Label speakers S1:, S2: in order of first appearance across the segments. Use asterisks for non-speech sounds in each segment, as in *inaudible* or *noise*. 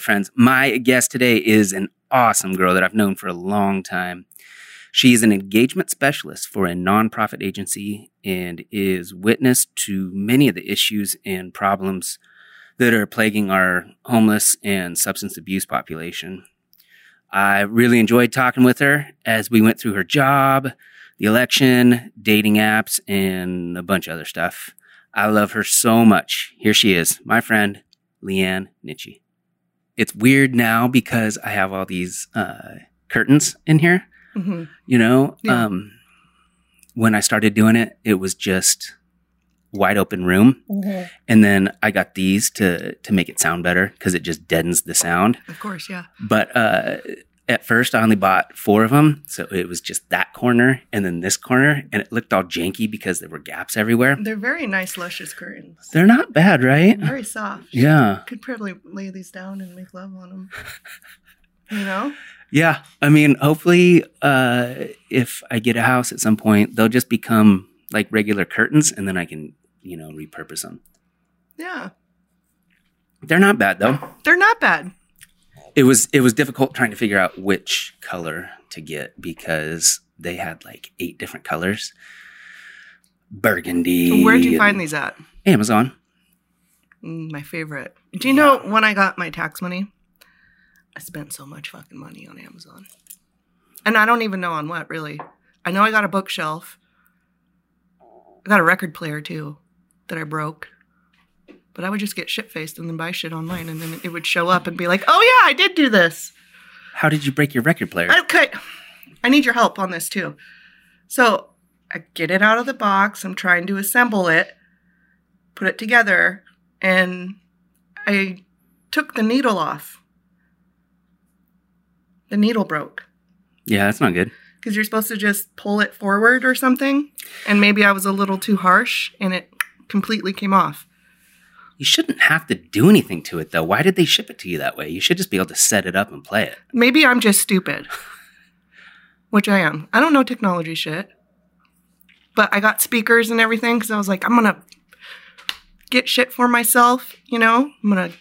S1: friends. My guest today is an awesome girl that I've known for a long time. She is an engagement specialist for a nonprofit agency and is witness to many of the issues and problems that are plaguing our homeless and substance abuse population. I really enjoyed talking with her as we went through her job, the election, dating apps, and a bunch of other stuff. I love her so much. Here she is, my friend, Leanne Nitchie. It's weird now because I have all these uh, curtains in here.
S2: Mm-hmm.
S1: You know,
S2: Yeah.
S1: um, when I started doing it, it was just wide open room, and then I got these to to make it sound better because it just deadens the sound.
S2: Of course, yeah.
S1: But uh, at first, I only bought four of them, so it was just that corner and then this corner, and it looked all janky because there were gaps everywhere.
S2: They're very nice, luscious curtains.
S1: They're not bad, right?
S2: Very soft.
S1: Yeah,
S2: Could probably lay these down and make love on them. You know?
S1: yeah. I mean, hopefully, uh, if I get a house at some point, they'll just become like regular curtains, and then I can, you know, repurpose them.
S2: Yeah.
S1: They're not bad though.
S2: They're not bad.
S1: It was it was difficult trying to figure out which color to get because they had like eight different colors. Burgundy.
S2: Where'd you find these at?
S1: Amazon.
S2: Mm, my favorite. Do you know when I got my tax money? I spent so much fucking money on Amazon. And I don't even know on what, really. I know I got a bookshelf. I got a record player too that I broke. But I would just get shit faced and then buy shit online and then it would show up and be like, oh yeah, I did do this.
S1: How did you break your record player?
S2: Okay. I need your help on this too. So I get it out of the box. I'm trying to assemble it, put it together, and I took the needle off. The needle broke
S1: yeah, that's not good.
S2: because you're supposed to just pull it forward or something. And maybe I was a little too harsh and it completely came off.
S1: You shouldn't have to do anything to it though. Why did they ship it to you that way? You should just be able to set it up and play it.
S2: Maybe I'm just stupid, which I am. I don't know technology shit. But I got speakers and everything because I was like, I'm going to get shit for myself, you know? I'm going to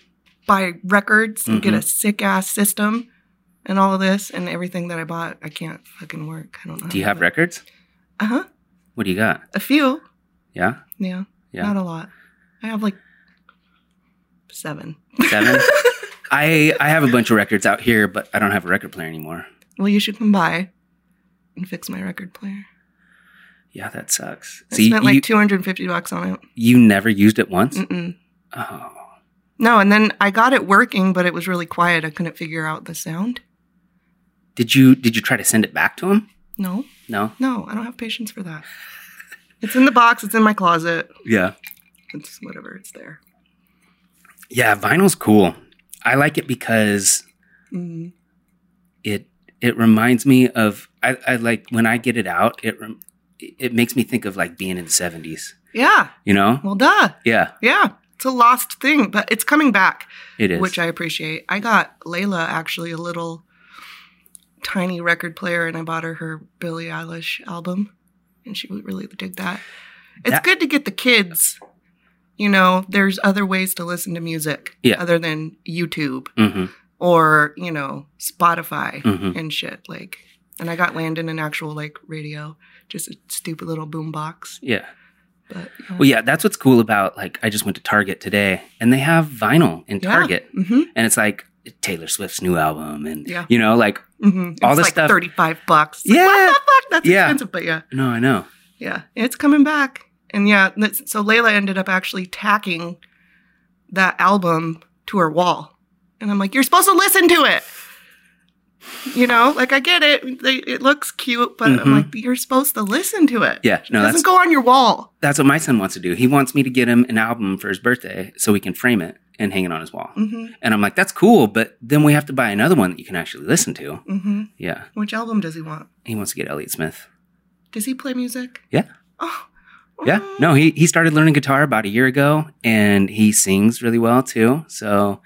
S2: buy records and
S1: Mm-hmm.
S2: get a sick ass system and all of this and everything that I bought. I can't fucking work. I don't know.
S1: Do you have records?
S2: Uh huh.
S1: What do you got?
S2: A few.
S1: Yeah?
S2: Yeah.
S1: Yeah.
S2: Not a lot. I have like seven.
S1: Seven? *laughs* I I have a bunch of records out here, but I don't have a record player anymore.
S2: Well, you should come by and fix my record player.
S1: Yeah, that sucks.
S2: I
S1: See,
S2: spent
S1: you,
S2: like Mm. 250 bucks on it.
S1: you never used it once?
S2: Mm-mm.
S1: Oh.
S2: No, and then I got it working, but it was really quiet. I couldn't figure out the sound.
S1: Did you did you try to send it back to him?
S2: No,
S1: No.
S2: no, I don't have patience for that. It's in the box. It's in my closet.
S1: Yeah.
S2: It's whatever. It's there.
S1: Yeah, vinyl's cool. I like it because
S2: Mm.
S1: it it reminds me of I, I like when I get it out, it rem- it makes me think of like being in the 70s,
S2: Yeah.
S1: you know?
S2: Well, duh.
S1: Yeah,
S2: Yeah. It's a lost thing, but it's coming back,
S1: it is.
S2: which I appreciate. I got Layla actually a little tiny record player, and I bought her her Billie Eilish album, and she would really dig that. It's
S1: That-
S2: good to get the kids. You know, there's other ways to listen to music
S1: Yeah.
S2: other than YouTube.
S1: Mhm.
S2: or you know spotify
S1: Mhm.
S2: and shit like and i got landon an actual like radio just a stupid little boom box
S1: Yeah.
S2: but
S1: Well, yeah, that's what's cool about like I just went to Target today and they have vinyl in Target
S2: hmm
S1: and it's like Taylor Swift's new album and
S2: Yeah.
S1: you know like
S2: hmm
S1: All
S2: it's
S1: this
S2: like
S1: stuff-
S2: 35 bucks It's
S1: Yeah.
S2: like, what the fuck that's
S1: Yeah.
S2: expensive but yeah
S1: no, I know.
S2: yeah it's coming back and yeah that's- so layla ended up actually tacking that album to her wall and i'm like you're supposed to listen to it you know like i get it they, it looks cute but
S1: Mhm.
S2: i'm like you're supposed to listen to it
S1: Yeah, no,
S2: it
S1: that's
S2: doesn't go on your wall
S1: that's what my son wants to do. He wants me to get him an album for his birthday so he can frame it and hang it on his wall.
S2: hmm
S1: And I'm like, that's cool, but then we have to buy another one that you can actually listen to.
S2: hmm
S1: Yeah.
S2: Which album does he want?
S1: He wants to get Elliott Smith.
S2: Does he play music?
S1: Yeah.
S2: Oh.
S1: Yeah.
S2: Mm.
S1: No, he, he started learning guitar about a year ago and he sings really well too. So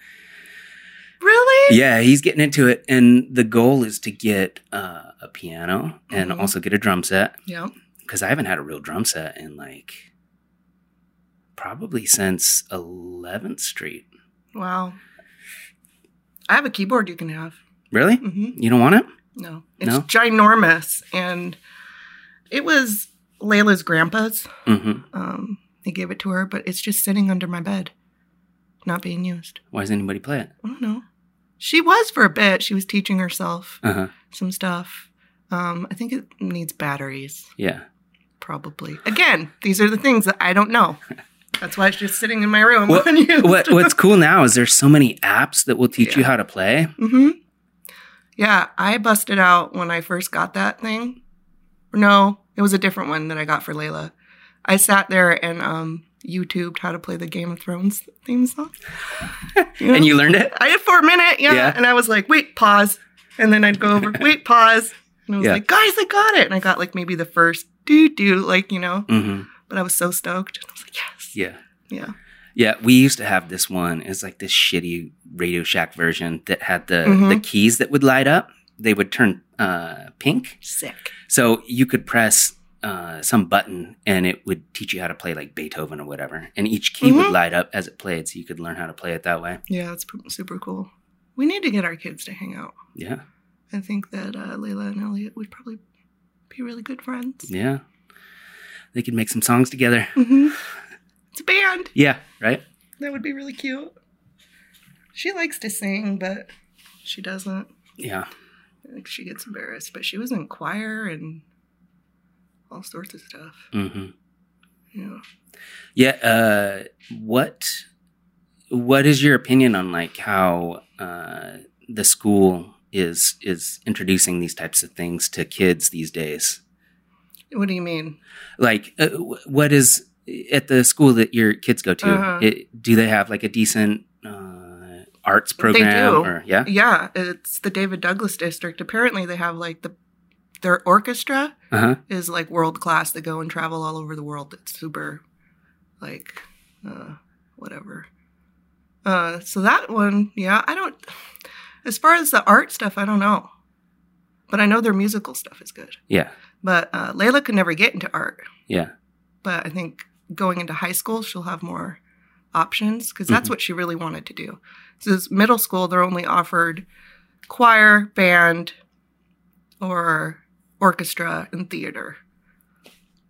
S2: Really?
S1: yeah, he's getting into it. And the goal is to get uh, a piano and
S2: Mhm.
S1: also get a drum set
S2: Yeah.
S1: because I haven't had a real drum set in like probably since 11th Street.
S2: Wow. I have a keyboard you can have.
S1: Really?
S2: hmm
S1: You don't want it?
S2: No, it's
S1: No?
S2: ginormous, and it was Layla's grandpa's.
S1: Mm-hmm.
S2: Um, they gave it to her, but it's just sitting under my bed, not being used.
S1: Why does anybody play it?
S2: I don't know. She was for a bit. She was teaching herself
S1: Uh huh.
S2: some stuff. Um, I think it needs batteries,
S1: Yeah.
S2: *laughs* probably. Again, these are the things that I don't know. That's why it's just sitting in my room. *laughs*
S1: What-
S2: unused.
S1: what What's cool now is there's so many apps that will teach you
S2: Yeah.
S1: how to play.
S2: hmm Yeah, I busted out when I first got that thing. No, it was a different one that I got for Layla. I sat there and um YouTubed how to play the Game of Thrones
S1: *laughs*
S2: theme song. Yeah.
S1: And you learned it.
S2: I did for a minute, yeah,
S1: Yeah.
S2: And I was like, wait, pause. And then I'd go
S1: *laughs*
S2: over, wait, pause. And I was
S1: Yeah.
S2: like, guys, I got it. And I got like maybe the first do do, like, you know,
S1: Mm-hmm.
S2: but I was so stoked. And I was like, yes.
S1: Yeah.
S2: Yeah.
S1: Yeah, we used to have this one. It's like this shitty Radio Shack version that had the
S2: Mhm.
S1: the keys that would light up. They would turn uh, pink,
S2: Sick.
S1: so you could press uh, some button and it would teach you how to play like Beethoven or whatever. And each key would
S2: Mhm.
S1: light up as it played, so you could learn how to play it that way.
S2: Yeah, it's pr- super cool. We need to get our kids to hang out.
S1: Yeah,
S2: I think that uh, Layla and Elliot would probably be really good friends. *laughs*
S1: yeah. They could make some songs together.
S2: hmm It's a band.
S1: Yeah, right.
S2: That would be really cute. She likes to sing, but she doesn't.
S1: Yeah,
S2: I think she gets embarrassed. But she was in choir and all sorts of stuff.
S1: hmm
S2: Yeah.
S1: yeah. Uh, what What is your opinion on like how uh, the school is is introducing these types of things to kids these days?
S2: What do you mean?
S1: Like, uh, wh- what is at the school that your kids go to?
S2: Uh-huh.
S1: It, do they have like a decent uh, arts program?
S2: do.
S1: Or, yeah.
S2: Yeah, it's the David Douglas district. Apparently, they have like the their orchestra
S1: Uh huh.
S2: is like world class. They go and travel all over the world. It's super, like, uh, whatever. Uh, so that one, yeah, I don't. As far as the art stuff, I don't know, but I know their musical stuff is good.
S1: Yeah.
S2: But uh, Layla could never get into art.
S1: Yeah.
S2: But I think going into high school, she'll have more options because that's what she really wanted to do. So this middle school, they're only offered choir, band, or orchestra and theater.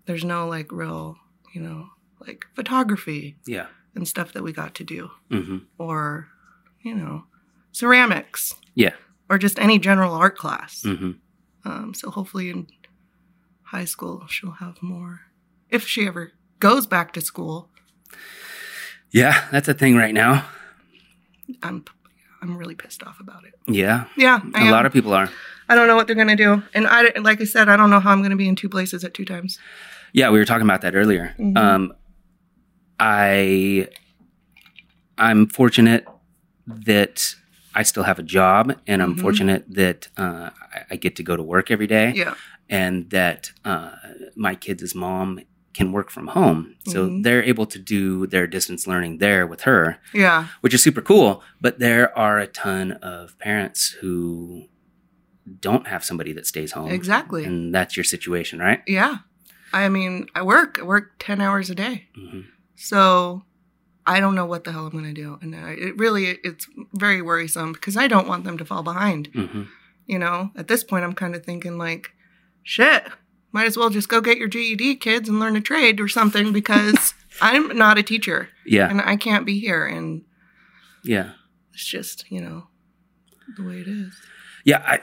S2: There's no like real, you know, like photography
S1: Yeah.
S2: and stuff that we got to do,
S1: hmm
S2: or you know, ceramics.
S1: Yeah.
S2: Or just any general art class.
S1: hmm
S2: Um, so hopefully in high school she'll have more. If she ever goes back to school,
S1: Yeah. That's a thing right now.
S2: I'm I'm really pissed off about it.
S1: Yeah.
S2: Yeah,
S1: A
S2: I am.
S1: lot of people are.
S2: I don't know what they're gonna do, and I like I said, I don't know how I'm gonna be in two places at two times.
S1: Yeah, we were talking about that earlier.
S2: Mhm.
S1: Um, I I'm fortunate that I still have a job, and I'm
S2: Mhm.
S1: fortunate that uh, I, I get to go to work every day,
S2: Yeah,
S1: and that uh, my kids' mom can work from home, so
S2: Mhm.
S1: they're able to do their distance learning there with her,
S2: yeah,
S1: which is super cool. But there are a ton of parents who don't have somebody that stays home,
S2: exactly.
S1: Um, and that's your situation, right?
S2: yeah, I mean, I work. I work ten hours a day,
S1: hmm
S2: so I don't know what the hell I'm gonna do, and I, it really it's very worrisome because I don't want them to fall behind.
S1: hmm
S2: you know, at this point, I'm kind of thinking like, shit, might as well just go get your GED, kids, and learn a trade or something
S1: *laughs*
S2: because I'm not a teacher
S1: Yeah,
S2: and I can't be here. And
S1: yeah.
S2: it's just, you know, the way it is.
S1: yeah i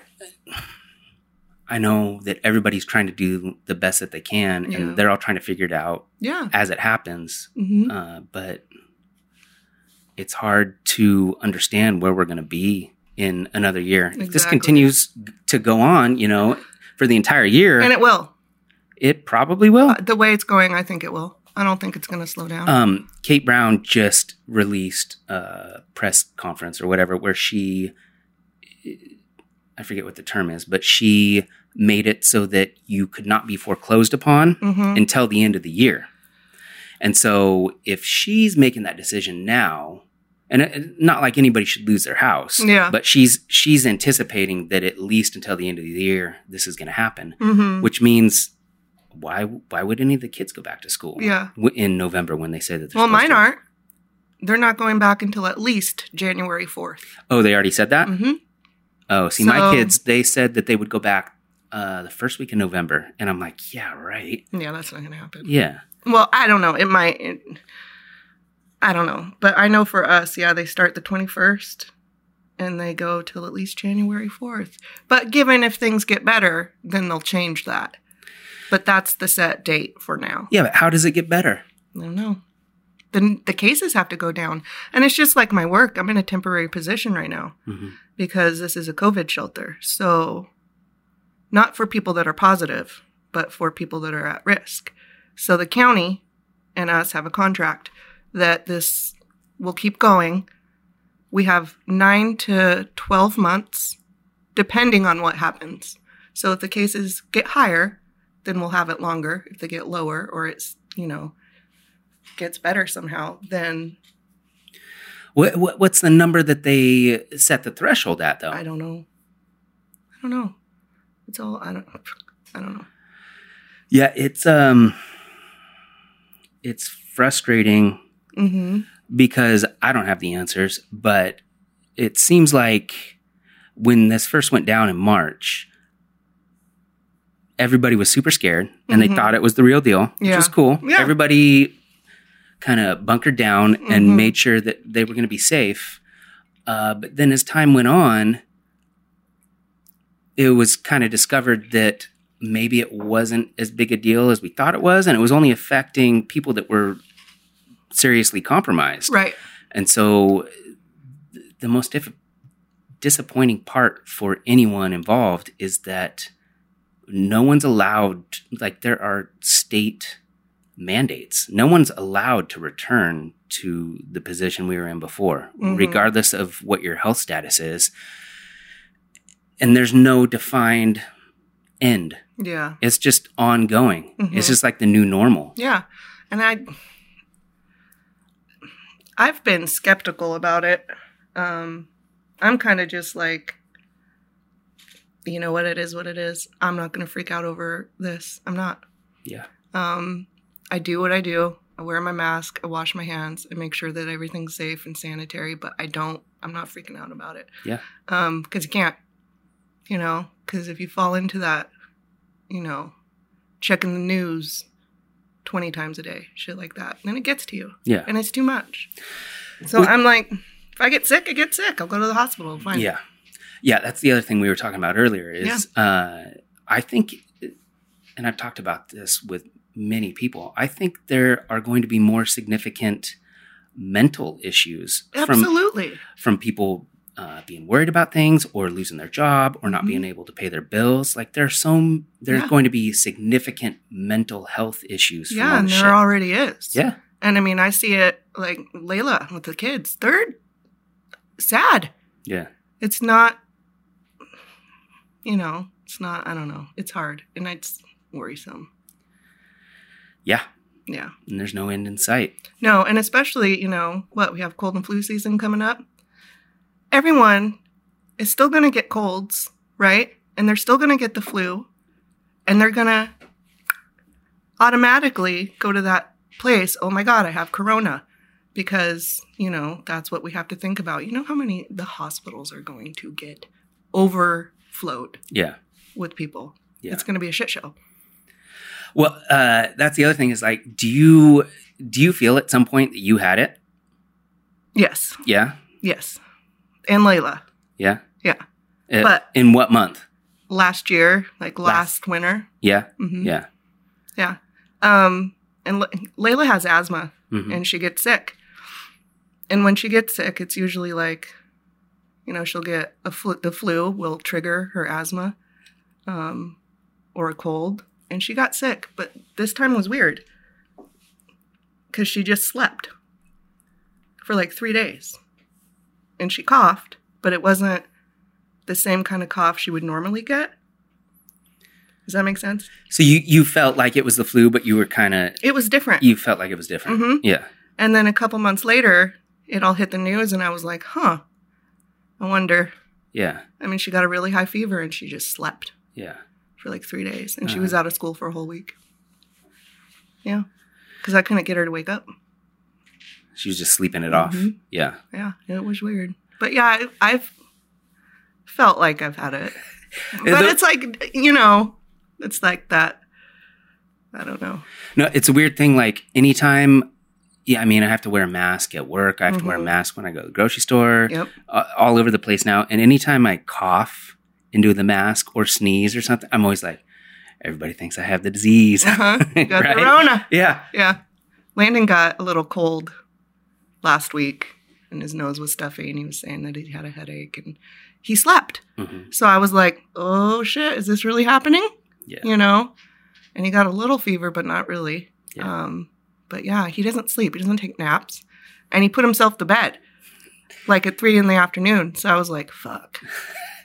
S1: i know that everybody's trying to do the best that they can
S2: Yeah.
S1: and they're all trying to figure it out
S2: Yeah.
S1: as it happens
S2: hmm
S1: uh, but it's hard to understand where we're going to be in another year if this
S2: Exactly.
S1: continues g- to go on you know for the entire year
S2: And
S1: it,
S2: it will.
S1: probably will
S2: Uh, the way it's going, I think it will. I don't think it's going to slow down.
S1: um, kate brown just released a press conference or whatever where she i forget what the term is but she made it so that you could not be foreclosed upon
S2: hmm
S1: until the end of the year. And so if she's making that decision now, and it- not like anybody should lose their house,
S2: Yeah.
S1: but she's she's anticipating that at least until the end of the year this is going to happen,
S2: hmm
S1: which means why why would any of the kids go back to school?
S2: Yeah.
S1: w- in November when they say that. they're
S2: Well,
S1: supposed
S2: mine
S1: to?
S2: aren't. They're not going back until at least January 4th.
S1: Oh, they already said that?
S2: hmm
S1: Oh, see, my
S2: So-
S1: kids, they said that they would go back uh, the first week in November. And I'm like, yeah, right.
S2: Yeah, that's not going to happen.
S1: Yeah.
S2: Well, I don't know. It might. It, I don't know. But I know for us, yeah, they start the 21st and they go till at least January 4th. But given if things get better, then they'll change that. But that's the set date for now.
S1: Yeah, but how does it get better?
S2: I don't know. Then the cases have to go down. And it's just like my work. I'm in a temporary position right now
S1: Mhm.
S2: because this is a COVID shelter. So, not for people that are positive, but for people that are at risk. So, the county and us have a contract that this will keep going. We have nine to 12 months, depending on what happens. So, if the cases get higher, then we'll have it longer. If they get lower or it's, you know, gets better somehow, then
S1: What, what, what's the number that they set the threshold at, though?
S2: I don't know. I don't know. It's all I don't. I don't know.
S1: Yeah, it's um, it's frustrating
S2: Mm-hmm.
S1: because I don't have the answers, but it seems like when this first went down in March, everybody was super scared and they
S2: Mhm.
S1: thought it was the real deal, which
S2: Yeah.
S1: was cool.
S2: Yeah.
S1: Everybody kind of bunkered down
S2: Mhm.
S1: and made sure that they were going to be safe. Uh, but then as time went on, it was kind of discovered that maybe it wasn't as big a deal as we thought it was, and it was only affecting people that were seriously compromised.
S2: Right.
S1: And so th- the most diff- disappointing part for anyone involved is that no one's allowed, like, there are state mandates. No one's allowed to return to the position we were in before,
S2: Mhm.
S1: regardless of what your health status is. And there's no defined end.
S2: Yeah.
S1: It's just ongoing.
S2: Mhm.
S1: It's just like the new normal.
S2: Yeah. And I, I've been skeptical about it. Um, I'm kind of just like, you know what it is, what it is. I'm not going to freak out over this. I'm not.
S1: Yeah.
S2: Um, I do what I do. I wear my mask. I wash my hands. I make sure that everything's safe and sanitary. But I don't. I'm not freaking out about it.
S1: Yeah.
S2: Um, because you can't. You know, because if you fall into that, you know, checking the news twenty times a day, shit like that, then it gets to you,
S1: Yeah.
S2: and it's too much. So
S1: Well-
S2: I'm like, if I get sick, I get sick. I'll go to the hospital. Fine.
S1: Yeah. Yeah, that's the other thing we were talking about earlier is uh, I think and I've talked about this with many people. I think there are going to be more significant mental issues from
S2: Absolutely.
S1: from people uh, being worried about things or losing their job or not
S2: Mhm.
S1: being able to pay their bills. Like there's some there's
S2: Yeah.
S1: going to be significant mental health issues from all
S2: yeah, and
S1: this
S2: there
S1: shit.
S2: already is.
S1: yeah.
S2: And I mean, I see it like Layla with the kids. They're sad.
S1: Yeah.
S2: It's not, you know, it's not, I don't know. It's hard and it's worrisome.
S1: Yeah.
S2: Yeah.
S1: And there's no end in sight.
S2: No, and especially, you know, what we have cold and flu season coming up. Everyone is still going to get colds, right? And they're still going to get the flu and they're going to automatically go to that place. Oh my God, I have corona because, you know, that's what we have to think about. You know how many the hospitals are going to get overflowed
S1: Yeah.
S2: with people?
S1: Yeah.
S2: It's going to be a shit show.
S1: Well, uh, that's the other thing is like, do you do you feel at some point that you had it?
S2: Yes.
S1: Yeah,
S2: Yes. And Layla.
S1: yeah,
S2: Yeah.
S1: Uh,
S2: But-
S1: in what month?
S2: last year, like
S1: Last-
S2: last, winter.
S1: Yeah,
S2: hmm
S1: yeah,
S2: Yeah. Um, and Le- Layla has asthma
S1: hmm
S2: and she gets sick. And when she gets sick, it's usually like, you know, she'll get a flu, the flu will trigger her asthma um, or a cold. And she got sick, but this time was weird because she just slept for like three days. And she coughed, but it wasn't the same kind of cough she would normally get. Does that make sense?
S1: So you you felt like it was the flu, but you were kind of
S2: It was different.
S1: you felt like it was different.
S2: Mhm.
S1: Yeah,
S2: And then a couple months later, it all hit the news, and I was like, huh, I wonder.
S1: yeah,
S2: I mean, she got a really high fever and she just slept
S1: yeah.
S2: for like three days, and she
S1: Uh-huh.
S2: was out of school for a whole week. Yeah. Because I couldn't get her to wake up.
S1: She was just sleeping it off.
S2: Mhm.
S1: Yeah.
S2: Yeah, it was weird. But yeah, I, I've felt like I've had it. But
S1: the-
S2: it's like, you know, it's like that. I don't know.
S1: No, it's a weird thing. Like anytime, yeah, I mean, I have to wear a mask at work. I have to wear a
S2: Mhm.
S1: mask when I go to the grocery store.
S2: Yep.
S1: uh, all over the place now. And anytime I cough into the mask or sneeze or something, I'm always like, everybody thinks I have the
S2: *laughs*
S1: disease. *laughs*
S2: Uh-huh. You got
S1: Right?
S2: the Rona.
S1: Yeah.
S2: Yeah. Landon got a little cold last week and his nose was stuffy and he was saying that he had a headache and he slept.
S1: Mhm.
S2: So I was like, oh shit, is this really happening?
S1: Yeah.
S2: You know? And he got a little fever, but not really.
S1: Yeah.
S2: Um, but yeah, he doesn't sleep. He doesn't take naps. And he put himself to bed like at three in the afternoon. So I was like,
S1: *laughs*
S2: fuck.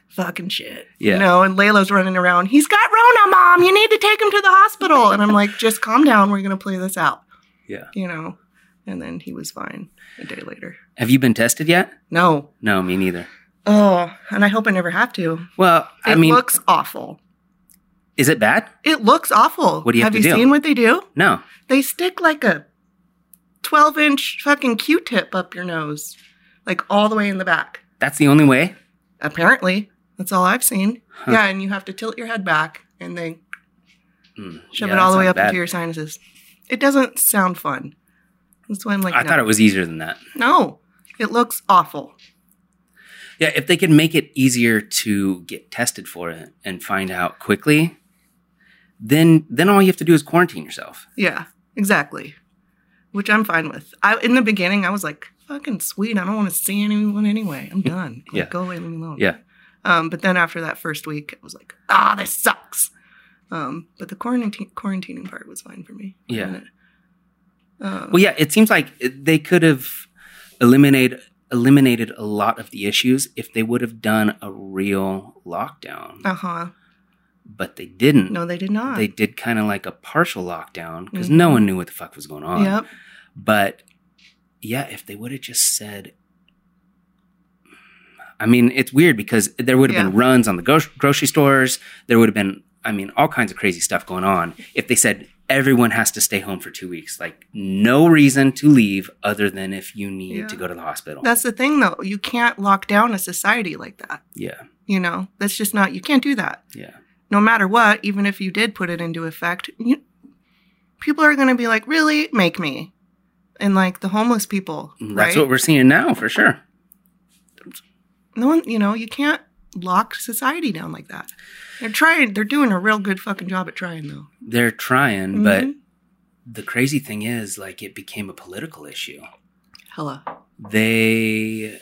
S2: Fucking shit.
S1: Yeah.
S2: You know, and Layla's running around. He's got Rona, mom. You need to take him to the hospital. And I'm like, just calm down. We're going to play this out,
S1: Yeah.
S2: you know? And then he was fine a day later.
S1: Have you been tested yet?
S2: No.
S1: No, me neither.
S2: Oh, and I hope I never have to.
S1: Well,
S2: It
S1: I mean,
S2: looks awful.
S1: is it bad?
S2: It looks awful.
S1: What do you have
S2: have
S1: to
S2: you
S1: do?
S2: seen what they do?
S1: No.
S2: They stick like a 12 inch fucking Q tip up your nose, like all the way in the back.
S1: That's the only way.
S2: Apparently, that's all I've seen.
S1: Huh.
S2: Yeah, and you have to tilt your head back and they
S1: Mm. Yeah,
S2: shove it
S1: that
S2: all the way
S1: sounds
S2: up
S1: bad.
S2: into your sinuses. It doesn't sound fun. That's why I'm like,
S1: I
S2: no.
S1: thought it was easier than that.
S2: no, it looks awful.
S1: Yeah, if they could make it easier to get tested for it and find out quickly, then then all you have to do is quarantine yourself.
S2: Yeah, exactly. Which I'm fine with. I in the beginning I was like, fucking sweet, I don't want to see anyone anyway. I'm done. Like,
S1: Yeah.
S2: Go away, leave me alone.
S1: Yeah.
S2: Um, but then after that first week, I was like, ah, this sucks. Um, but the quarantine quarantining part was fine for me.
S1: Yeah.
S2: And it- Uh,
S1: Well, yeah, it seems like they could have eliminated eliminated a lot of the issues if they would have done a real lockdown,
S2: Uh huh.
S1: but they didn't.
S2: No, they did not.
S1: They did kind of like a partial lockdown because no
S2: Mhm.
S1: one knew what the fuck was going on.
S2: Yep.
S1: But yeah, if they would have just said, I mean, it's weird because there would have been runs on the gro- grocery stores. There would have been, I mean, all kinds of crazy stuff going on. If they said everyone has to stay home for two weeks, like no reason to leave other than if you need
S2: Yeah.
S1: to go to the hospital.
S2: That's the thing, though. You can't lock down a society like that.
S1: yeah,
S2: You know, that's just not. You can't do that.
S1: yeah,
S2: no matter what, even if you did put it into effect, you, people are going to be like, really? Make me. And like the homeless people,
S1: Mm, that's
S2: right?
S1: what we're seeing now for sure.
S2: no one, you know, you can't lock society down like that. They're trying, they're doing a real good fucking job at trying though.
S1: They're trying, but
S2: Mhm.
S1: the crazy thing is, like, it became a political issue.
S2: hella.
S1: they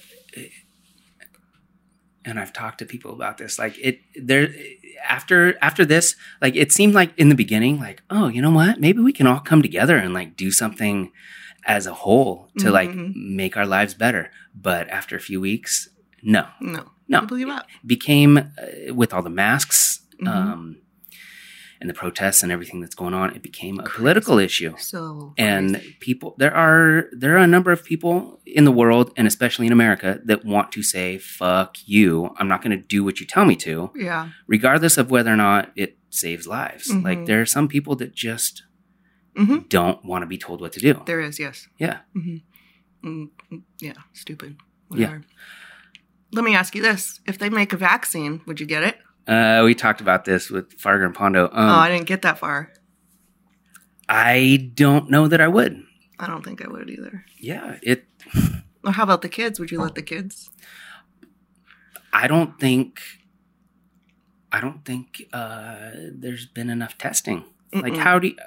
S1: and I've talked to people about this like it there after after this like it seemed like in the beginning like oh you know what maybe we can all come together and like do something as a whole to like
S2: Mhm.
S1: make our lives better but after a few weeks no
S2: No.
S1: No.
S2: People give up.
S1: became uh, with all the masks
S2: Mhm.
S1: um and the protests and everything that's going on it became a political issue
S2: So.
S1: and
S2: crazy.
S1: people there are there are a number of people in the world and especially in america that want to say fuck you i'm not going to do what you tell me to
S2: Yeah.
S1: regardless of whether or not it saves lives
S2: Mhm.
S1: like there are some people that just
S2: hmm
S1: don't want to be told what to do
S2: There is, yes.
S1: yeah
S2: Mm, mm, yeah. Stupid.
S1: Yeah.
S2: Whatever. Let me ask you this. If they make a vaccine, would you get it?
S1: uh, we talked about this with fargo and pondo um,
S2: oh,
S1: I-,
S2: I didn't get that far.
S1: don't know that i would
S2: I don't think I would either.
S1: yeah it
S2: Or how about the kids? Would you let the kids?
S1: i don't think i don't think uh, there's been enough testing like
S2: Mm-mm.
S1: how do you,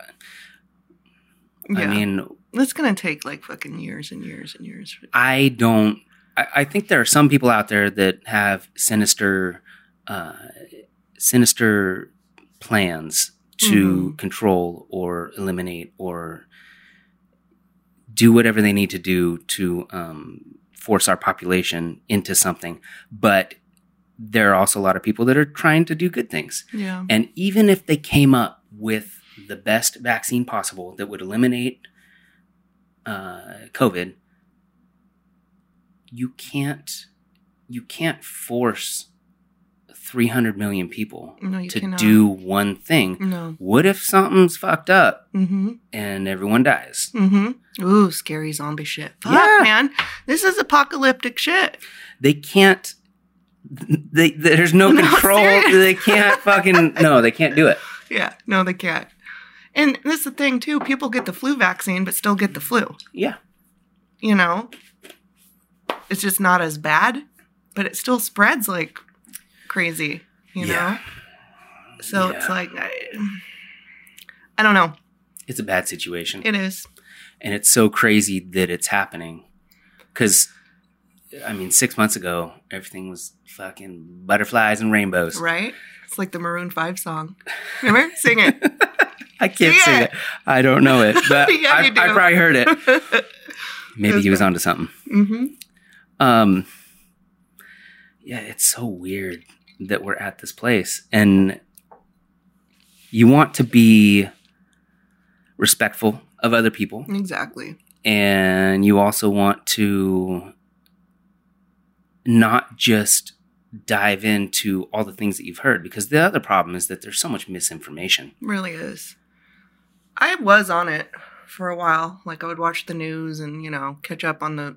S2: Yeah,
S1: i mean
S2: that's gonna take like fucking years and years and years.
S1: I don't. I, I think there are some people out there that have sinister, uh, sinister plans to control or eliminate or do whatever they need to do to um, force our population into something. But there are also a lot of people that are trying to do good things.
S2: Yeah,
S1: And even if they came up with the best vaccine possible that would eliminate uh, COVID, you can't you can't force 300 million people
S2: No, you
S1: to
S2: cannot. Mm.
S1: do one thing.
S2: No.
S1: What if something's fucked up
S2: Mm-hmm.
S1: and everyone dies?
S2: Mm-hmm. Ooh, scary zombie shit. Fuck,
S1: Yeah.
S2: man. This is apocalyptic shit.
S1: They can't. They, there's no,
S2: *laughs* No,
S1: control.
S2: serious.
S1: They can't fucking no. They can't do it.
S2: Yeah. No, they can't. And this is the thing too. People get the flu vaccine, but still get the flu.
S1: Yeah,
S2: You know, it's just not as bad, but it still spreads like crazy. You
S1: Yeah.
S2: know. So it's
S1: Yeah.
S2: like, I, I don't know.
S1: it's a bad situation.
S2: It is.
S1: and it's so crazy that it's happening because i mean six months ago everything was fucking butterflies and rainbows
S2: Right? It's like the Maroon 5 song. Remember? Sing it. *laughs*
S1: i can't
S2: Yeah.
S1: sing it i don't know
S2: *laughs*
S1: it but
S2: Yeah,
S1: I,
S2: you do.
S1: I probably heard
S2: *laughs*
S1: it maybe he was onto something
S2: hmm
S1: um yeah it's so weird that we're at this place and you want to be respectful of other people
S2: Exactly.
S1: and you also want to not just dive into all the things that you've heard because the other problem is that there's so much misinformation.
S2: Really is. I was on it for a while. Like, I would watch the news and, you know, catch up on the.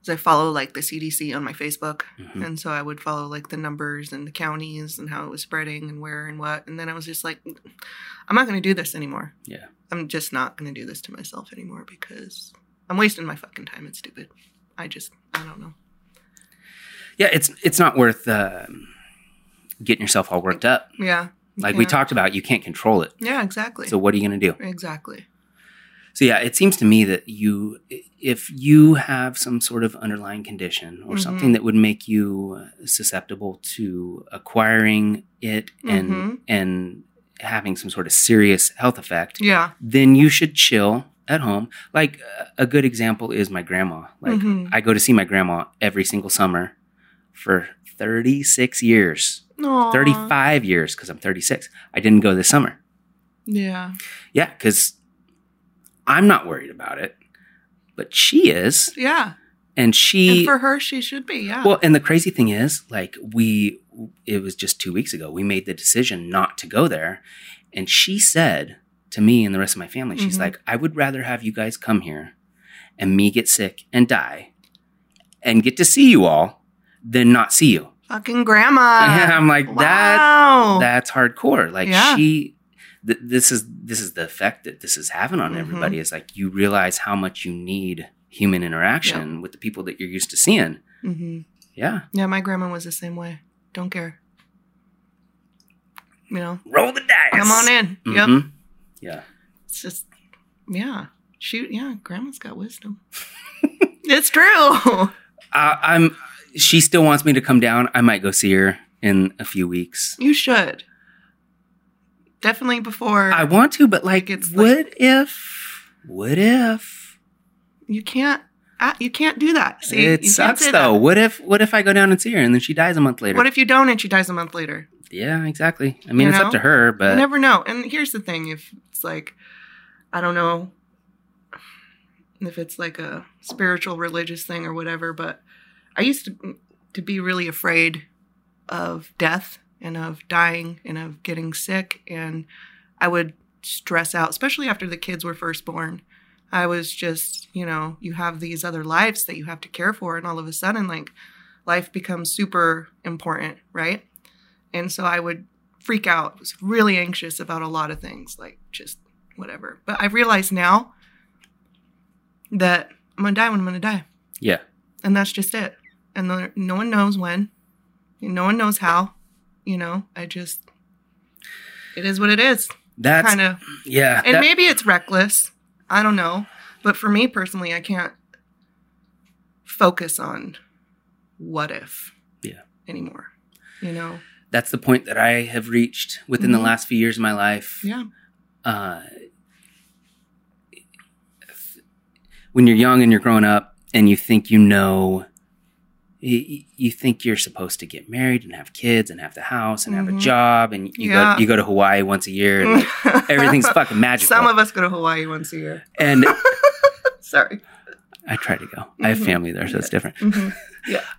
S2: 'cause I follow like the CDC on my Facebook.
S1: Mhm.
S2: And so I would follow like the numbers and the counties and how it was spreading and where and what. And then I was just like, "Mm, I'm not going to do this anymore.
S1: Yeah.
S2: I'm just not going to do this to myself anymore because I'm wasting my fucking time. It's stupid. I just, I don't know.
S1: Yeah, it's it's not worth um, getting yourself all worked up.
S2: Yeah. you
S1: Like we
S2: can't.
S1: talked about, you can't control it.
S2: Yeah, exactly.
S1: So what are you going to do?
S2: exactly.
S1: So yeah, it seems to me that you if you have some sort of underlying condition or
S2: Mhm.
S1: something that would make you susceptible to acquiring it and
S2: Mhm.
S1: and having some sort of serious health effect,
S2: Yeah.
S1: then you should chill at home. Like uh, a good example is my grandma. Like
S2: Mhm.
S1: I go to see my grandma every single summer for 36 years.
S2: Aw.
S1: 35 years cuz I'm 36. I didn't go this summer.
S2: Yeah.
S1: Yeah, because I'm not worried about it, but she is,
S2: Yeah.
S1: and
S2: And
S1: she.
S2: for her, she should be. Yeah.
S1: well, and the crazy thing is, like we, it was just two weeks ago. We made the decision not to go there, and she said to me and the rest of my family, she's
S2: Mhm.
S1: like, "I would rather have you guys come here, and me get sick and die, and get to see you all, than not see you."
S2: Fucking grandma.
S1: and *laughs* I'm like, that
S2: wow.
S1: that's hardcore. Like
S2: Oh. Yeah.
S1: she, th- this is this is the effect that this is having on
S2: Mhm.
S1: everybody. Is like you realize how much you need human interaction with the people that you're used to seeing.
S2: hmm
S1: Yeah,
S2: Yeah, my grandma was the same way. Don't care. You know,
S1: roll the dice.
S2: come on in. Yep.
S1: Mhm. Yeah.
S2: It's just, yeah. Shoot. Yeah. Grandma's got wisdom. *laughs* it's true. *laughs*
S1: I, Uh, I'm. She still wants me to come down. I might go see her in a few weeks.
S2: You should. Definitely before.
S1: I want to, but like,
S2: Like, it's
S1: what if? What if?
S2: you can't. ah, You can't do that. See, you
S1: it
S2: can't
S1: sucks
S2: say
S1: though.
S2: that.
S1: What if? What if I go down and see her and then she dies a month later?
S2: What if you don't and she dies a month later?
S1: yeah, exactly. I mean,
S2: You
S1: it's
S2: know?
S1: up to her, but
S2: you never know. And here's the thing: if it's like, I don't know, if it's like a spiritual, religious thing or whatever. But I used to to be really afraid of death and of dying and of getting sick, and I would stress out, especially after the kids were first born. I was just, you know, you have these other lives that you have to care for, and all of a sudden, like, life becomes super important, right? And so I would freak out, was really anxious about a lot of things, like just whatever. But I realize now that I'm gonna die when I'm gonna die,
S1: yeah.
S2: and that's just it. And there- no one knows when, and no one knows how. You know, I just, it is what it is,
S1: That's
S2: kind of.
S1: yeah.
S2: And
S1: that-
S2: maybe it's reckless. I don't know. But for me personally, I can't focus on what if
S1: Yeah.
S2: anymore. You know?
S1: that's the point that I have reached within
S2: Mhm.
S1: the last few years of my life.
S2: Yeah.
S1: Uh, if- when you're young and you're growing up and you think you know, you, you think you're supposed to get married and have kids and have the house and have
S2: Mhm.
S1: a job and you
S2: Yeah.
S1: go you go to Hawaii once a year and
S2: *laughs*
S1: like, everything's fucking magical.
S2: Some of us go to Hawaii once a year.
S1: and
S2: *laughs* Sorry.
S1: I try to go. I have
S2: Mhm.
S1: family there, so it's
S2: *laughs*
S1: different.
S2: Mhm.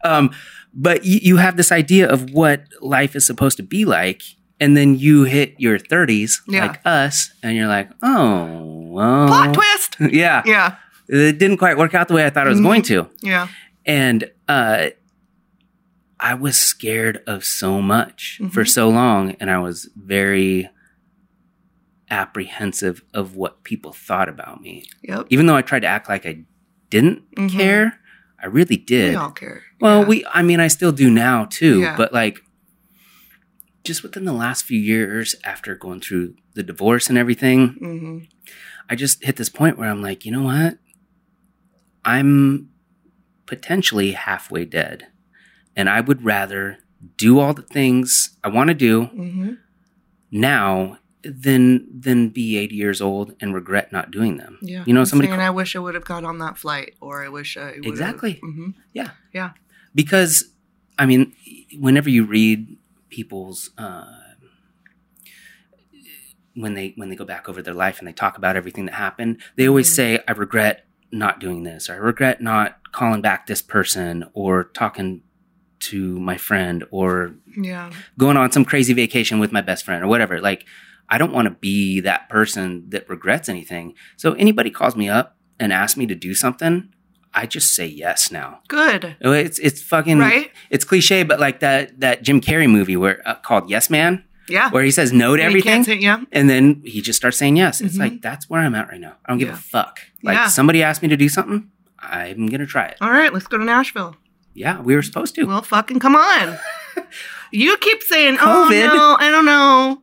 S1: Um, but you, you have this idea of what life is supposed to be like, and then you hit your 30s,
S2: Yeah.
S1: like us, and you're like, oh, well.
S2: Plot twist.
S1: *laughs* yeah,
S2: Yeah.
S1: it didn't quite work out the way I thought it was
S2: Mhm.
S1: going to.
S2: Yeah.
S1: And uh, I was scared of so much for
S2: Mhm.
S1: so long, and I was very apprehensive of what people thought about me.
S2: Yep.
S1: Even though I tried to act like I didn't
S2: Mhm.
S1: care, I really did.
S2: We all care.
S1: Well,
S2: Yeah.
S1: we I mean I still do now too,
S2: Yeah.
S1: but like just within the last few years after going through the divorce and everything,
S2: Mhm.
S1: I just hit this point where I'm like, you know what? I'm potentially halfway dead. And I would rather do all the things I want to do
S2: Mhm.
S1: now than than be 80 years old and regret not doing them.
S2: Yeah.
S1: You know,
S2: I'm
S1: somebody
S2: saying, I wish I would have got on that flight, or I wish I would
S1: Exactly.
S2: hmm
S1: because I mean, whenever you read people's uh, when they when they go back over their life and they talk about everything that happened, they always
S2: Mhm.
S1: say, "I regret not doing this," or "I regret not calling back this person," or talking to my friend, or
S2: Yeah.
S1: going on some crazy vacation with my best friend, or whatever. Like, I don't want to be that person that regrets anything. So anybody calls me up and asks me to do something, I just say yes now. Oh,
S2: Good.
S1: It's it's fucking
S2: right.
S1: it's cliche, but like that that Jim Carrey movie where uh, called Yes Man,
S2: Yeah.
S1: where he says no to
S2: And he
S1: everything,
S2: can't say- yeah.
S1: and then he just starts saying yes. It's
S2: Mhm.
S1: like that's where I'm at right now. I don't give
S2: Yeah.
S1: a fuck. Like
S2: Yeah.
S1: somebody asked me to do something, I'm gonna try it.
S2: All right, let's go to Nashville.
S1: Yeah, we were supposed to.
S2: Well, fucking
S1: *laughs*
S2: come on. you keep saying, "Oh
S1: COVID.
S2: no, I don't know."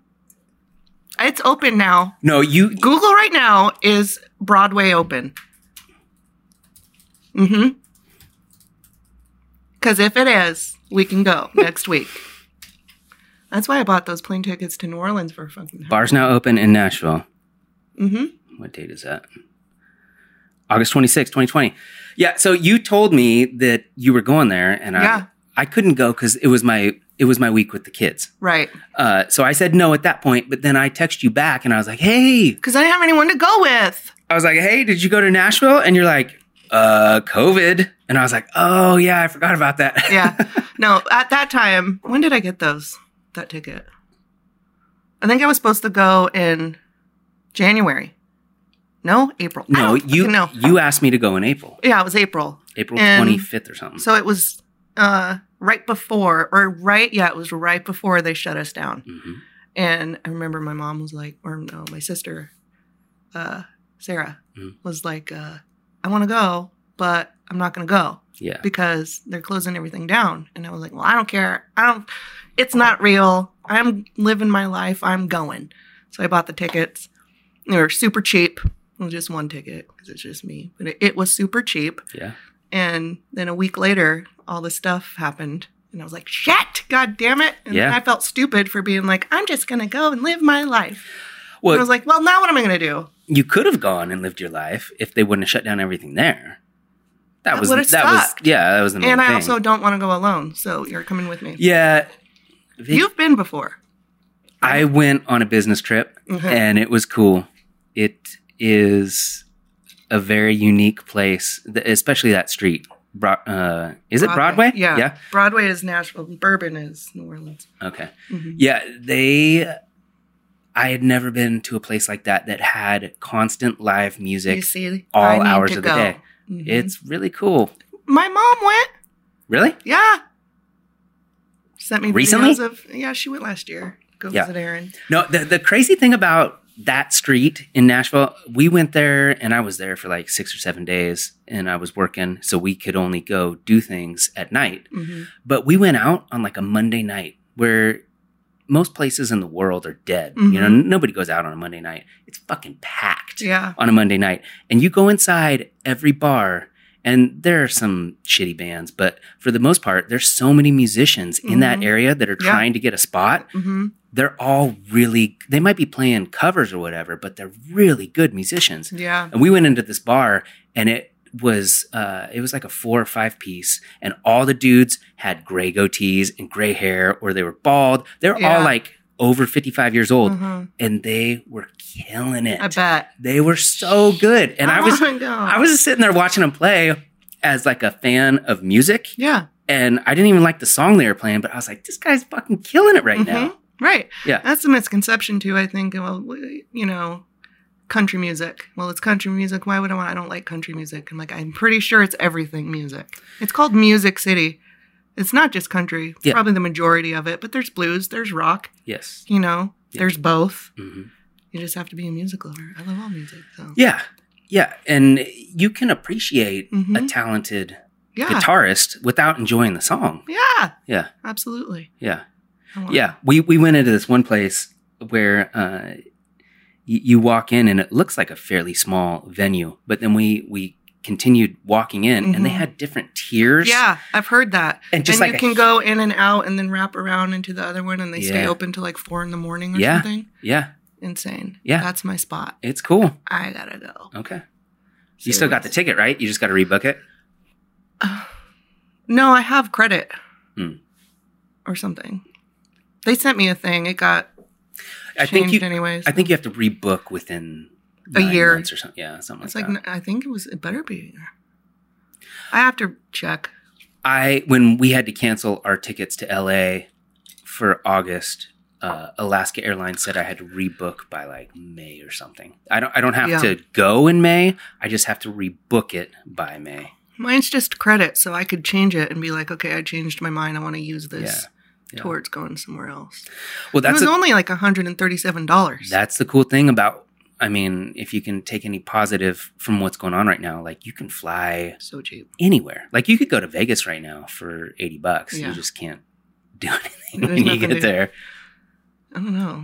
S2: It's open now.
S1: no, you.
S2: Google right now is Broadway open. Mm-hmm. Because if it is, we can go *laughs* next week. That's why I bought those plane tickets to New Orleans for fucking.
S1: Bars now open in Nashville.
S2: Mm-hmm.
S1: What date is that? August 26, 2020. Yeah, so you told me that you were going there, and
S2: Yeah.
S1: I I couldn't go because it was my it was my week with the kids.
S2: Right.
S1: Uh, so I said no at that point, but then I text you back and I was like, hey,
S2: Because I didn't have anyone to go with.
S1: I was like, hey, did you go to Nashville? And you're like, uh, COVID. And I was like, oh, yeah, I forgot about that. *laughs*
S2: Yeah. no. At that time, when did I get those? That ticket. I think I was supposed to go in January. No, April. I
S1: no,
S2: don't
S1: you
S2: fucking know.
S1: you asked me to go in April,
S2: Yeah, it was April.
S1: April
S2: And-
S1: 25th or something.
S2: So it was uh, right before, or right, yeah, it was right before they shut us down.
S1: Mhm.
S2: And I remember my mom was like, or no, my sister, uh, Sarah,
S1: Mhm.
S2: was like, uh, I want to go, but I'm not going to go
S1: Yeah.
S2: because they're closing everything down. And I was like, well, I don't care. I don't, it's not real. I'm living my life. I'm going. So I bought the tickets. They were super cheap. It was just one ticket because it's just me, but it, it was super cheap.
S1: Yeah.
S2: And then a week later, all this stuff happened. And I was like, shit, god damn it. And
S1: Yeah.
S2: I felt stupid for being like, I'm just going to go and live my life. and I
S1: Well,
S2: was like, well, now what am I going to do?
S1: you could have gone and lived your life if they wouldn't have shut down everything there. That
S2: That
S1: was,
S2: would've
S1: that was,
S2: sucked.
S1: yeah, that was the main
S2: and I
S1: thing.
S2: also don't want to go alone. So you're coming with me.
S1: yeah. Vic,
S2: You've been before.
S1: I went on a business trip
S2: Mhm.
S1: and it was cool. It is a very unique place, th- especially that street. Bro- uh, is it Broadway?
S2: Yeah.
S1: Yeah.
S2: Broadway is Nashville. Bourbon is New Orleans.
S1: Okay.
S2: Mhm.
S1: Yeah, they. I had never been to a place like that that had constant live music.
S2: You see,
S1: all
S2: I need
S1: hours
S2: to
S1: of the
S2: go.
S1: day.
S2: Mhm.
S1: It's really cool.
S2: my mom went.
S1: Really?
S2: Yeah. Sent me
S1: Recently?
S2: videos of yeah. She went last year. Go
S1: Yeah.
S2: visit Aaron.
S1: No, the the crazy thing about that street in Nashville, we went there and I was there for like 6 or 7 days and I was working so we could only go do things at night.
S2: Mhm.
S1: But we went out on like a Monday night where most places in the world are dead. You know, nobody goes out on a Monday night. It's fucking packed.
S2: Mm-hmm. Yeah.
S1: on a Monday night and you go inside every bar and there are some shitty bands, but for the most part, there's so many musicians in that
S2: Mhm.
S1: area that are
S2: Yeah.
S1: trying to get a spot.
S2: hmm
S1: They're all really, they might be playing covers or whatever, but they're really good musicians.
S2: Yeah.
S1: And we went into this bar and it was, uh, it was like a four or five piece and all the dudes had gray goatees and gray hair or they were bald. They're
S2: Yeah.
S1: all like over 55 years old
S2: Mhm.
S1: and they were killing it.
S2: I bet. Oh
S1: They were so good. And I
S2: *laughs*
S1: was
S2: wanna go.
S1: I was just sitting there watching them play as like a fan of music
S2: yeah.
S1: and I didn't even like the song they were playing, but I was like, this guy's fucking killing it right now.
S2: Mm-hmm. Right.
S1: Yeah.
S2: That's the misconception too. I think. Well, we- you know, country music. Well, it's country music. Why would I want? I don't like country music. I'm like, I'm pretty sure it's everything music. It's called Music City. It's not just country.
S1: Yeah.
S2: Probably the majority of it, but there's blues, there's rock.
S1: Yes.
S2: You know,
S1: Yeah.
S2: there's both.
S1: Mhm.
S2: You just have to be a music lover. I love all music. So.
S1: Yeah. Yeah. And you can appreciate a
S2: Mhm.
S1: talented
S2: Yeah.
S1: guitarist without enjoying the song.
S2: Yeah.
S1: Yeah.
S2: Absolutely.
S1: Yeah.
S2: I want-
S1: Yeah, we we went into this one place where uh, y- you walk in and it looks like a fairly small venue, but then we we continued walking in and they
S2: Mhm.
S1: had different tiers.
S2: Yeah, I've heard that.
S1: and just like
S2: and you
S1: a-
S2: can go in and out and then wrap around into the other one and they stay
S1: Yeah.
S2: open till like four in the morning or
S1: Yeah.
S2: something.
S1: yeah,
S2: Insane.
S1: Yeah.
S2: That's my spot.
S1: it's cool.
S2: I gotta go.
S1: Okay, you still got the
S2: Serious.
S1: ticket, right? You just got to rebook it.
S2: *sighs* No, I have credit.
S1: Hmm.
S2: Or something. They sent me a thing. It got
S1: I think
S2: changed
S1: you.
S2: anyways.
S1: I think you have to rebook within
S2: A
S1: nine
S2: year.
S1: months or something. Yeah, something
S2: it's
S1: like
S2: like
S1: that.
S2: n I I think it was it better be a year. I have to check.
S1: I when we had to cancel our tickets to LA for August, uh, Alaska Airlines said I had to rebook by like May or something. I don't I don't have
S2: Yeah.
S1: to go in May. I just have to rebook it by May.
S2: Mine's just credit, so I could change it and be like, okay, I changed my mind. I want to use this
S1: Yeah.
S2: towards going somewhere else.
S1: Well, that's
S2: it
S1: the-
S2: was only like $137.
S1: that's the cool thing about. I mean, if you can take any positive from what's going on right now, like you can fly
S2: so cheap.
S1: anywhere. Like you could go to Vegas right now for eighty bucks.
S2: Yeah.
S1: You just can't do *laughs* anything
S2: There's
S1: when you
S2: nothing
S1: get
S2: to-
S1: there.
S2: I don't know.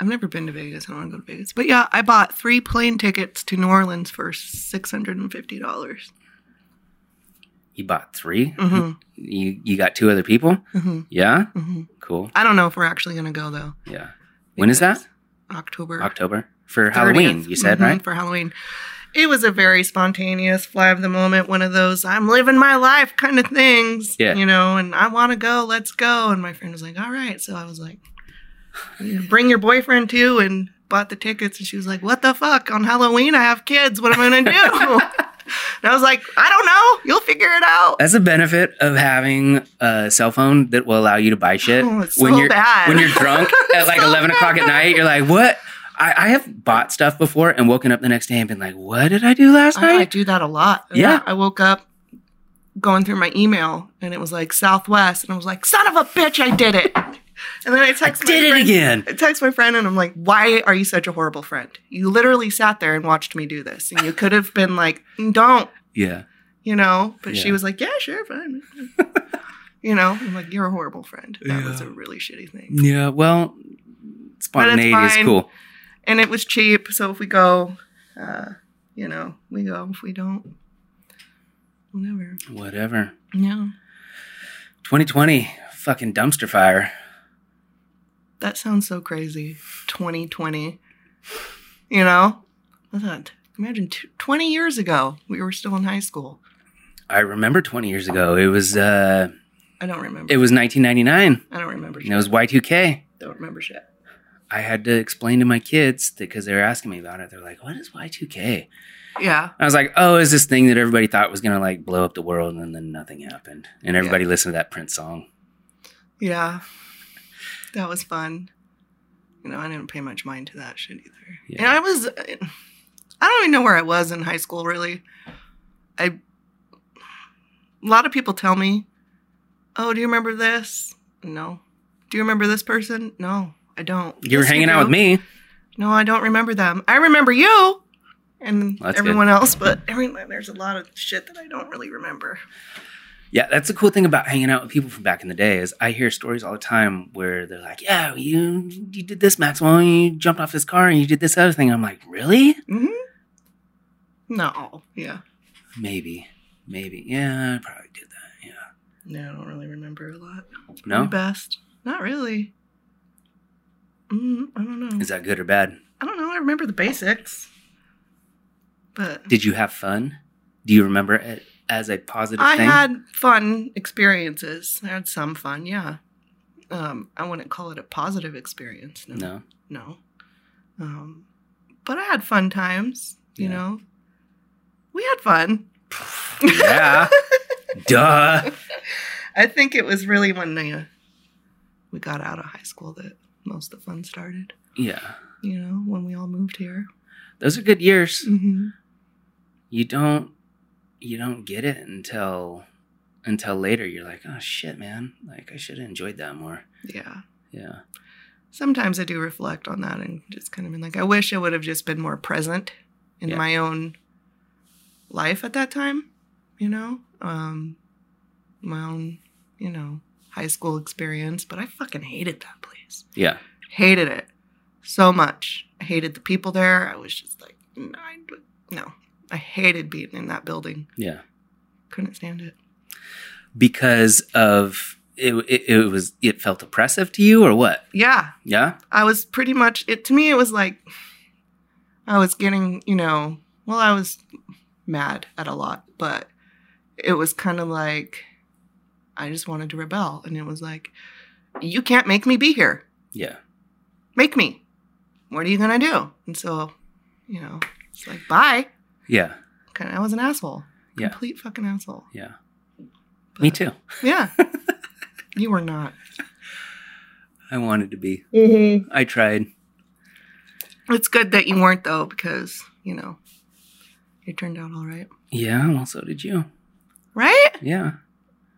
S2: I've never been to Vegas. I don't want to go to Vegas. But yeah, I bought three plane tickets to New Orleans for six hundred and fifty dollars.
S1: You bought 3
S2: Mm-hmm.
S1: You you got two other people.
S2: hmm
S1: Yeah,
S2: hmm
S1: cool.
S2: I don't know if we're actually gonna go though.
S1: Yeah. When is that?
S2: October.
S1: October for Halloween.
S2: 30th.
S1: You said
S2: Mhm,
S1: right.
S2: for Halloween. It was a very spontaneous fly of the moment, one of those I'm living my life kind of things.
S1: Yeah.
S2: You know, and I want to go, let's go. And my friend was like, all right. So I was like, bring your boyfriend too and bought the tickets. And she was like, what the fuck? On Halloween, I have kids. What am I going to
S1: *laughs*
S2: do? and I was like, I don't know. You'll figure it out.
S1: That's a benefit of having a cell phone that will allow you to buy shit
S2: Oh, it's
S1: when
S2: so
S1: you're
S2: bad.
S1: when you're
S2: *laughs*
S1: drunk at like
S2: So
S1: eleven o'clock at
S2: bad.
S1: night. You're like, what? I, I have bought stuff before and woken up the next day and been like, what did I do last
S2: Oh, I, I
S1: night?
S2: do that a lot.
S1: Yeah.
S2: I woke up going through my email and it was like Southwest and I was like, son of a bitch, I did it. *laughs* And then I
S1: I
S2: text my
S1: did it
S2: friend-
S1: again.
S2: I text my friend and I'm like, why are you such a horrible friend? You literally sat there and watched me do this. And you could have been like, "Mm, don't,
S1: Yeah.
S2: you know? But she
S1: Yeah.
S2: was like, yeah, sure, fine. *laughs* you know? I'm like, you're a horrible friend. That was
S1: Yeah.
S2: a really shitty thing.
S1: Yeah. Well, spontaneity is
S2: fine.
S1: cool.
S2: And it was cheap. So if we go, uh, you know, we go. If we don't, whatever.
S1: Whatever.
S2: Yeah.
S1: 2020, fucking dumpster fire.
S2: That sounds so crazy. 2020. You know? What's that? Imagine t- 20 years ago, we were still in high school.
S1: I remember 20 years ago. It was uh,
S2: I don't remember.
S1: it was 1999.
S2: I don't remember shit.
S1: And it was Y2K.
S2: Don't remember shit.
S1: I had to explain to my kids because they were asking me about it. They're like, "What is Y2K?"
S2: Yeah.
S1: I was like, "Oh, is this thing that everybody thought was gonna like blow up the world, and then nothing happened, and everybody listened to that Prince song."
S2: Yeah. That was fun. You know, I didn't pay much mind to that shit either.
S1: Yeah.
S2: And I was, I don't even know where I was in high school, really. I, a lot of people tell me, oh, do you remember this? No. Do you remember this person? No, I don't.
S1: You were
S2: "Yes,
S1: hanging out with
S2: do."
S1: me.
S2: No, I don't remember them. I remember you and
S1: Well, that's good.
S2: everyone else, but everyone, there's a lot of shit that I don't really remember.
S1: Yeah, that's the cool thing about hanging out with people from back in the day is I hear stories all the time where they're like, "Yeah, you you did this, Maxwell. and You jumped off this car and you did this other thing." I'm like, "Really?
S2: hmm No. Yeah.
S1: Maybe, maybe. Yeah, I probably did that. Yeah.
S2: No, I don't really remember a lot.
S1: No,
S2: The best. Not really. Mm, I don't know.
S1: is that good or bad?
S2: I don't know. I remember the basics. But
S1: Did you have fun? Do you remember it as a positive
S2: I
S1: thing?
S2: had fun experiences. I had some fun, yeah. um, I wouldn't call it a positive experience. No.
S1: No.
S2: no. Um, but I had fun times, you
S1: Yeah.
S2: know. We had fun.
S1: Yeah. *laughs* Duh.
S2: *laughs* I think it was really when uh, we got out of high school that most of the fun started,
S1: Yeah.
S2: you know, when we all moved here.
S1: Those are good years.
S2: Mm-hmm.
S1: You don't you don't get it until until later. You're like, oh shit, man. Like I should have enjoyed that more.
S2: Yeah.
S1: Yeah.
S2: Sometimes I do reflect on that and just kind of been like, I wish I would have just been more present in
S1: Yeah.
S2: my own life at that time, you know, um, my own, you know, high school experience. But I fucking hated that place.
S1: Yeah.
S2: hated it so much. I hated the people there. I was just like, "No, I d- no, I hated being in that building.
S1: Yeah.
S2: Couldn't stand it.
S1: Because of it, it, it was it felt oppressive to you or what?
S2: Yeah,
S1: Yeah.
S2: I was pretty much it. To me, it was like I was getting, you know, well, I was mad at a lot, but it was kind of like I just wanted to rebel, and it was like, you can't make me be here.
S1: Yeah.
S2: Make me. What are you gonna do? And so, you know, it's like bye.
S1: Yeah.
S2: Kind of, I was an asshole.
S1: Yeah.
S2: Complete fucking asshole.
S1: Yeah. Me
S2: But-
S1: too.
S2: Yeah. you were not.
S1: I wanted to be. I tried.
S2: It's good that you weren't though, because you know, you turned out all right.
S1: Yeah, well, so did you.
S2: Right?
S1: Yeah.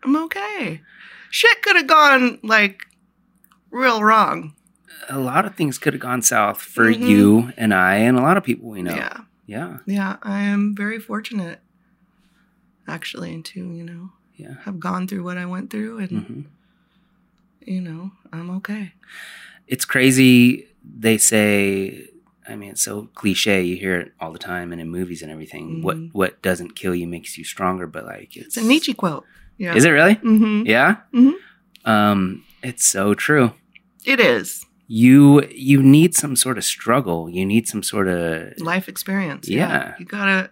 S2: I'm okay. Shit could have gone like real wrong.
S1: A lot of things could have gone south for
S2: Mhm.
S1: you and I and a lot of people we know.
S2: Yeah.
S1: Mm-hmm. Yeah.
S2: Yeah. I am very fortunate actually to, you know,
S1: Yeah.
S2: have gone through what I went through and
S1: hmm
S2: you know, I'm okay.
S1: It's crazy. They say, I mean, it's so cliche. You hear it all the time and in movies and everything. What
S2: Mhm.
S1: what doesn't kill you makes you stronger. But like, it's,
S2: It's a Nietzsche quote. Yeah.
S1: Is it really?
S2: Mm-hmm.
S1: Yeah.
S2: Mhm.
S1: Um, it's so true.
S2: It is.
S1: You you need some sort of struggle. You need some sort of
S2: life experience.
S1: Yeah.
S2: You gotta,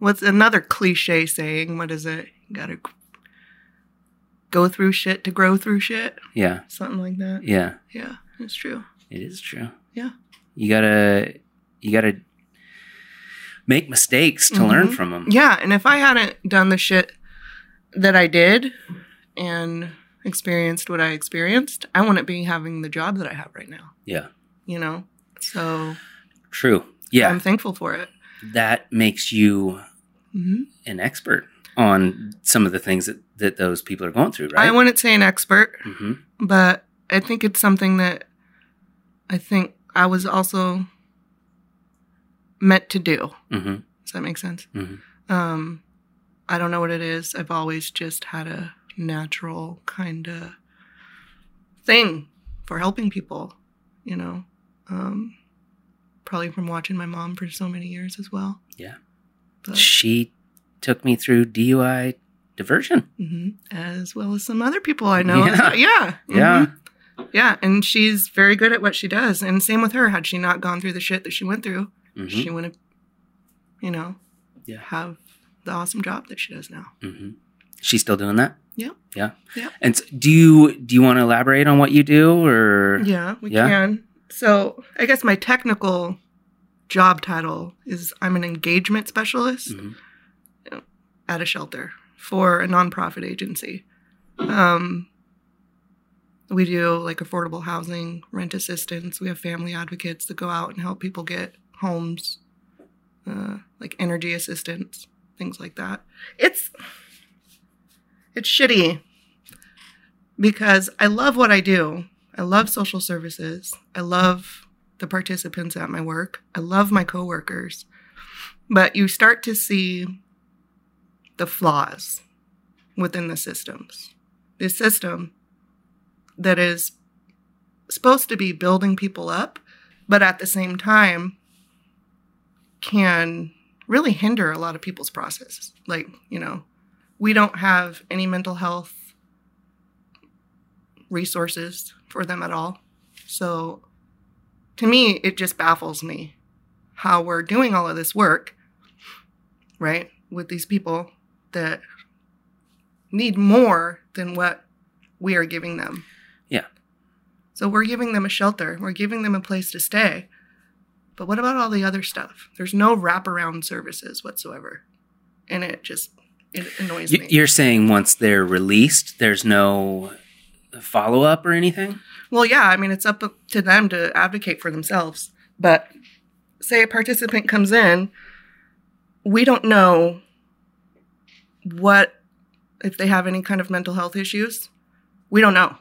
S2: what's another cliche saying? What is it? You gotta go through shit to grow through shit.
S1: yeah
S2: Something like that.
S1: yeah.
S2: Yeah, it's true.
S1: It is true.
S2: Yeah.
S1: You gotta you gotta make mistakes to learn
S2: Mhm.
S1: from them.
S2: Yeah, and if I hadn't done the shit that I did and experienced what I experienced, I wouldn't be having the job that I have right now,
S1: Yeah.
S2: you know? So
S1: True. Yeah.
S2: I'm thankful for it.
S1: that makes you
S2: hmm
S1: an expert on some of the things that, that those people are going through, right?
S2: I wouldn't say an expert,
S1: hmm
S2: but I think it's something that I think I was also meant to do.
S1: hmm
S2: Does that make sense?
S1: Mhm.
S2: Um, I don't know what it is. I've always just had a natural kind of thing for helping people, you know. Um, probably from watching my mom for so many years as well.
S1: Yeah.
S2: But,
S1: She took me through DUI diversion.
S2: mhm, As well as some other people I know.
S1: Yeah.
S2: Yeah. Yeah.
S1: Yeah.
S2: mhm. Yeah, and she's very good at what she does. And same with her. Had she not gone through the shit that she went through,
S1: hmm
S2: she wouldn't, you know,
S1: Yeah.
S2: have the awesome job that she does now.
S1: hmm She's still doing that.
S2: Yeah.
S1: Yeah.
S2: Yeah.
S1: And so do you do you want to elaborate on what you do or?
S2: Yeah, we
S1: Yeah.
S2: can. So I guess my technical job title is I'm an engagement specialist
S1: Mhm.
S2: at a shelter for a nonprofit agency. Um, we do like affordable housing, rent assistance. We have family advocates that go out and help people get homes, uh, like energy assistance, things like that. It's it's shitty because I love what I do. I love social services. I love the participants at my work. I love my coworkers. But you start to see the flaws within the systems. The system that is supposed to be building people up, but at the same time can really hinder a lot of people's processes. Like, you know, we don't have any mental health resources for them at all. So to me, it just baffles me how we're doing all of this work, right, with these people that need more than what we are giving them.
S1: Yeah.
S2: So we're giving them a shelter, we're giving them a place to stay. But what about all the other stuff? There's no wraparound services whatsoever. And it just it annoys
S1: Y-
S2: me.
S1: You're saying once they're released, there's no follow up or anything?
S2: Well, yeah, I mean, it's up to them to advocate for themselves. But say a participant comes in, we don't know what, if they have any kind of mental health issues, we don't know.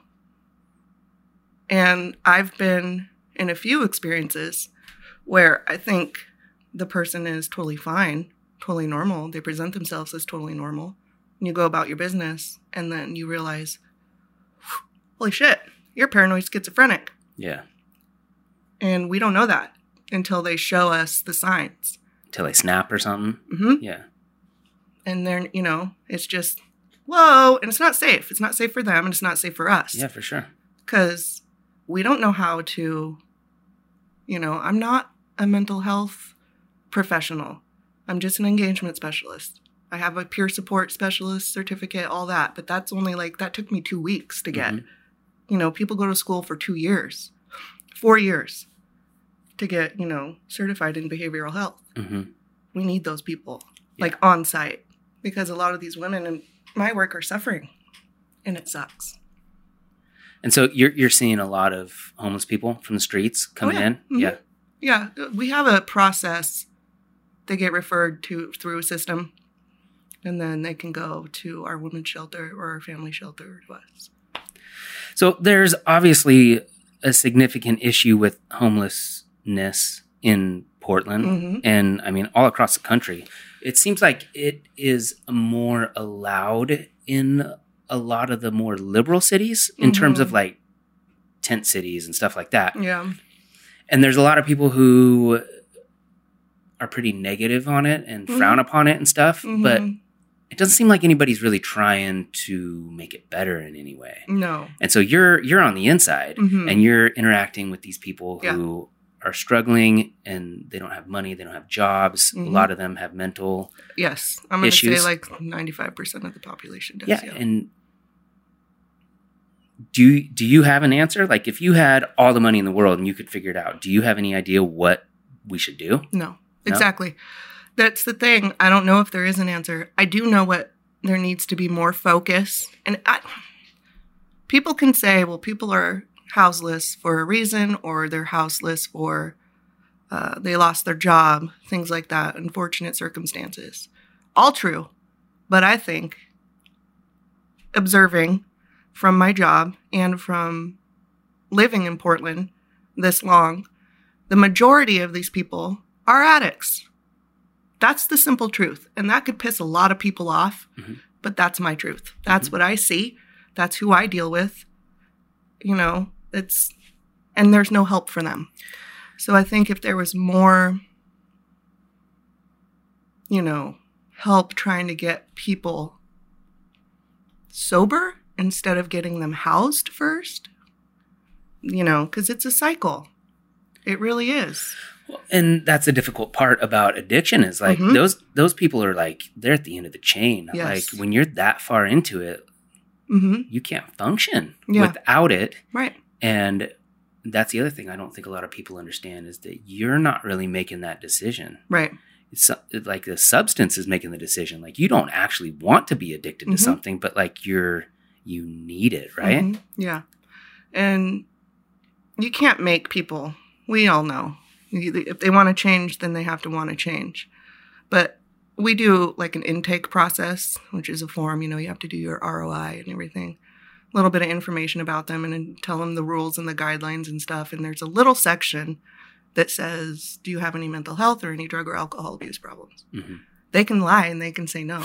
S2: And I've been in a few experiences where I think the person is totally fine, totally normal. They present themselves as totally normal. And you go about your business, and then you realize, holy shit, you're paranoid schizophrenic.
S1: Yeah.
S2: And we don't know that until they show us the signs.
S1: Till they snap or something?
S2: hmm
S1: Yeah.
S2: And then, you know, it's just, whoa. And it's not safe. It's not safe for them and it's not safe for us.
S1: Yeah, for sure.
S2: Because we don't know how to, you know, I'm not a mental health professional. I'm just an engagement specialist. I have a peer support specialist certificate, all that. But that's only like, that took me two weeks to get.
S1: Mhm.
S2: you know, people go to school for two years, four years to get, you know, certified in behavioral health.
S1: Mhm.
S2: We need those people
S1: Yeah.
S2: like on site because a lot of these women in my work are suffering and it sucks.
S1: And so you're you're seeing a lot of homeless people from the streets coming
S2: yeah.
S1: in?
S2: Mhm.
S1: Yeah.
S2: Yeah, we have a process. They get referred to through a system and then they can go to our women's shelter or our family shelter or us.
S1: So there's obviously a significant issue with homelessness in Portland.
S2: hmm
S1: and I mean all across the country. It seems like it is more allowed in a lot of the more liberal cities in terms of
S2: Mhm.
S1: like tent cities and stuff like that.
S2: Yeah.
S1: And there's a lot of people who are pretty negative on it and
S2: Mhm.
S1: frown upon it and stuff, but
S2: Mhm.
S1: it doesn't seem like anybody's really trying to make it better in any way.
S2: no.
S1: And so you're you're on the inside
S2: Mhm.
S1: and you're interacting with these people
S2: Yeah.
S1: who are struggling and they don't have money, they don't have jobs. A
S2: Mhm.
S1: lot of them have mental
S2: Yes, I'm going to say
S1: issues.
S2: like 95% of the population does.
S1: yeah, and do you, do you have an answer? Like if you had all the money in the world and you could figure it out, do you have any idea what we should do?
S2: No, exactly. That's the thing. I don't know if there is an answer. I do know what there needs to be more focus. And I, people can say, well, people are houseless for a reason, or they're houseless for uh, they lost their job, things like that, unfortunate circumstances. All true. But I think observing from my job and from living in Portland this long, the majority of these people are addicts. That's the simple truth. And that could piss a lot of people off,
S1: Mhm.
S2: but that's my truth. That's
S1: Mhm.
S2: what I see. That's who I deal with. You know, it's, and there's no help for them. So I think if there was more, you know, help trying to get people sober instead of getting them housed first, you know, because it's a cycle. It really is.
S1: Well, and that's the difficult part about addiction is like
S2: Mhm.
S1: those those people are like they're at the end of the chain.
S2: Yes.
S1: Like when you're that far into it,
S2: Mm-hmm.
S1: you can't function
S2: Yeah.
S1: without it.
S2: Right.
S1: And that's the other thing I don't think a lot of people understand is that you're not really making that decision.
S2: Right.
S1: It's so- it's like the substance is making the decision. Like you don't actually want to be addicted
S2: Mhm.
S1: to something, but like you're you need it, right?
S2: Mhm. Yeah. And you can't make people, we all know. You- If they want to change, then they have to want to change. But we do like an intake process, which is a form, you know, you have to do your ROI and everything, a little bit of information about them and then tell them the rules and the guidelines and stuff. And there's a little section that says, Do you have any mental health or any drug or alcohol abuse problems?
S1: Mhm.
S2: They can lie and they can say no,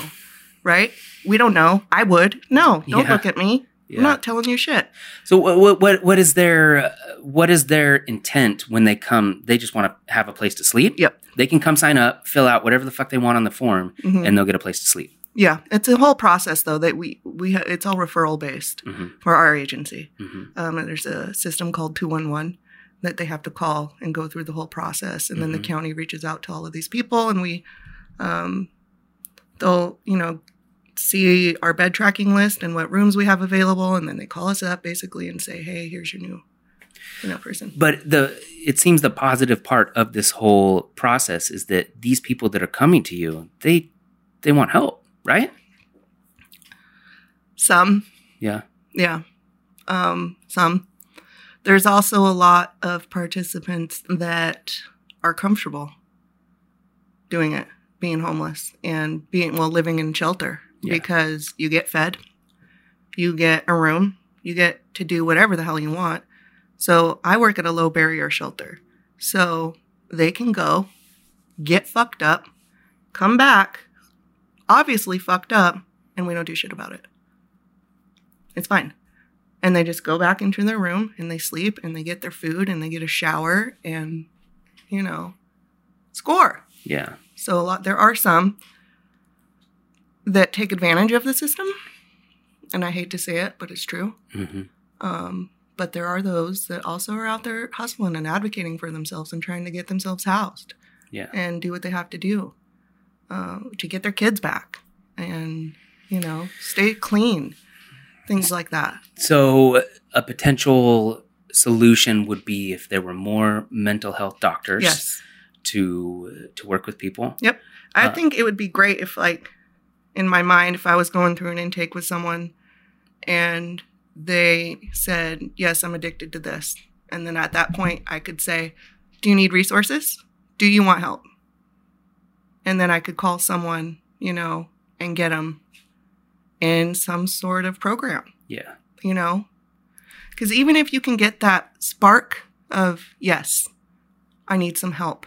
S2: right? We don't know. I would. No, don't
S1: Yeah.
S2: look at me.
S1: Yeah.
S2: I'm not telling you shit.
S1: so what- what what what is their uh, what is their intent when they come? They just want to have a place to sleep.
S2: Yep.
S1: They can come sign up, fill out whatever the fuck they want on the form,
S2: Mhm.
S1: and they'll get a place to sleep.
S2: yeah, it's a whole process though that we we ha- it's all referral based
S1: Mhm.
S2: for our agency.
S1: hmm
S2: Um, and there's a system called two one one that they have to call and go through the whole process, and then
S1: Mhm.
S2: the county reaches out to all of these people, and we um, they'll you know see our bed tracking list and what rooms we have available, and then they call us up basically and say, hey, here's your new you know, person.
S1: But the it seems the positive part of this whole process is that these people that are coming to you, they they want help, right?
S2: Some,
S1: Yeah.
S2: yeah, um, some. There's also a lot of participants that are comfortable doing it, being homeless and being well, living in shelter
S1: Yeah.
S2: because you get fed, you get a room, you get to do whatever the hell you want. So I work at a low barrier shelter, so they can go, get fucked up, come back, obviously fucked up, and we don't do shit about it. It's fine and they just go back into their room and they sleep and they get their food and they get a shower and you know score
S1: Yeah.
S2: so a lot there are some that take advantage of the system and i hate to say it but it's true
S1: hmm
S2: um, but there are those that also are out there hustling and advocating for themselves and trying to get themselves housed
S1: Yeah.
S2: and do what they have to do uh, to get their kids back and you know stay clean things like that
S1: So a potential solution would be if there were more mental health doctors
S2: yes
S1: to to work with people.
S2: I
S1: Uh,
S2: think it would be great if, like, in my mind, if I was going through an intake with someone and they said, Yes, I'm addicted to this. And then at that point, I could say, Do you need resources? Do you want help? And then I could call someone, you know, and get them in some sort of program
S1: Yeah.
S2: you know? Because even if you can get that spark of, yes, I need some help,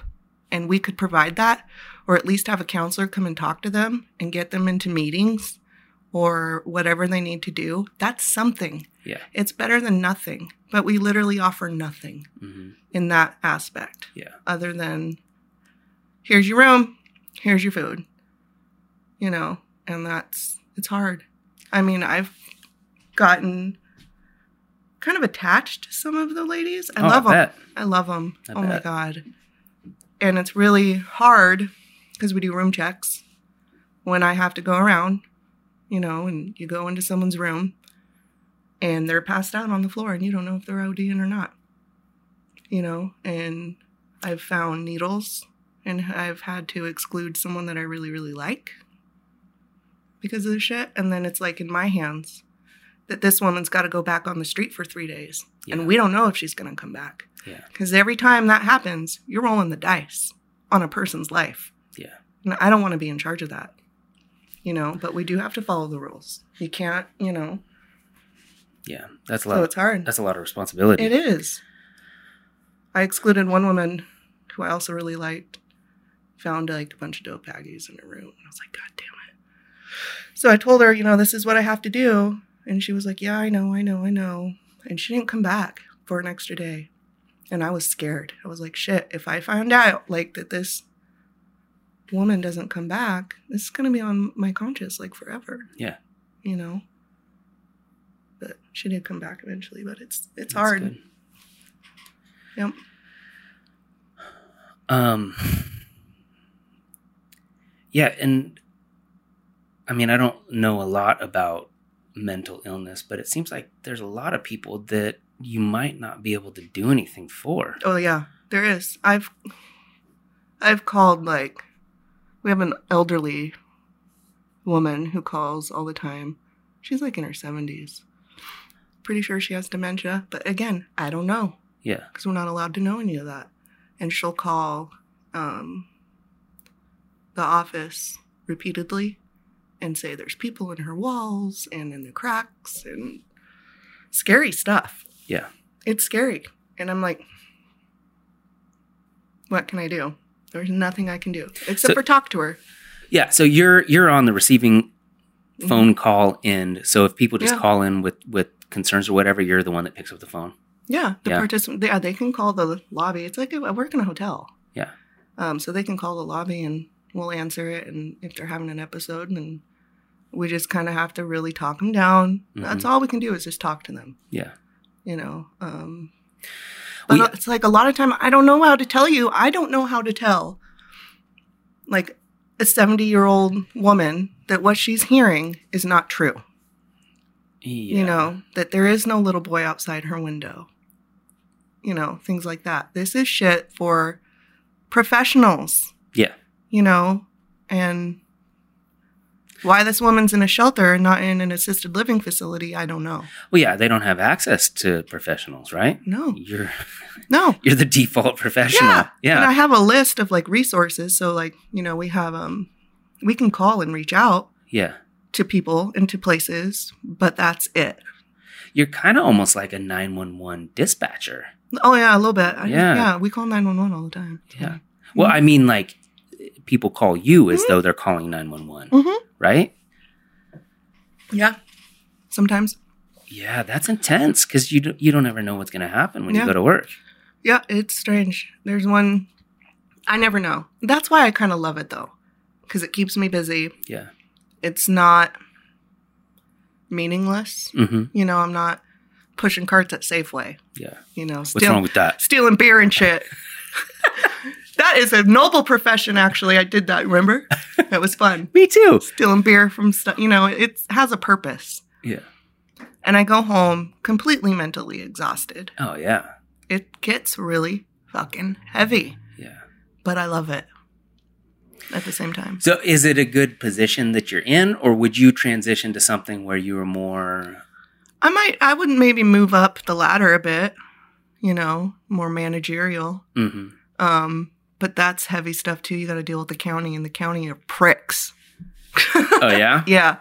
S2: and we could provide that, or at least have a counselor come and talk to them and get them into meetings or whatever they need to do, that's something.
S1: Yeah.
S2: It's better than nothing, but we literally offer nothing
S1: hmm
S2: in that aspect.
S1: Yeah.
S2: Other than here's your room, here's your food. You know, and that's it's hard. I mean, I've gotten kind of attached to some of the ladies. I
S1: Oh,
S2: love 'em. love them.
S1: bet.
S2: I love them.
S1: I
S2: oh my
S1: bet.
S2: god. And it's really hard because we do room checks when I have to go around, you know, and you go into someone's room and they're passed out on the floor and you don't know if they're ODing or not. You know, and I've found needles and I've had to exclude someone that I really, really like because of the shit. And then it's like in my hands that this woman's got to go back on the street for three days.
S1: Yeah.
S2: And we don't know if she's going to come back.
S1: Yeah.
S2: Because every time that happens, you're rolling the dice on a person's life.
S1: Yeah.
S2: And I don't want to be in charge of that, you know, but we do have to follow the rules. You can't, you know,
S1: Yeah. That's a
S2: so
S1: lot.
S2: it's hard.
S1: That's a lot of responsibility.
S2: It is. I excluded one woman who I also really liked, found like a bunch of dope baggies in her room. And I was like, God damn it. So I told her, you know, this is what I have to do. And she was like, Yeah, I know, I know, I know. And she didn't come back for an extra day. And I was scared. I was like, shit, if I find out like that this woman doesn't come back, this is gonna be on my conscience like forever.
S1: Yeah.
S2: You know? But she did come back eventually, but it's it's
S1: That's
S2: hard.
S1: good.
S2: Yep.
S1: Um. Yeah, and I mean, I don't know a lot about mental illness, but it seems like there's a lot of people that you might not be able to do anything for.
S2: Oh yeah, there is. I've I've called like we have an elderly woman who calls all the time. She's like in her 70s. Pretty sure she has dementia, but again, I don't know
S1: Yeah.
S2: because we're not allowed to know any of that. And she'll call um, the office repeatedly and say there's people in her walls and in the cracks and scary stuff.
S1: Yeah.
S2: It's scary. And I'm like, what can I do? There's nothing I can do except
S1: So-
S2: for talk to her.
S1: Yeah, so you're you're on the receiving
S2: Mhm.
S1: phone call end. So if people just
S2: Yeah.
S1: call in with with concerns or whatever, you're the one that picks up the phone.
S2: Yeah, the
S1: Yeah.
S2: participant. Yeah, they can call the lobby. It's like I work in a hotel.
S1: Yeah.
S2: Um, so they can call the lobby and we'll answer it. And if they're having an episode, then we just kind of have to really talk them down.
S1: Mm-hmm.
S2: That's all we can do is just talk to them.
S1: Yeah.
S2: You know. Um,
S1: We-
S2: but it's like a lot of time I don't know how to tell you. I don't know how to tell, like a seventy-year-old woman that what she's hearing is not true
S1: yeah.
S2: you know that there is no little boy outside her window you know, things like that. This is shit for professionals.
S1: Yeah.
S2: You know, and why this woman's in a shelter and not in an assisted living facility, I don't know.
S1: Well, yeah, they don't have access to professionals, right?
S2: No,
S1: You're
S2: no.
S1: you're the default professional.
S2: Yeah.
S1: Yeah.
S2: And I have a list of like resources. So, like, you know, we have, um, we can call and reach out
S1: yeah.
S2: to people and to places, but that's it.
S1: You're kind of almost like a 911 dispatcher.
S2: Oh, yeah, a little bit. I, yeah.
S1: Yeah.
S2: We call 911 all the time.
S1: Yeah.
S2: Mm-hmm.
S1: Well, I mean like people call you as though they're calling 911,
S2: Mhm.
S1: right?
S2: Yeah. Sometimes.
S1: Yeah, that's intense cuz you don't, you don't ever know what's going to happen when
S2: Yeah.
S1: you go to work.
S2: Yeah, it's strange. There's one, I never know. That's why I kind of love it though, because it keeps me busy.
S1: Yeah.
S2: It's not meaningless.
S1: Mhm.
S2: You know, I'm not pushing carts at Safeway,
S1: Yeah.
S2: you know,
S1: What's
S2: still
S1: wrong with that?
S2: stealing beer and shit. *laughs* that is a noble profession, actually. I did that, remember? That was fun.
S1: Me too.
S2: Stealing beer from stuff, you know, it has a purpose.
S1: Yeah.
S2: And I go home completely mentally exhausted.
S1: Oh, yeah.
S2: It gets really fucking heavy,
S1: Yeah.
S2: but I love it at the same time.
S1: So is it a good position that you're in or would you transition to something where you were more
S2: I might, I would maybe move up the ladder a bit, you know, more managerial.
S1: Mhm.
S2: Um, but that's heavy stuff too. You got to deal with the county, and the county are pricks.
S1: Oh
S2: *laughs*
S1: yeah.
S2: Yeah.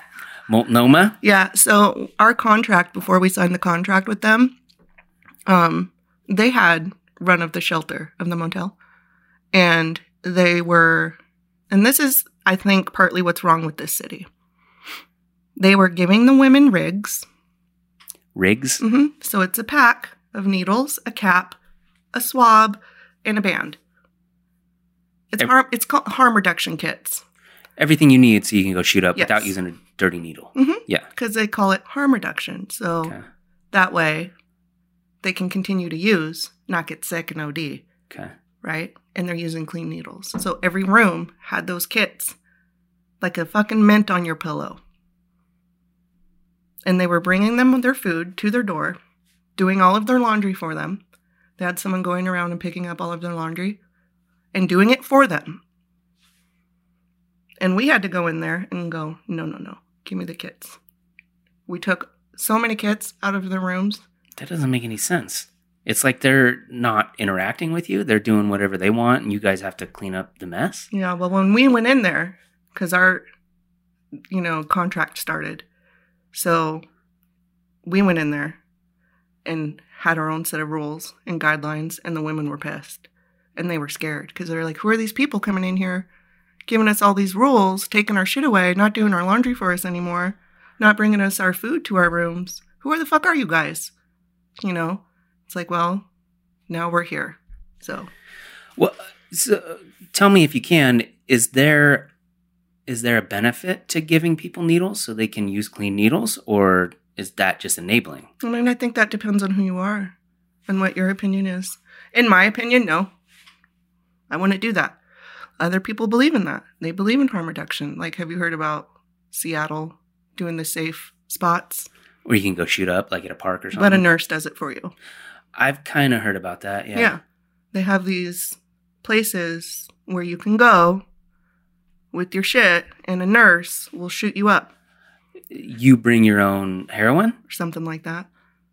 S1: Multnomah?
S2: Yeah. So our contract before we signed the contract with them, um, they had run of the shelter of the motel, and they were, and this is I think partly what's wrong with this city. They were giving the women rigs.
S1: Riggs?
S2: hmm So it's a pack of needles, a cap, a swab, and a band. It's
S1: Ev-
S2: harm. It's called harm reduction kits
S1: Everything you need so you can go shoot up
S2: Yes.
S1: without using a dirty needle.
S2: Mhm.
S1: Yeah.
S2: because they call it harm reduction. So.
S1: Okay.
S2: That way, they can continue to use, not get sick and OD,
S1: Okay.
S2: right? And they're using clean needles. So every room had those kits, like a fucking mint on your pillow. And they were bringing them their food to their door, doing all of their laundry for them. They had someone going around and picking up all of their laundry and doing it for them. And we had to go in there and go, no, no, no, give me the kits. We took so many kits out of the rooms
S1: That doesn't make any sense. It's like they're not interacting with you. They're doing whatever they want and you guys have to clean up the mess.
S2: Yeah, well, when we went in there, because our, you know, contract started, so we went in there and had our own set of rules and guidelines, and the women were pissed and they were scared because they're like, "Who are these people coming in here, giving us all these rules, taking our shit away, not doing our laundry for us anymore, not bringing us our food to our rooms? Who are the fuck are you guys?" You know, it's like, well, now we're here, so
S1: Well, so tell me if you can, is there is there a benefit to giving people needles so they can use clean needles or is that just enabling?
S2: I mean, I think that depends on who you are and what your opinion is. In my opinion, no. I wouldn't do that. Other people believe in that. They believe in harm reduction. Like, have you heard about Seattle doing the safe spots?
S1: Or you can go shoot up like at a park or something.
S2: But a nurse does it for you.
S1: I've kind of heard about that. Um, Yeah.
S2: Yeah. They have these places where you can go with your shit, and a nurse will shoot you up
S1: You bring your own heroin.
S2: or something like that.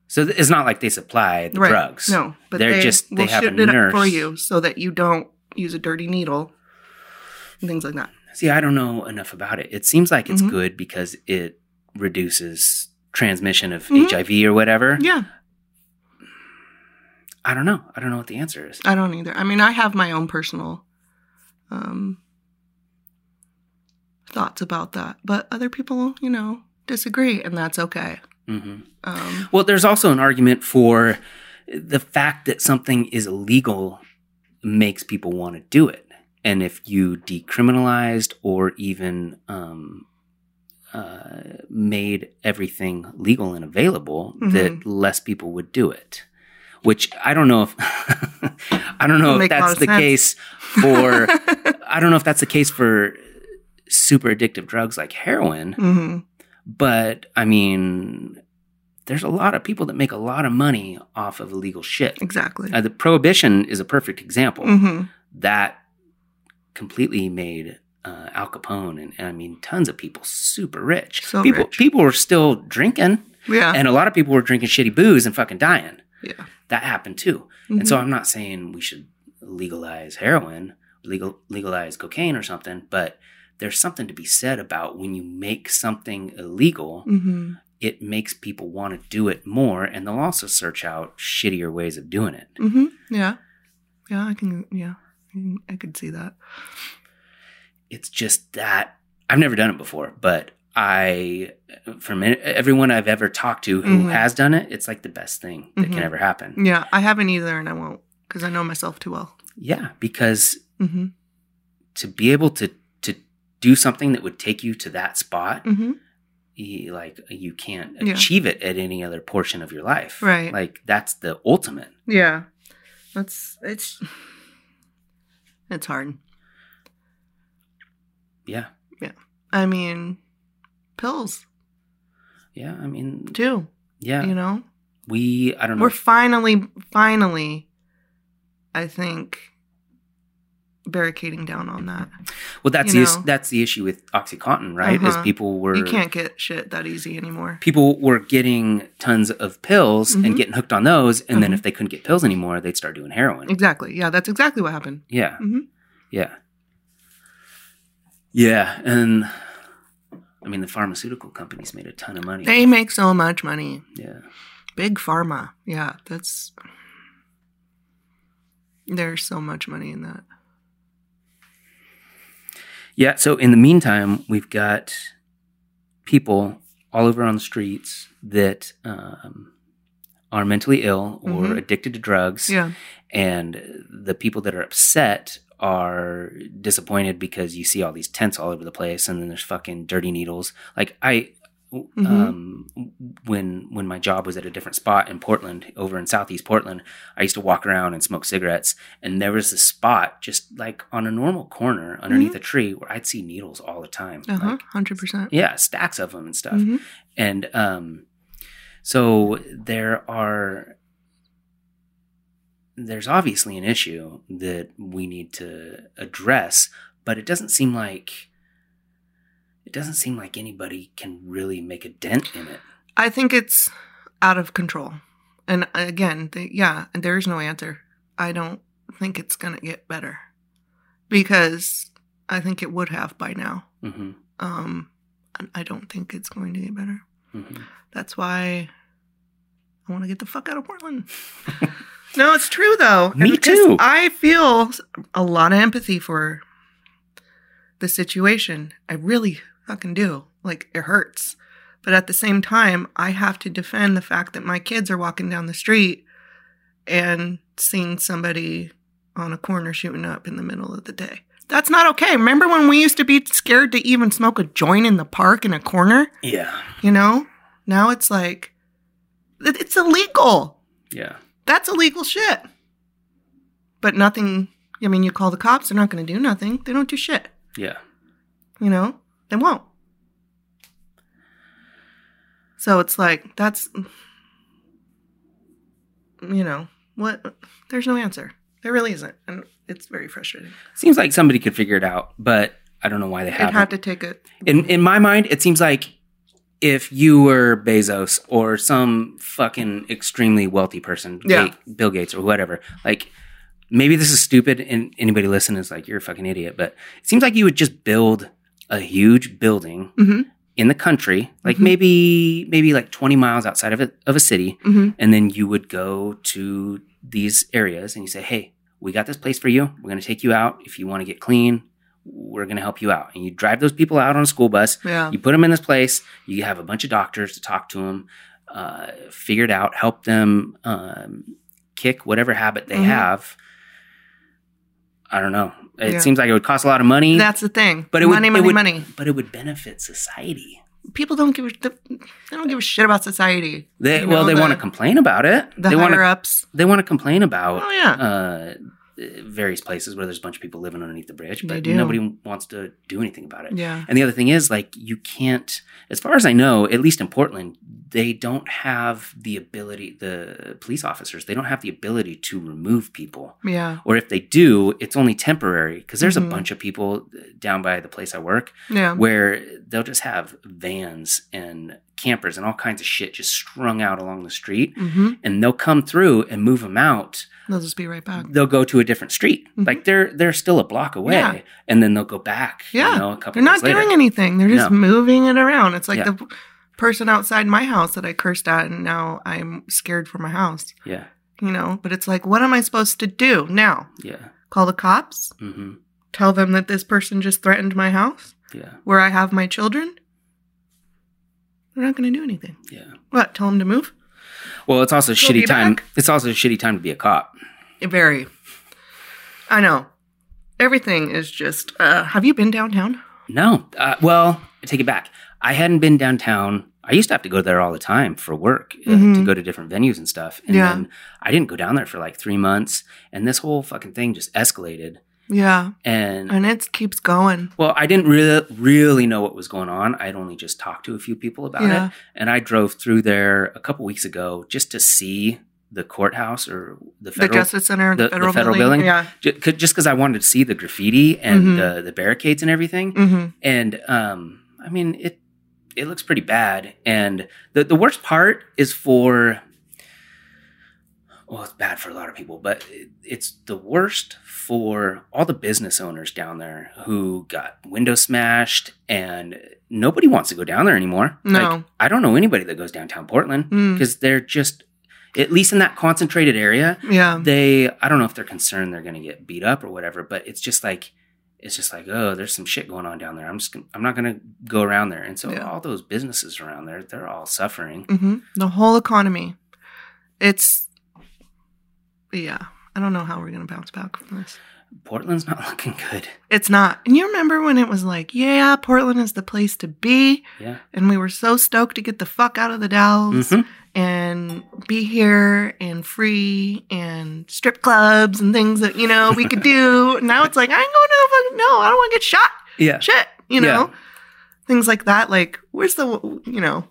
S1: So th- it's not like they supply the drugs.
S2: No, but
S1: They're
S2: they
S1: just- they
S2: will
S1: have a
S2: shoot it up for
S1: nurse.
S2: you so that you don't use a dirty needle and things like that.
S1: See, I don't know enough about it. It seems like it's
S2: Mhm.
S1: good because it reduces transmission of
S2: Mhm.
S1: HIV or whatever.
S2: Yeah,
S1: I don't know. I don't know what the answer is.
S2: I don't either. I mean, I have my own personal um, thoughts about that, but other people, you know, disagree, and that's okay.
S1: hmm
S2: Um,
S1: Well, there's also an argument for the fact that something is illegal makes people want to do it. And if you decriminalized or even um, uh, made everything legal and available,
S2: Mm-hmm.
S1: that less people would do it. Which I don't know if *laughs* I don't know
S2: Make
S1: if
S2: a lot
S1: that's
S2: of
S1: the
S2: sense.
S1: case
S2: *laughs*
S1: for I don't know if that's the case for
S2: Mm-hmm,
S1: super addictive drugs like heroin
S2: mhm.
S1: but I mean, there's a lot of people that make a lot of money off of illegal shit.
S2: Exactly.
S1: Uh, the prohibition is a perfect example.
S2: Mm-hmm.
S1: That completely made uh, Al Capone and, and I mean tons of people super rich.
S2: So
S1: people
S2: rich.
S1: people were still drinking,
S2: Yeah.
S1: and a lot of people were drinking shitty booze and fucking dying.
S2: yeah.
S1: That happened too. And
S2: Mm-hmm.
S1: so I'm not saying we should legalize heroin, legal legalize cocaine or something, but there's something to be said about when you make something illegal,
S2: Mm-hmm.
S1: it makes people want to do it more and they'll also search out shittier ways of doing it.
S2: Mm-hmm. Yeah. Yeah. I can. Yeah. I can- I could see that.
S1: It's just that I've never done it before, but I from e- everyone I've ever talked to who
S2: Mhm.
S1: has done it, it's like the best thing that
S2: Mhm.
S1: can ever happen.
S2: Yeah. I haven't either, and I won't because I know myself too well.
S1: Yeah, because
S2: Mm-hmm.
S1: to be able to to do something that would take you to that spot
S2: Mm-hmm.
S1: you, like you can't
S2: Yeah.
S1: achieve it at any other portion of your life.
S2: Right.
S1: Like that's the ultimate.
S2: Yeah. That's it's. It's hard.
S1: Yeah.
S2: I mean, pills
S1: Yeah. I mean,
S2: too.
S1: yeah.
S2: You know.
S1: we, I don't know.
S2: we're finally finally i think barricading down on that
S1: well, that's
S2: you
S1: the, is-
S2: know.
S1: that's the issue with Oxycontin, right? Is
S2: Uh-huh.
S1: people were,
S2: you can't get shit that easy anymore
S1: people were getting tons of pills and
S2: Mhm.
S1: getting hooked on those. And then
S2: Mhm.
S1: if they couldn't get pills anymore, they'd start doing heroin.
S2: exactly yeah that's exactly what happened
S1: Yeah.
S2: Mhm.
S1: Yeah. Yeah. And I mean, the pharmaceutical companies made a ton of money.
S2: they make so much money
S1: yeah.
S2: big pharma yeah that's there's so much money in that
S1: Yeah. So in the meantime, we've got people all over on the streets that um, are mentally ill or
S2: Mhm.
S1: addicted to drugs,
S2: yeah
S1: and the people that are upset are disappointed because you see all these tents all over the place, and then there's fucking dirty needles. Like I. Um, when when my job was at a different spot in Portland, over in Southeast Portland, I used to walk around and smoke cigarettes, and there was this spot just like on a normal corner underneath a tree where I'd see needles all the time,
S2: uh-huh
S1: like
S2: 100%
S1: yeah, stacks of them and stuff.
S2: Mhm.
S1: And um, so there are there's obviously an issue that we need to address, but it doesn't seem like it doesn't seem like anybody can really make a dent in it.
S2: I think it's out of control. And again, the, yeah, and there is no answer. I don't think it's going to get better because I think it would have by now.
S1: hmm
S2: Um, and I don't think it's going to get better.
S1: hmm
S2: That's why I want to get the fuck out of Portland. *laughs* no, it's true though.
S1: Me
S2: because
S1: too.
S2: I feel a lot of empathy for the situation. I really fucking do. Like it hurts. But at the same time, I have to defend the fact that my kids are walking down the street and seeing somebody on a corner shooting up in the middle of the day. That's not okay. Remember when we used to be scared to even smoke a joint in the park in a corner?
S1: Yeah,
S2: You know, now it's like, it- it's illegal.
S1: yeah,
S2: That's illegal shit. But nothing, I mean, you call the cops, they're not going to do nothing. They don't do shit.
S1: yeah.
S2: You know, they won't. So it's like, that's, you know, what? There's no answer. There really isn't. And it's very frustrating.
S1: Seems like somebody could figure it out, but I don't know why they
S2: It had
S1: haven't.
S2: to take it.
S1: in in my mind, it seems like if you were Bezos or some fucking extremely wealthy person,
S2: Yeah.
S1: Ga- Bill Gates or whatever, like maybe this is stupid and anybody listening is like, you're a fucking idiot, but it seems like you would just build a huge building
S2: Mm
S1: in the country, like
S2: Mhm.
S1: maybe maybe like 20 miles outside of a, of a city,
S2: hmm. Mm hmm.
S1: and then you would go to these areas and you say, hey, we got this place for you. We're going to take you out. If you want to get clean, we're going to help you out. And you drive those people out on a school bus.
S2: Yeah.
S1: You put them in this place. You have a bunch of doctors to talk to them, uh, figure it out, help them um, kick whatever habit they
S2: Mhm.
S1: have. I don't know. It
S2: Yeah.
S1: seems like it would cost a lot of money,
S2: That's the thing.
S1: But it would-
S2: money,
S1: it
S2: money,
S1: would-
S2: money.
S1: but it would benefit society.
S2: people don't give a they don't give a shit about society.
S1: They,
S2: You
S1: well,
S2: know,
S1: they
S2: the-
S1: want to complain about it.
S2: The
S1: they
S2: higher
S1: want to.
S2: ups.
S1: They want to complain about
S2: Oh yeah,
S1: uh, various places where there's a bunch of people living underneath the bridge,
S2: They
S1: but
S2: do.
S1: nobody wants to do anything about it.
S2: yeah.
S1: And the other thing is, like, you can't, as far as I know, at least in Portland, they don't have the ability, the police officers, they don't have the ability to remove people.
S2: Yeah.
S1: Or if they do, it's only temporary because there's
S2: Mhm.
S1: a bunch of people uh, down by the place I work
S2: Yeah.
S1: where they'll just have vans and campers and all kinds of shit just strung out along the street.
S2: Mm-hmm.
S1: And they'll come through and move them out.
S2: They'll just be right back.
S1: They'll go to a different street.
S2: Mhm.
S1: Like they're they're still a block away.
S2: Yeah.
S1: And then they'll go back.
S2: Yeah.
S1: You know, a couple
S2: They're not
S1: days later.
S2: doing anything. They're just
S1: No.
S2: moving it around. It's like
S1: Yeah.
S2: the p- person outside my house that I cursed at, and now I'm scared for my house.
S1: Yeah.
S2: You know, but it's like, what am I supposed to do now?
S1: Yeah.
S2: Call the cops?
S1: hmm
S2: Tell them that this person just threatened my house
S1: Yeah.
S2: where I have my children? They're not going to do anything.
S1: Yeah.
S2: What? Tell them to move?
S1: Well, it's also a
S2: She'll be
S1: shitty time.
S2: back.
S1: It's also a shitty time to be a cop.
S2: Very. I know. Everything is just. Uh, have you been downtown?
S1: No. Uh, well, I take it back. I hadn't been downtown. I used to have to go there all the time for work uh, to
S2: Mhm.
S1: go to different venues and stuff. And
S2: Yeah.
S1: then I didn't go down there for like three months. And this whole fucking thing just escalated.
S2: Yeah,
S1: And
S2: and it keeps going.
S1: well, I didn't really really know what was going on. I'd only just talked to a few people about
S2: Yeah.
S1: it. And I drove through there a couple weeks ago just to see the courthouse or the
S2: the
S1: federal
S2: Justice Center,
S1: the-
S2: the,
S1: the
S2: federal,
S1: federal
S2: building.
S1: building?
S2: Yeah.
S1: ju- c- just because I wanted to see the graffiti and
S2: Mhm.
S1: the, the barricades and everything.
S2: hmm
S1: And um, I mean, it it looks pretty bad. And the the worst part is for well, it's bad for a lot of people, but it, it's the worst for all the business owners down there who got window smashed, and nobody wants to go down there anymore.
S2: No.
S1: I don't know anybody that goes downtown Portland
S2: Mm.
S1: because they're just at least in that concentrated area
S2: Yeah.
S1: they i don't know if they're concerned they're going to get beat up or whatever but it's just like it's just like oh there's some shit going on down there i'm just gonna, i'm not going to go around there and so
S2: Yeah.
S1: all those businesses around there they're all suffering
S2: hmm The whole economy. It's. Yeah. I don't know how we're going to bounce back from this.
S1: portland's *laughs* not looking good
S2: It's not. And you remember when it was like, yeah, Portland is the place to be.
S1: yeah
S2: And we were so stoked to get the fuck out of the Dells
S1: Mhm.
S2: and be here and free and strip clubs and things that, you know, we could do. *laughs* now it's like, I ain't going to the fucking, no, I don't want to get shot.
S1: yeah
S2: shit, you
S1: Yeah.
S2: know, things like that. Like, where's the, you know,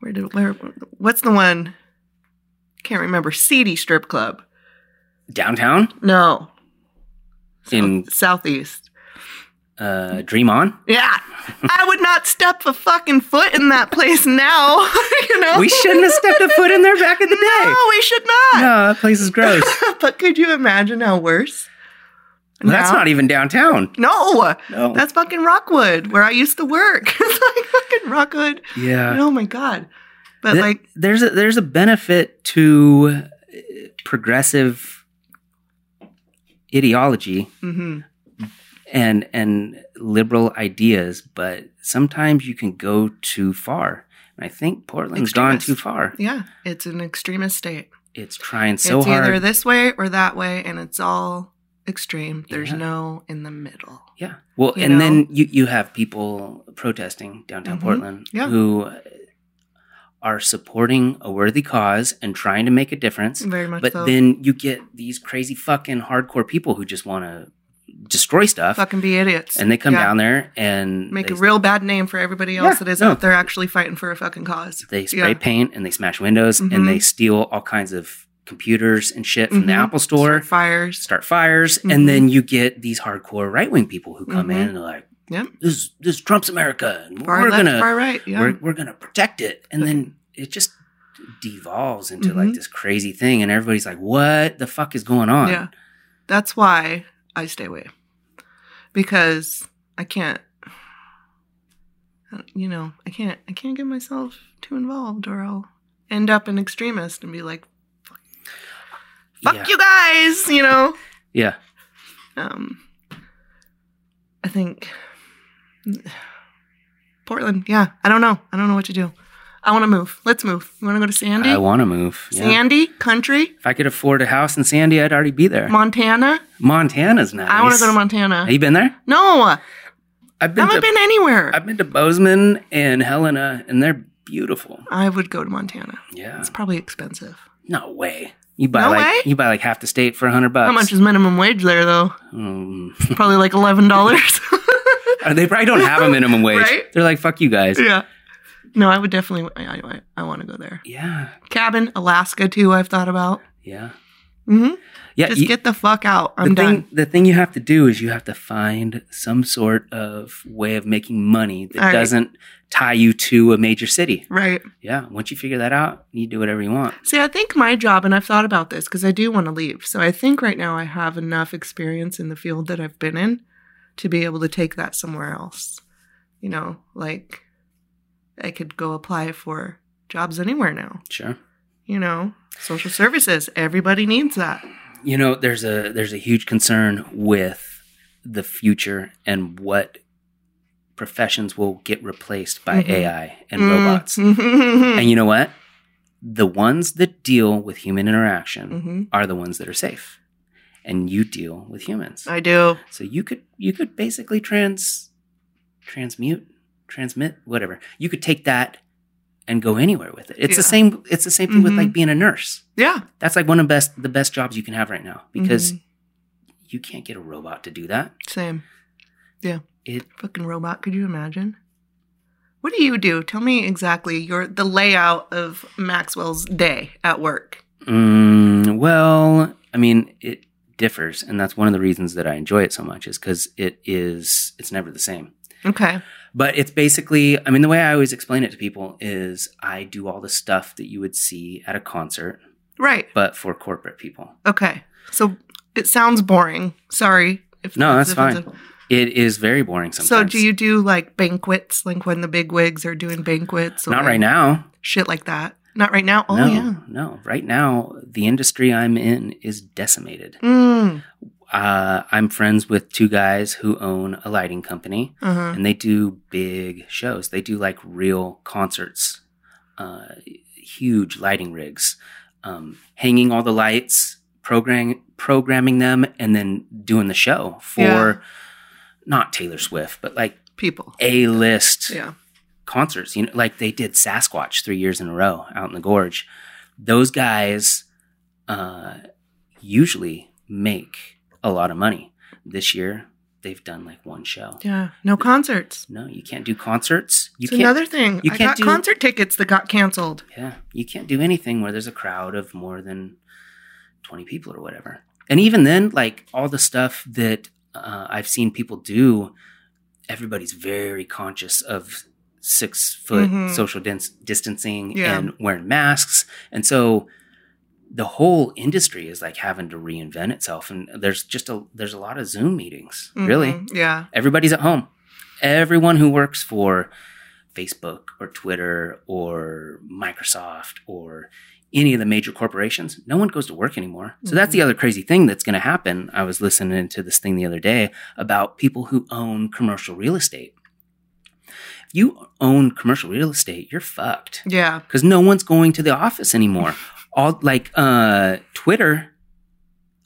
S2: where did where? What's the one? Can't remember. Seedy strip club.
S1: downtown
S2: No, Oh,
S1: in
S2: southeast. *laughs*
S1: uh dream on *laughs*
S2: Yeah, I would not step a fucking foot in that place now. *laughs* you know,
S1: we shouldn't have stepped a foot in there back in the day
S2: *laughs* No, we should not. *laughs*
S1: no that place is gross
S2: but could you imagine how worse?
S1: that's
S2: Now-
S1: not even downtown
S2: No,
S1: no
S2: that's fucking Rockwood, where I used to work. *laughs* it's like fucking Rockwood.
S1: yeah
S2: oh my god! But
S1: Th-
S2: like,
S1: there's a there's a benefit to uh, progressive ideology
S2: hmm
S1: and and liberal ideas, but sometimes you can go too far. And I think Portland's gone
S2: Extremist.
S1: too far.
S2: Yeah, it's an extremist state.
S1: It's trying so
S2: it's either
S1: hard.
S2: this way or that way, and it's all extreme. There's
S1: Yeah.
S2: no in the middle.
S1: yeah. Well,
S2: you
S1: and
S2: know?
S1: then you you have people protesting downtown
S2: Mhm.
S1: Portland
S2: Yeah.
S1: who are supporting a worthy cause and trying to make a difference.
S2: Very Mm-hmm. much
S1: But
S2: so.
S1: then you get these crazy fucking hardcore people who just want to destroy stuff,
S2: Fucking be idiots.
S1: uh, and they come
S2: Yeah.
S1: down there and
S2: Make
S1: they,
S2: a real bad name for everybody else
S1: Yeah,
S2: that is
S1: no.
S2: out there actually fighting for a fucking cause.
S1: they
S2: Yeah.
S1: spray paint and they smash windows
S2: Mhm.
S1: and they steal all kinds of computers and shit from the
S2: Mhm.
S1: Apple Store,
S2: Start fires.
S1: start fires,
S2: Mhm.
S1: and then you get these hardcore right wing people who come in
S2: Mhm.
S1: and they're like,
S2: Yep.
S1: "This is this is Trump's America, and
S2: Far
S1: we're
S2: left,
S1: gonna
S2: far right. Yeah.
S1: we're, we're gonna protect it," and
S2: But-
S1: then it just devolves into like
S2: Mhm.
S1: this crazy thing, and everybody's like, "What the fuck is going on?"
S2: Yeah. That's why I stay away because I can't. You know, I can't. I can't get myself too involved, or I'll end up an extremist and be like, "Fuck
S1: yeah.
S2: you guys," you know.
S1: Yeah.
S2: Um, I think Portland. Yeah, I don't know. I don't know what to do. I want to move. Let's move. You want to go to Sandy?
S1: I want to move. Yeah.
S2: Sandy country,
S1: If I could afford a house in Sandy, I'd already be there.
S2: Montana.
S1: Montana's nice.
S2: I want to go to
S1: Have
S2: Montana.
S1: you been there?
S2: No,
S1: I've
S2: I
S1: been.
S2: haven't
S1: To,
S2: been anywhere.
S1: I've been to Bozeman and Helena, and they're beautiful.
S2: I would go to Montana.
S1: Yeah.
S2: It's probably expensive.
S1: No way. You buy
S2: No
S1: like
S2: way?
S1: you buy like half the state for a hundred bucks.
S2: How much is minimum wage
S1: *laughs*
S2: there though?
S1: Um,
S2: Probably like
S1: *laughs*
S2: eleven dollars.
S1: they probably don't have a minimum wage.
S2: Right?
S1: They're like, fuck you guys.
S2: yeah. No, I would definitely. I, I, I want to go there.
S1: Yeah.
S2: Cabin, Alaska, too. I've thought about.
S1: Yeah.
S2: hmm
S1: Yeah.
S2: Just
S1: you-
S2: get the fuck out. I'm
S1: the
S2: done.
S1: thing, the thing you have to do is you have to find some sort of way of making money that
S2: All right.
S1: doesn't tie you to a major city.
S2: Right.
S1: Yeah. Once you figure that out, you do whatever you want.
S2: See, I think my job, and I've thought about this because I do want to leave. So I think right now I have enough experience in the field that I've been in to be able to take that somewhere else. You know, like I could go apply for jobs anywhere now,
S1: Sure.
S2: you know, social services. Everybody needs that.
S1: You know, there's a there's a huge concern with the future and what professions will get replaced by
S2: Mhm.
S1: AI and robots.
S2: Mm-hmm.
S1: And you know what? The ones that deal with human interaction
S2: Mm-hmm.
S1: are the ones that are safe. And you deal with humans.
S2: I do.
S1: So you could you could basically trans transmute, transmit, whatever. You could take that and go anywhere with it. It's the
S2: Yeah.
S1: same it's the same thing with
S2: Mhm.
S1: like being a nurse.
S2: Yeah.
S1: That's like one of the best the best jobs you can have right now because
S2: Mm-hmm.
S1: you can't get a robot to do that.
S2: Same.
S1: It
S2: Fucking robot, could you imagine? What do you do? Tell me exactly your the layout of Maxwell's day at work.
S1: mm, well, I mean, it differs and that's one of the reasons that I enjoy it so much is cuz it is it's never the same.
S2: Okay.
S1: But it's basically, I mean, the way I always explain it to people is I do all the stuff that you would see at a concert,
S2: Right.
S1: but for corporate people.
S2: Okay. So it sounds boring. Sorry. If
S1: No,
S2: it's
S1: that's fine.
S2: offensive.
S1: It is very boring sometimes.
S2: So do you do like banquets, like when the big wigs are doing banquets?
S1: Not
S2: like
S1: right now.
S2: Shit like that. Not right now. Oh
S1: no,
S2: yeah.
S1: no. Right now, the industry I'm in is decimated.
S2: Mm.
S1: Uh, I'm friends with two guys who own a lighting company,
S2: Uh huh.
S1: and they do big shows. They do like real concerts, uh, huge lighting rigs, um, hanging all the lights, program programming them, and then doing the show for
S2: Yeah.
S1: not Taylor Swift, but like
S2: People.
S1: A list
S2: Yeah.
S1: concerts. You know, like they did Sasquatch three years in a row out in the gorge. Those guys uh, usually make a lot of money. This year, they've done like one show.
S2: Yeah. No concerts.
S1: No, you can't do concerts. You
S2: It's
S1: can't.
S2: another thing.
S1: you
S2: I
S1: can't
S2: got
S1: do-
S2: concert tickets that got canceled.
S1: yeah, you can't do anything where there's a crowd of more than twenty people or whatever. And even then, like all the stuff that uh, I've seen people do, everybody's very conscious of six foot
S2: Mhm.
S1: social dens- distancing
S2: Yeah.
S1: and wearing masks, and so the whole industry is like having to reinvent itself. And there's just a there's a lot of Zoom meetings, really.
S2: Mhm. Yeah.
S1: Everybody's at home. Everyone who works for Facebook or Twitter or Microsoft or any of the major corporations, no one goes to work anymore. So that's the other crazy thing that's going to happen. I was listening to this thing the other day about people who own commercial real estate. If you own commercial real estate, you're fucked
S2: Yeah.
S1: because no one's going to the office anymore. All like uh, Twitter,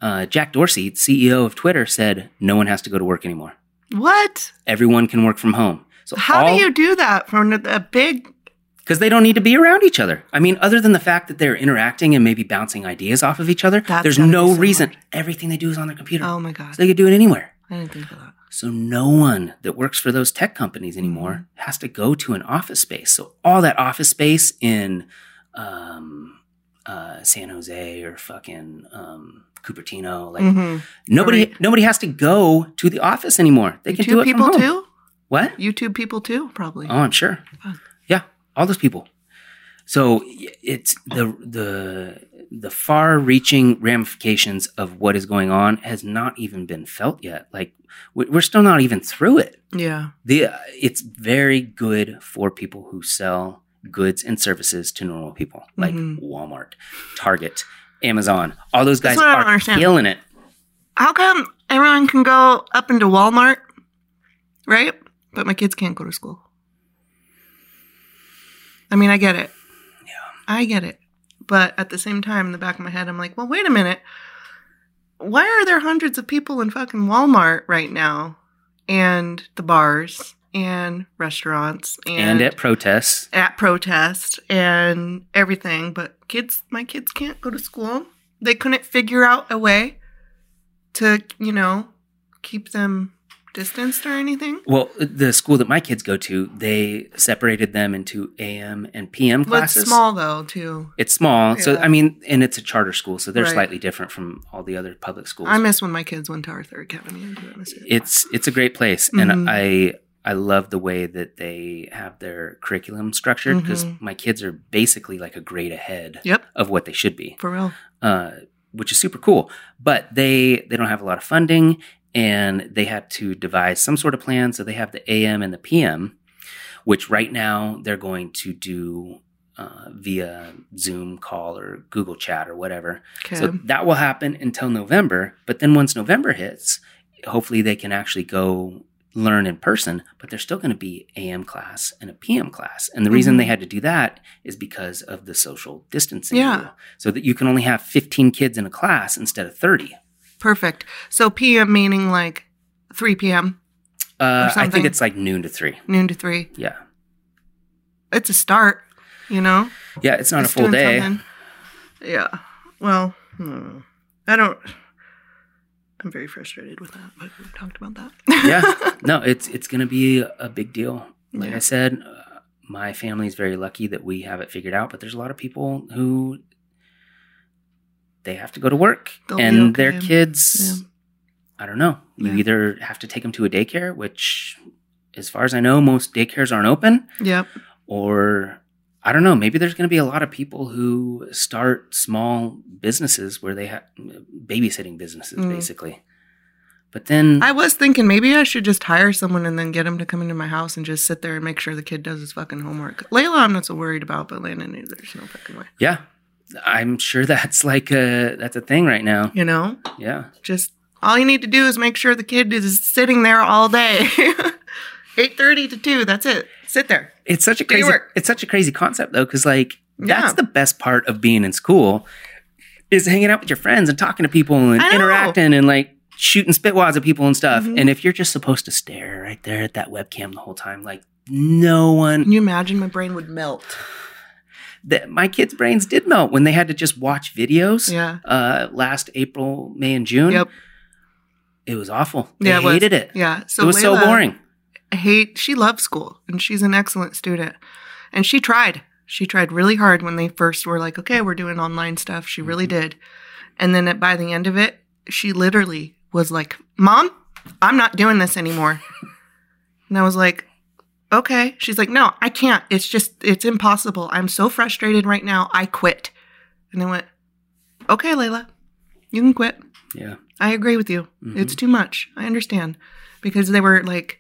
S1: uh, Jack Dorsey, CEO of Twitter, said no one has to go to work anymore
S2: What?
S1: everyone can work from home. So
S2: How do you do that from a- a big?
S1: Because they don't need to be around each other. I mean, other than the fact that they're interacting and maybe bouncing ideas off of each other,
S2: That's
S1: there's
S2: gotta be
S1: no
S2: so
S1: reason.
S2: hard.
S1: Everything they do is on their computer,
S2: Oh my god!
S1: so they could do it anywhere.
S2: I didn't think of that.
S1: So no one that works for those tech companies anymore
S2: Mm-hmm.
S1: has to go to an office space. So all that office space in um, uh, San Jose or fucking um, Cupertino, like
S2: hmm
S1: nobody,
S2: Right.
S1: nobody has to go to the office anymore. They can
S2: YouTube
S1: do it
S2: people
S1: from home.
S2: too.
S1: What?
S2: YouTube people too, probably.
S1: Oh, I'm sure.
S2: Fuck.
S1: Yeah, all those people. So y- it's the the the far-reaching ramifications of what is going on has not even been felt yet. Like we- we're still not even through it.
S2: Yeah.
S1: The uh, it's very good for people who sell goods and services to normal people, like
S2: Mhm.
S1: Walmart, Target, Amazon. All those guys
S2: That's what I don't
S1: are
S2: understand.
S1: killing it.
S2: How come everyone can go up into Walmart, right? But my kids can't go to school. I mean, I get it. Yeah. I get it. But at the same time, in the back of my head, I'm like, well, wait a minute. Why are there hundreds of people in fucking Walmart right now and the bars and restaurants
S1: And at protests,
S2: at protest and everything, but kids, my kids can't go to school. They couldn't figure out a way to, you know, keep them distanced or anything?
S1: Well, the school that my kids go to, they separated them into AM and PM
S2: Well, it's
S1: classes.
S2: small though, too.
S1: It's small. So
S2: Yeah.
S1: I mean, and it's a charter school, so they're
S2: Right.
S1: slightly different from all the other public schools.
S2: I miss when my kids went to Arthur Academy. I do miss it.
S1: it's it's a great place,
S2: Mhm.
S1: and I I love the way that they have their curriculum structured because
S2: Mhm.
S1: my kids are basically like a grade ahead
S2: Yep,
S1: of what they should be.
S2: for real.
S1: uh, which is super cool. But they they don't have a lot of funding, and they had to devise some sort of plan. So they have the AM and the PM, which right now they're going to do uh, via Zoom call or Google Chat or whatever.
S2: Okay.
S1: So that will happen until November. But then once November hits, hopefully they can actually go learn in person but there's still going to be am class and a pm class and the reason
S2: Mhm.
S1: they had to do that is because of the social distancing
S2: Yeah.
S1: rule. so that you can only have 15 kids in a class instead of 30
S2: Perfect. So PM meaning like 3 p.m.,
S1: uh, i
S2: something.
S1: think it's like noon to three
S2: noon to 3.
S1: yeah
S2: It's a start, you know?
S1: yeah it's not
S2: Just
S1: a full
S2: doing
S1: day
S2: something. Yeah. Well, hmm. I don't. I'm very frustrated with that, but we talked about that. *laughs*
S1: yeah no it's it's gonna be a big deal like
S2: Yeah.
S1: i said uh, my family's very lucky that we have it figured out but there's a lot of people who they have to go to work
S2: They'll be
S1: and their
S2: okay.
S1: kids i don't know you
S2: Yeah.
S1: either have to take them to a daycare which as far as i know most daycares aren't open
S2: yep.
S1: or I don't know, maybe there's going to be a lot of people who start small businesses where they have babysitting businesses,
S2: Mm.
S1: basically. But then,
S2: I was thinking maybe I should just hire someone and then get him to come into my house and just sit there and make sure the kid does his fucking homework. Layla, I'm not so worried about, but Landon, there's no fucking way.
S1: yeah, I'm sure that's like a that's a thing right now.
S2: You know,
S1: Yeah,
S2: just all you need to do is make sure the kid is sitting there all day. *laughs* 8:30 to 2, that's it. Sit there.
S1: it's such a
S2: Do your
S1: crazy
S2: work.
S1: it's such a crazy concept though, because like
S2: Yeah.
S1: that's the best part of being in school is hanging out with your friends and talking to people and
S2: I know.
S1: interacting and like shooting spitwads at people and stuff.
S2: Mhm.
S1: And if you're just supposed to stare right there at that webcam the whole time, like no one
S2: Can you imagine my brain would melt?
S1: that my kids' brains did melt when they had to just watch videos.
S2: Yeah.
S1: Uh, last April, May, and June.
S2: Yep.
S1: It was awful. They
S2: Yeah, it was.
S1: hated it.
S2: Yeah. So
S1: it was so
S2: Layla-
S1: boring.
S2: I hate she loves school and she's an excellent student and she tried she tried really hard when they first were like okay we're doing online stuff she really did and then at, by the end of it she literally was like mom i'm not doing this anymore and i was like okay she's like no i can't it's just it's impossible i'm so frustrated right now i quit and i went okay layla you can quit
S1: Yeah. Mm-hmm.
S2: I agree with you. It's too much. I understand. Because they were like,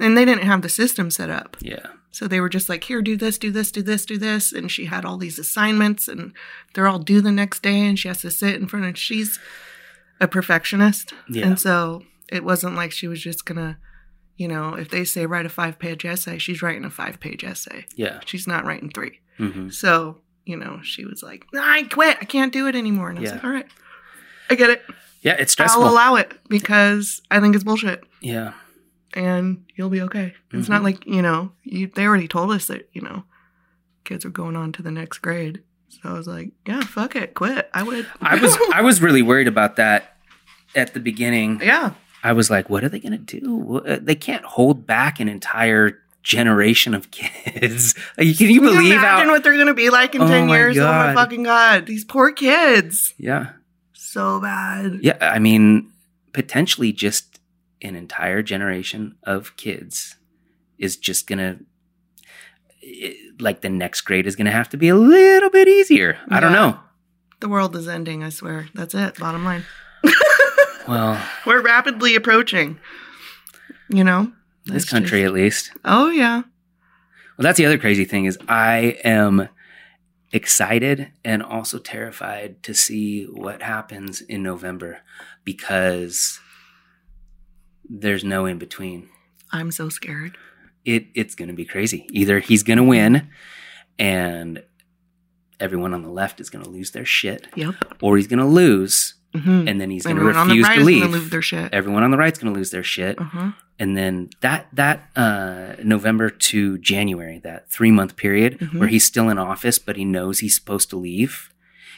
S2: and they didn't have the system set up.
S1: Yeah.
S2: So they were just like, here, do this, do this, do this, do this. And she had all these assignments and they're all due the next day and she has to sit in front of, she's a perfectionist.
S1: Yeah.
S2: And so it wasn't like she was just going to, you know, if they say write a five page essay, she's writing a five page essay.
S1: Yeah.
S2: She's not writing three.
S1: hmm
S2: So, you know, she was like, I quit. I can't do it anymore. And I was
S1: Yeah.
S2: like, all right, I get it.
S1: Yeah. It's stressful.
S2: I'll allow it because I think it's bullshit
S1: yeah.
S2: and you'll be okay. It's not
S1: Mhm.
S2: like, you know, you, they already told us that, you know, kids are going on to the next grade. So I was like, yeah, fuck it, quit. I would.
S1: I
S2: *laughs*
S1: was I was really worried about that at the beginning.
S2: yeah.
S1: I was like, what are they going to do? Wha- uh, They can't hold back an entire generation of *laughs* kids. Like, Can you
S2: *laughs* Can you
S1: believe
S2: imagine
S1: how?
S2: what they're going to be like in
S1: Oh
S2: 10
S1: my
S2: years? Oh my
S1: God.
S2: fucking God. These poor kids.
S1: Yeah.
S2: So bad.
S1: Yeah, I mean, potentially just an entire generation of kids is just gonna it- like the next grade is gonna have to be a little bit easier. I don't
S2: Yeah.
S1: know.
S2: The world is ending, I swear. That's it. Bottom line.
S1: Well,
S2: We're rapidly approaching, you know?
S1: this
S2: It's just-
S1: country at least.
S2: oh, yeah.
S1: Well, that's the other crazy thing is I am excited and also terrified to see what happens in November because there's no in between.
S2: I'm so scared.
S1: it it's going to be crazy. Either he's going to win and everyone on the left is going to lose their shit
S2: Yep.
S1: or he's going to lose
S2: Mm-hmm.
S1: and then he's going to
S2: Everyone on the
S1: refuse
S2: right
S1: to
S2: is
S1: leave.
S2: going to lose their shit.
S1: everyone on the right's going to lose their shit
S2: Uh-huh.
S1: and then that that uh, November to January, that three month period
S2: Mhm.
S1: where he's still in office but he knows he's supposed to leave.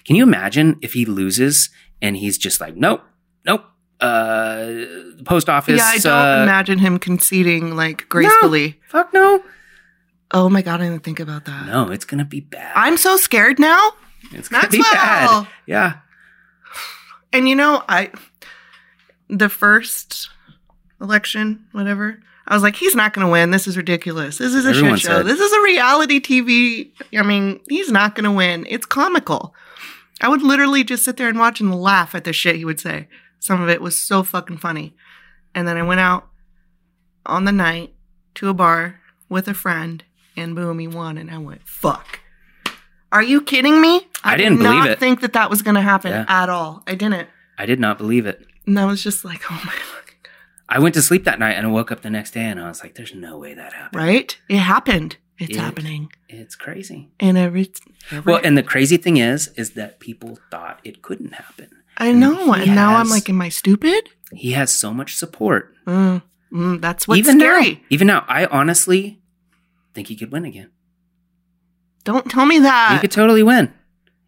S1: Can you imagine if he loses and he's just like, nope, nope, uh, post office.
S2: yeah, I don't
S1: uh,
S2: imagine him conceding like gracefully.
S1: fuck no.
S2: Oh my god, I didn't think about that.
S1: No, it's gonna be bad.
S2: I'm so scared now.
S1: it's gonna
S2: Maxwell.
S1: be bad. Yeah.
S2: And you know, I the first election, whatever, I was like, he's not going to win. This is ridiculous. This is a
S1: Everyone
S2: shit show.
S1: said-
S2: This is a reality TV. I mean, he's not going to win. It's comical. I would literally just sit there and watch and laugh at the shit he would say. Some of it was so fucking funny. And then I went out on the night to a bar with a friend, and boom, he won. And I went, fuck. Are you kidding me?
S1: I didn't
S2: did
S1: believe
S2: not
S1: it.
S2: think that that was going to happen
S1: Yeah.
S2: at all. I didn't.
S1: I did not believe it.
S2: And I was just like, oh my fucking
S1: I went to sleep that night and I woke up the next day and I was like, there's no way that happened.
S2: God. Right? It happened. It's
S1: It-
S2: happening.
S1: It's crazy.
S2: And every, every
S1: Well, and the crazy thing is, is that people thought it couldn't happen.
S2: I know.
S1: he
S2: And now I'm
S1: has-
S2: like, am I stupid?
S1: He has so much support.
S2: Mm, mm, that's what's
S1: even
S2: scary.
S1: now, even now, I honestly think he could win again.
S2: Don't tell me
S1: he
S2: that.
S1: could totally win.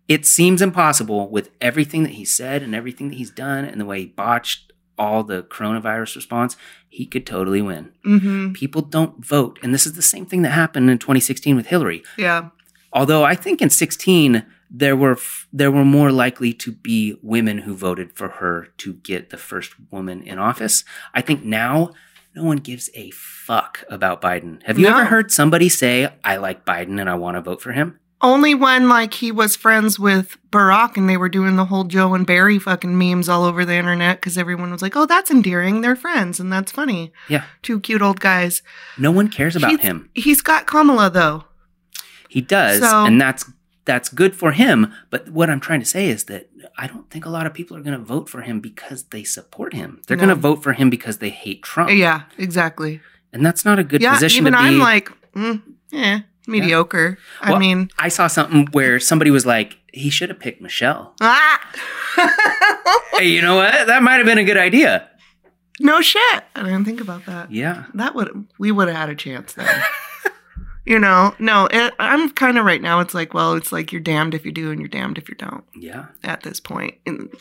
S1: It seems impossible with everything that he said and everything that he's done and the way he botched all the coronavirus response. He could totally win.
S2: hmm
S1: People don't vote. And this is the same thing that happened in 2016 with Hillary.
S2: Yeah.
S1: Although I think in 16 there were f- there were more likely to be women who voted for her to get the first woman in office. I think now no one gives a fuck about Biden. Have you
S2: No.
S1: ever heard somebody say I like Biden and I want to vote for him?
S2: Only when like he was friends with Barack and they were doing the whole Joe and Barry fucking memes all over the internet because everyone was like, oh, that's endearing. They're friends and that's funny.
S1: Yeah.
S2: Two cute old guys.
S1: No one cares about
S2: He's-
S1: him.
S2: He's got Kamala though.
S1: He does
S2: So-
S1: and that's that's good for him, but what I'm trying to say is that I don't think a lot of people are going to vote for him because they support him. They're
S2: No.
S1: going to vote for him because they hate Trump.
S2: Yeah, exactly.
S1: And that's not a Oh. good
S2: yeah,
S1: position
S2: even
S1: to be.
S2: I'm like, mm, eh, mediocre. I
S1: Well-
S2: mean,
S1: I saw something where somebody was like, he should have picked Michelle.
S2: ah,
S1: Hey, you know what? That might have been a good idea.
S2: *laughs* no shit. I didn't think about that.
S1: Yeah.
S2: That would we would have had a chance then.
S1: *laughs*
S2: you know, no. It, I'm kind of right now. It's like, well, it's like you're damned if you do and you're damned if you don't.
S1: Yeah.
S2: At this point, And,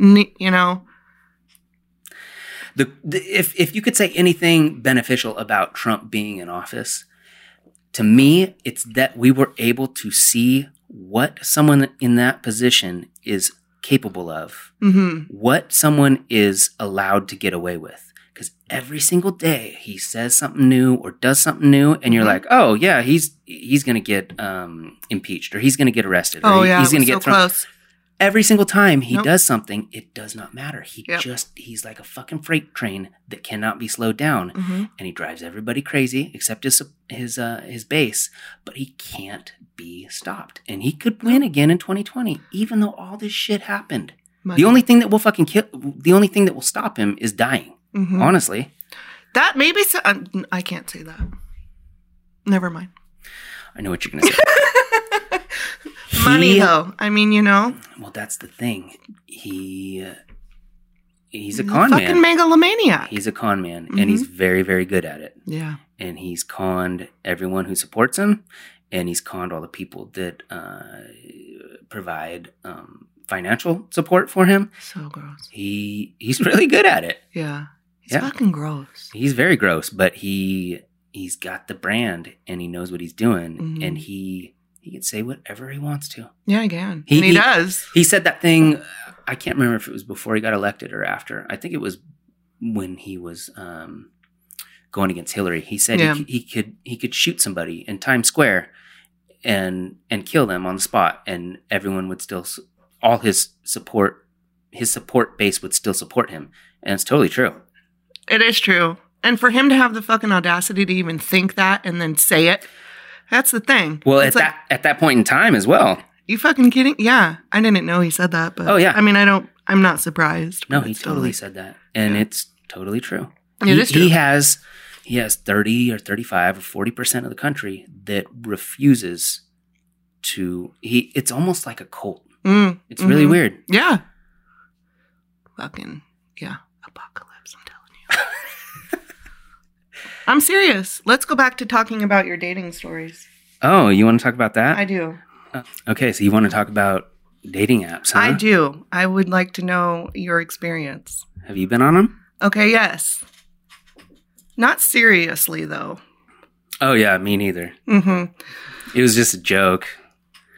S2: n- you know,
S1: The, the if if you could say anything beneficial about Trump being in office, to me, it's that we were able to see what someone in that position is capable of,
S2: hmm
S1: what someone is allowed to get away with. Because every single day he says something new or does something new, and you're
S2: Mhm.
S1: like, oh yeah, he's he's gonna get um, impeached or he's gonna get arrested. or
S2: oh
S1: he-
S2: yeah,
S1: he's
S2: it
S1: gonna
S2: was
S1: get
S2: so
S1: thrown.
S2: close.
S1: every single time he
S2: Nope.
S1: does something, it does not matter. He
S2: Yep.
S1: just he's like a fucking freight train that cannot be slowed down,
S2: hmm
S1: and he drives everybody crazy except his his uh, his base. But he can't be stopped, and he could win again in 2020, even though all this shit happened. The only thing that will fucking kill, the only thing that will stop him is dying.
S2: Mhm.
S1: Honestly,
S2: that maybe so, uh, I can't say that. Never
S1: *laughs*
S2: mind.
S1: I know what you're gonna *laughs* say.
S2: Money
S1: He-
S2: though. I mean, you know,
S1: Well, that's the thing. He uh, he's a
S2: he's
S1: con
S2: fucking
S1: man.
S2: megalomaniac.
S1: He's a con man, Mm-hmm. and he's very very good at it.
S2: yeah.
S1: and he's conned everyone who supports him, and he's conned all the people that uh, provide um, financial support for him.
S2: So gross.
S1: He he's *laughs* really good at it.
S2: Yeah. He's
S1: Yeah.
S2: fucking gross.
S1: He's very gross, but he he's got the brand and he knows what he's doing,
S2: Mhm.
S1: and he he can say whatever he wants to.
S2: Yeah, again.
S1: He-
S2: and he,
S1: he-
S2: does.
S1: He said that thing. I can't remember if it was before he got elected or after. I think it was when he was um, going against Hillary. He said
S2: Yeah.
S1: he, c- he could he could shoot somebody in Times Square and and kill them on the spot, and everyone would still s- all his support his support base would still support him, and it's totally true.
S2: It is true. And for him to have the fucking audacity to even think that and then say it, that's the thing.
S1: Well,
S2: it's
S1: at that at that point in time as well.
S2: you fucking kidding? Yeah. I didn't know he said that, but
S1: Oh, yeah.
S2: I mean, I don't, I'm not surprised.
S1: No,
S2: but
S1: he
S2: it's
S1: totally said that, and it's totally true.
S2: It
S1: he,
S2: is true.
S1: he has he has thirty or thirty five or forty percent of the country that refuses to. He it's almost like a cult.
S2: Mm,
S1: It's really
S2: Mhm.
S1: weird.
S2: yeah. Fucking, yeah. Apocalypse, I'm telling you.
S1: *laughs*
S2: I'm serious. Let's go back to talking about your dating stories.
S1: Oh, you want to talk about that? Oh,
S2: I do.
S1: okay, so you want to talk about dating apps? Huh?
S2: I do. I would like to know your experience.
S1: Have you been on them?
S2: Okay, yes. Not seriously though.
S1: Oh yeah, me neither.
S2: hmm
S1: It was just a joke.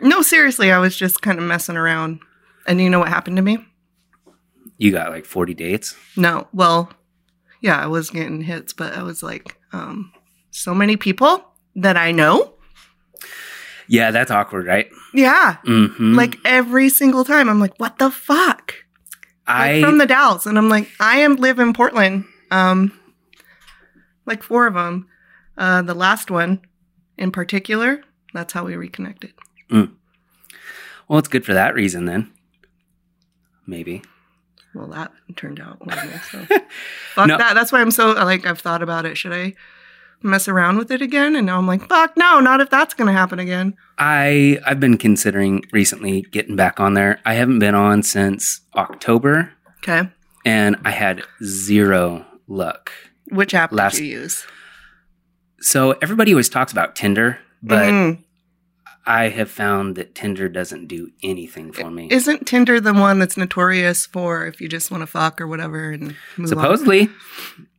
S2: No, seriously, I was just kind of messing around. And you know what happened to me?
S1: You got like 40 dates.
S2: No. Well, yeah, I was getting hits, but I was like, um, so many people that I know.
S1: Yeah, that's awkward, right?
S2: Yeah.
S1: Mm-hmm.
S2: Like every single time, I'm like, what the fuck? Like,
S1: I
S2: from the Dalles. And I'm like, I am live in Portland. Um, like four of them. Uh, the last one in particular, that's how we reconnected.
S1: well, it's good for that reason then. Maybe.
S2: Well, that turned out horrible.
S1: *laughs*
S2: So. fuck
S1: No.
S2: that. That's why I'm so like I've thought about it. Should I mess around with it again? And now I'm like, fuck no, not if that's gonna happen again.
S1: I I've been considering recently getting back on there. I haven't been on since October,
S2: Okay.
S1: and I had zero luck.
S2: Which app
S1: Last-
S2: did you use?
S1: So everybody always talks about Tinder, but
S2: Mhm.
S1: I have found that Tinder doesn't do anything for me.
S2: isn't Tinder the one that's notorious for if you just want to fuck or whatever and move
S1: Supposedly,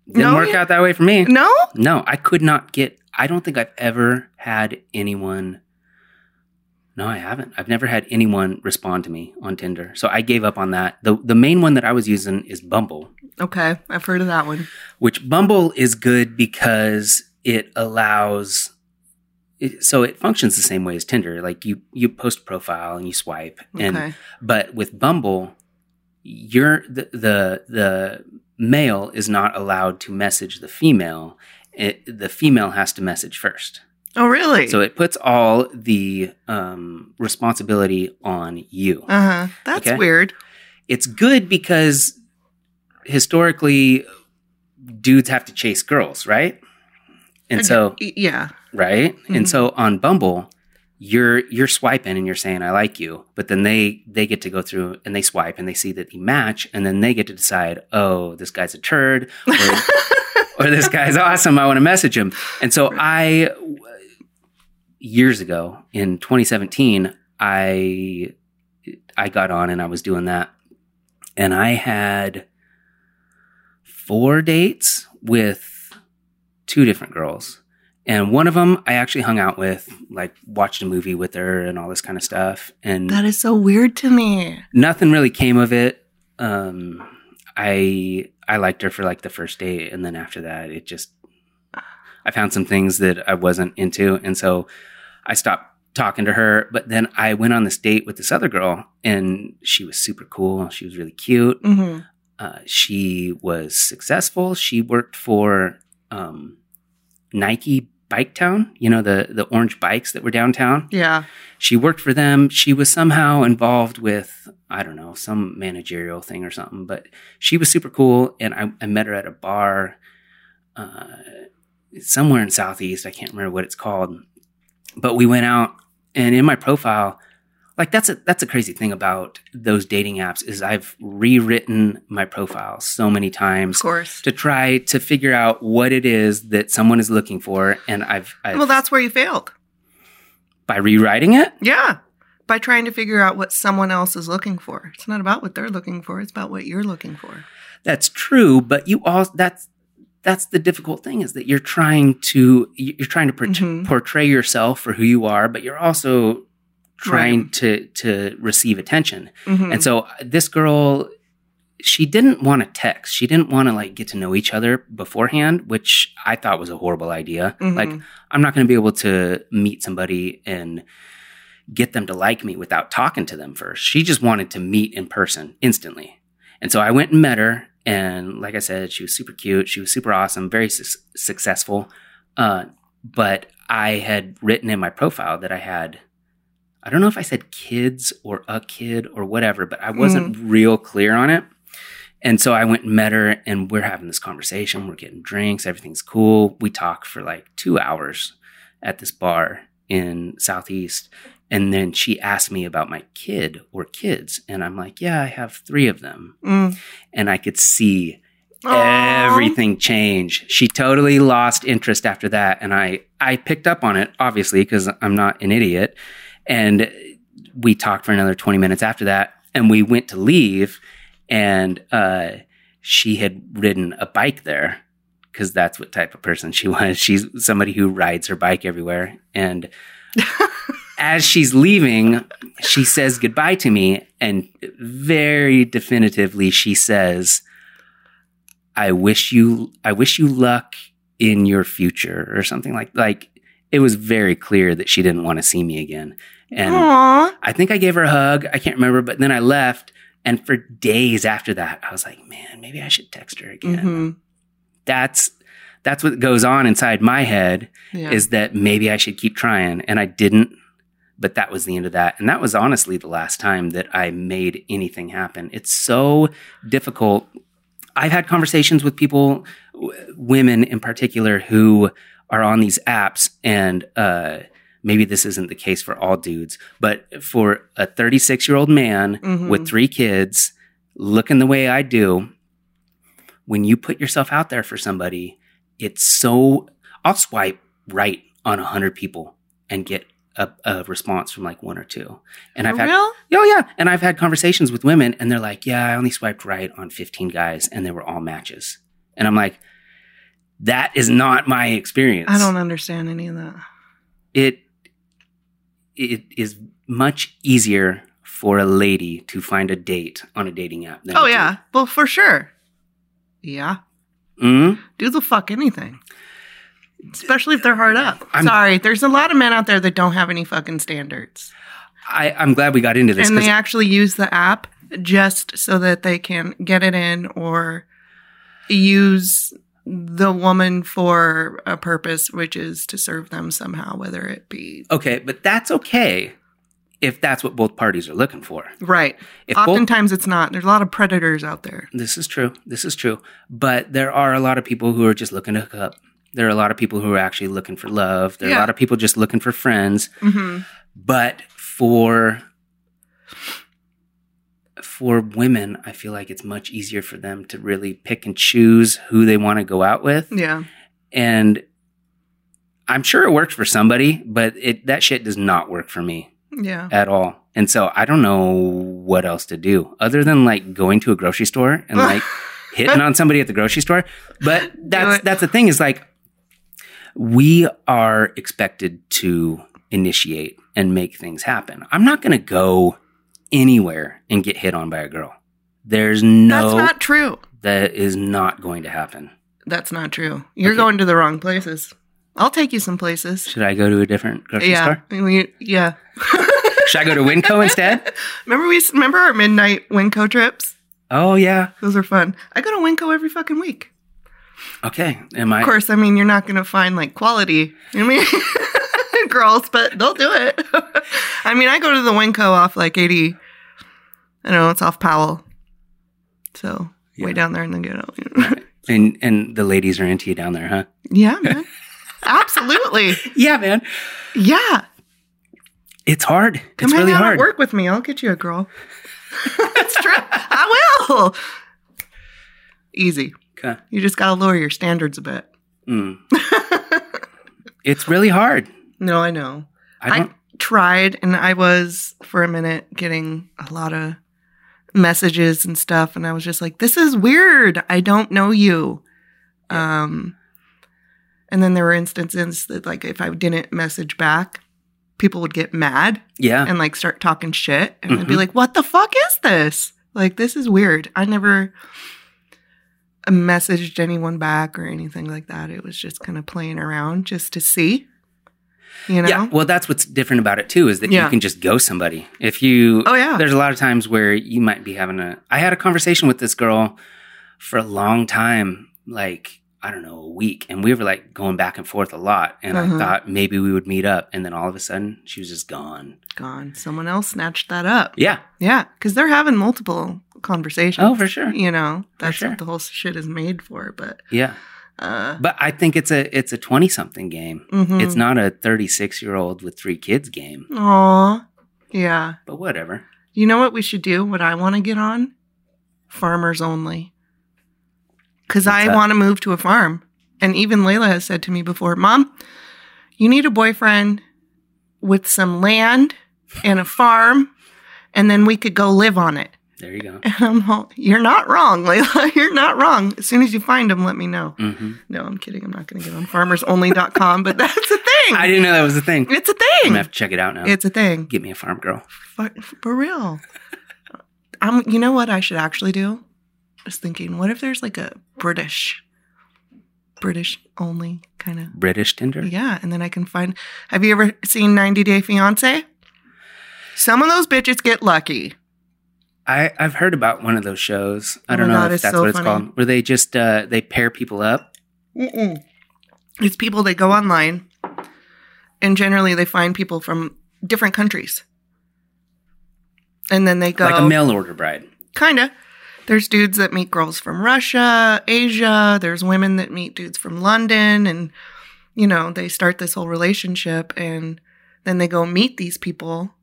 S1: didn't
S2: No,
S1: work
S2: yeah.
S1: out that way for me.
S2: on? No.
S1: No, I could not get. I don't think I've ever had anyone. No, I haven't. I've never had anyone respond to me on Tinder. So I gave up on that. The the main one that I was using is Bumble,
S2: Okay, I've heard of that one.
S1: which Bumble is good because it allows it, so it functions the same way as Tinder. Like you you post a profile and you swipe
S2: Okay.
S1: and but with Bumble, you're the the, the male is not allowed to message the female. It, the female has to message first.
S2: oh really?
S1: So it puts all the um, responsibility on you.
S2: uh huh. That's
S1: Okay.
S2: weird.
S1: It's good because historically, dudes have to chase girls, right? And so,
S2: Y- e, yeah.
S1: right?
S2: Mhm.
S1: And so on Bumble, you're you're swiping and you're saying I like you, but then they they get to go through and they swipe and they see that they match, and then they get to decide, oh, this guy's a turd, or, or this guy's awesome. I want to message him. And so I years ago in 2017, I I got on and I was doing that, and I had four dates with two different girls. And one of them I actually hung out with, like watched a movie with her and all this kind of stuff. And
S2: That is so weird to me.
S1: nothing really came of it. Um, I I liked her for like the first date, and then after that, it just I found some things that I wasn't into, and so I stopped talking to her. But then I went on this date with this other girl, and she was super cool. She was really cute
S2: hmm
S1: uh, she was successful. She worked for um, Nike Bike Town, you know the the orange bikes that were downtown.
S2: Yeah.
S1: She worked for them. She was somehow involved with I don't know some managerial thing or something. But she was super cool, and I, I met her at a bar uh, somewhere in Southeast. I can't remember what it's called, but we went out, and in my profile. Like that's a that's a crazy thing about those dating apps is I've rewritten my profile so many
S2: Of
S1: times
S2: course.
S1: to try to figure out what it is that someone is looking for, and I've, I've
S2: Well, that's where you failed.
S1: by rewriting it.
S2: Yeah. By trying to figure out what someone else is looking for. It's not about what they're looking for, it's about what you're looking for.
S1: That's true, but you all that's that's the difficult thing is that you're trying to you're trying to port-
S2: Mhm.
S1: portray yourself for who you are, but you're also trying to to receive attention.
S2: Mhm.
S1: And so uh, this girl she didn't want to text. She didn't want to like get to know each other beforehand, which I thought was a horrible idea.
S2: Mhm.
S1: Like I'm not going to be able to meet somebody and get them to like me without talking to them first. She just wanted to meet in person instantly. And so I went and met her. And like I said, she was super cute. She was super awesome, very su- successful. Uh, but I had written in my profile that I had, I don't know if I said kids or a kid or whatever, but I wasn't real clear on it. And so I went and met her, and we're having this conversation. We're getting drinks. Everything's cool. We talk for like two hours at this bar in Southeast. And then she asked me about my kid or kids. And I'm like, yeah, I have three of them.
S2: Mm.
S1: And I could see
S2: Aw.
S1: everything change. She totally lost interest after that, and I I picked up on it obviously because I'm not an idiot. And we talked for another 20 minutes after that, and we went to leave, and uh, she had ridden a bike there because that's what type of person she *laughs* was. She's somebody who rides her bike everywhere. And as she's leaving, she says goodbye to me. And very definitively, she says, I wish you, I wish you luck in your future or something like, like it was very clear that she didn't want to see me again. And
S2: Aww.
S1: I think I gave her a hug. I can't remember, but then I left. And for days after that, I was like, man, maybe I should text her again.
S2: Mhm.
S1: That's that's what goes on inside my head
S2: Yeah.
S1: is that maybe I should keep trying. And I didn't, but that was the end of that. And that was honestly the last time that I made anything happen. It's so difficult. I've had conversations with people, w- women in particular, who are on these apps and, uh, Maybe this isn't the case for all dudes, but for a 36 year old man
S2: Mhm.
S1: with three kids looking the way I do, when you put yourself out there for somebody, it's so I'll swipe right on a hundred people and get a, a response from like one or two. And I've
S2: For
S1: had
S2: real?
S1: oh yeah, and I've had conversations with women and they're like, yeah, I only swiped right on fifteen guys and they were all matches. And I'm like, that is not my experience.
S2: I don't understand any of that.
S1: It it is much easier for a lady to find a date on a dating app. Than
S2: Oh
S1: it is-
S2: yeah. Well, for sure. Yeah.
S1: Mhm.
S2: Do the fuck anything. Especially if they're hard up.
S1: I'm-
S2: Sorry, there's a lot of men out there that don't have any fucking standards.
S1: I, I'm glad we got into this
S2: and
S1: because
S2: they actually use the app just so that they can get it in or use the woman for a purpose, which is to serve them somehow, whether it be
S1: okay, but that's okay if that's what both parties are looking for.
S2: right.
S1: If both,
S2: Oftentimes, it's not. There's a lot of predators out there.
S1: this is true, this is true. But there are a lot of people who are just looking to hook up. There are a lot of people who are actually looking for love. There are a
S2: Yeah.
S1: lot of people just looking for friends.
S2: hmm
S1: Mm-hmm. But for for women, I feel like it's much easier for them to really pick and choose who they want to go out with.
S2: Yeah.
S1: And I'm sure it works for somebody, but it that shit does not work for me.
S2: Yeah.
S1: at all. And so I don't know what else to do other than like going to a grocery store
S2: *laughs*
S1: and like hitting on somebody at the grocery store. But that's
S2: it.
S1: that's the thing is like we are expected to initiate and make things happen. I'm not going to go anywhere and get hit on by a girl. There's
S2: That's
S1: no
S2: not true.
S1: that is not going to happen.
S2: That's not true. You're
S1: Okay.
S2: going to the wrong places. I'll take you some places.
S1: Should I go to a different grocery
S2: yeah.
S1: store?
S2: We- yeah.
S1: Should I go to
S2: *laughs*
S1: Winco instead?
S2: Remember we remember our midnight Winco trips?
S1: Oh yeah.
S2: Those are fun. I go to Winco every fucking week.
S1: Okay. Am I
S2: Of course, I mean you're not gonna find like quality. *laughs* I mean girls, but they'll do it. *laughs* I mean I go to the Winco off like eighty I don't know, it's off Powell. So
S1: Yeah.
S2: way down there in the ghetto. *laughs*
S1: and and the ladies are into you down there, huh?
S2: yeah,
S1: *laughs*
S2: man. Absolutely.
S1: Yeah, man.
S2: Yeah.
S1: It's hard.
S2: Come
S1: it's
S2: hang
S1: really
S2: out
S1: hard.
S2: at work with me. I'll get you a girl. *laughs* That's true. I will. Easy.
S1: Okay.
S2: You just gotta lower your standards a bit. *laughs*
S1: Mm. it's really hard.
S2: No, I know.
S1: I
S2: I
S1: don't.
S2: tried and I was for a minute getting a lot of messages and stuff and I was just like this is weird. I don't know you. Um and then there were instances that like if I didn't message back, people would get mad
S1: yeah.
S2: and like start talking shit and I'd be
S1: Mhm.
S2: like what the fuck is this? Like this is weird. I never messaged anyone back or anything like that. It was just kind of playing around just to see. You know?
S1: Yeah. Well, that's what's different about it too is that you
S2: Yeah.
S1: can just go somebody. If you,
S2: Oh yeah.
S1: there's a lot of times where you might be having a. I had a conversation with this girl for a long time, like I don't know, a week, and we were like going back and forth a lot. And I
S2: Uh-huh.
S1: thought maybe we would meet up, and then all of a sudden she was just gone.
S2: gone. Someone else snatched that up.
S1: Yeah.
S2: Yeah, because they're having multiple conversations.
S1: Oh, for sure.
S2: You know, that's
S1: sure.
S2: what the whole shit is made for. But
S1: Yeah.
S2: uh,
S1: But I think it's a it's a twenty something game.
S2: mhm.
S1: It's not a 36 year old with three kids game,
S2: mm-hmm. Aw, yeah.
S1: but whatever.
S2: You know what we should do? What I want to get on? Farmers only. Because
S1: What's
S2: I
S1: that?
S2: want to move to a farm. And even Layla has said to me before, Mom, you need a boyfriend with some land and a farm, and then we could go live on it. *laughs*
S1: There you go.
S2: And I'm all, you're not wrong, Layla. *laughs* You're not wrong. As soon as you find them, let me know.
S1: hmm
S2: No, I'm kidding. I'm not going to get on farmersonly.com, but that's a thing.
S1: I didn't know that was a thing. I'm
S2: It's a
S1: gonna
S2: thing.
S1: have to check it out now.
S2: It's a thing.
S1: Get me a farm girl.
S2: For, for real. I'm, you know what I should actually do? I was thinking, what if there's like a British, British only kind of.
S1: British Tinder.
S2: Yeah. And then I can find. Have you ever seen 90 Day Fiance? Some of those bitches get lucky.
S1: I I've heard about one of those shows. I
S2: Oh
S1: don't
S2: my
S1: know
S2: God,
S1: if
S2: it's
S1: that's
S2: so
S1: what it's
S2: funny.
S1: called. Where they just uh, they pair people up.
S2: Mm-mm. It's people that go online, and generally they find people from different countries, and then they go
S1: Like a mail order bride.
S2: kinda. There's dudes that meet girls from Russia, Asia. There's women that meet dudes from London, and you know they start this whole relationship, and then they go meet these people,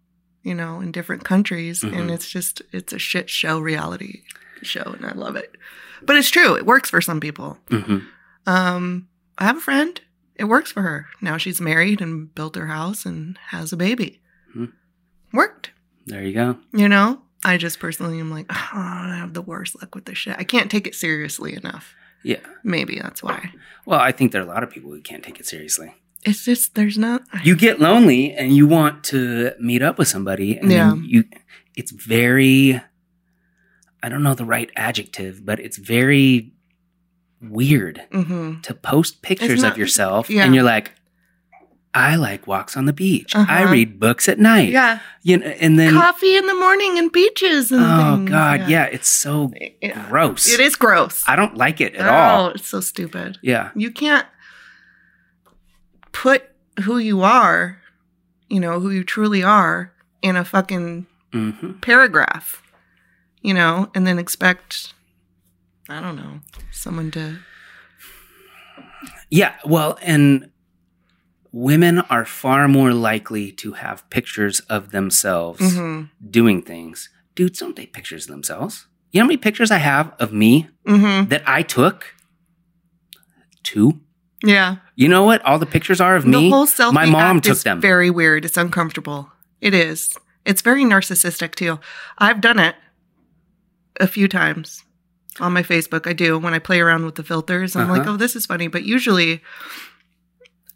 S2: you know, in different countries, and
S1: Mhm.
S2: it's just it's a shit show reality show, and I love it. But it's true; it works for some people.
S1: hmm
S2: Um, I have a friend. It works for her. Now she's married and built her house and has a baby.
S1: Hmm.
S2: Worked.
S1: There you go.
S2: You know, I just personally am like, oh, I have the worst luck with this shit. I can't take it seriously enough.
S1: Yeah.
S2: Maybe that's why.
S1: Well, I think there are a lot of people who can't take it seriously.
S2: It's just there's not.
S1: You get lonely and you want to meet up with somebody, and then
S2: Yeah.
S1: you. It's very. I don't know the right adjective, but it's very weird
S2: hmm
S1: to post pictures
S2: not-
S1: of yourself,
S2: yeah.
S1: and you're like, "I like walks on the beach. I
S2: Uh-huh.
S1: read books at night."
S2: Yeah,
S1: You know, and then
S2: coffee in the morning and beaches and
S1: oh
S2: things.
S1: god, yeah. it's so
S2: Yeah.
S1: gross.
S2: It is gross
S1: I don't like it at
S2: Oh,
S1: all.
S2: it's so stupid.
S1: Yeah,
S2: you can't put who you are, you know, who you truly are in a fucking
S1: hmm
S2: paragraph, you know, and then expect, I don't know, someone to.
S1: yeah. Well, and women are far more likely to have pictures of themselves
S2: Mm
S1: doing things. Dudes don't take pictures of themselves. You know how many pictures I have of me
S2: hmm. Mm
S1: that I took? Two.
S2: hmm. Yeah.
S1: You know what? All the pictures are of me.
S2: the whole selfie
S1: my mom
S2: act
S1: took
S2: is
S1: them.
S2: very weird. It's uncomfortable. It is. It's very narcissistic too. I've done it a few times on my Facebook. I do when I play around with the filters. I'm like,
S1: Uh-huh.
S2: oh, this is funny, but usually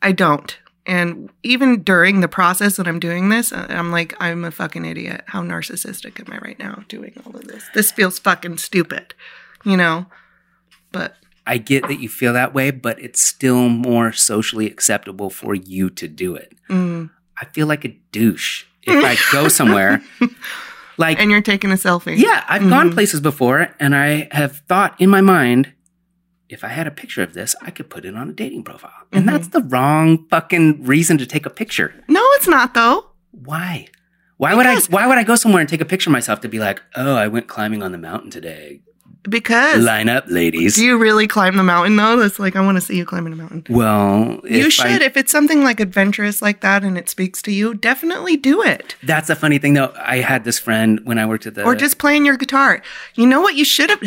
S2: I don't. And even during the process that I'm doing this, I- I'm like, I'm a fucking idiot. How narcissistic am I right now doing all of this? This feels fucking stupid, you know? But
S1: I get that you feel that way, but it's still more socially acceptable for you to do it.
S2: mm.
S1: I feel like a
S2: *laughs*
S1: douche if I go somewhere. Like,
S2: and you're taking a selfie.
S1: yeah, I've gone
S2: Mhm.
S1: places before and I have thought in my mind, if I had a picture of this, I could put it on a dating profile. And
S2: Mhm.
S1: that's the wrong fucking reason to take a picture.
S2: No, it's not though.
S1: Why? Why would I
S2: Because-
S1: why would I go somewhere and take a picture of myself to be like, "Oh, I went climbing on the mountain today.
S2: Because
S1: Line up, ladies."
S2: Do you really climb the mountain though? That's like I want to see you climbing a mountain.
S1: well, if I-
S2: you should. if it's something like adventurous like that and it speaks to you, definitely do it.
S1: That's a funny thing though. I had this friend when I worked at the
S2: or just playing your guitar. You know what? You should have.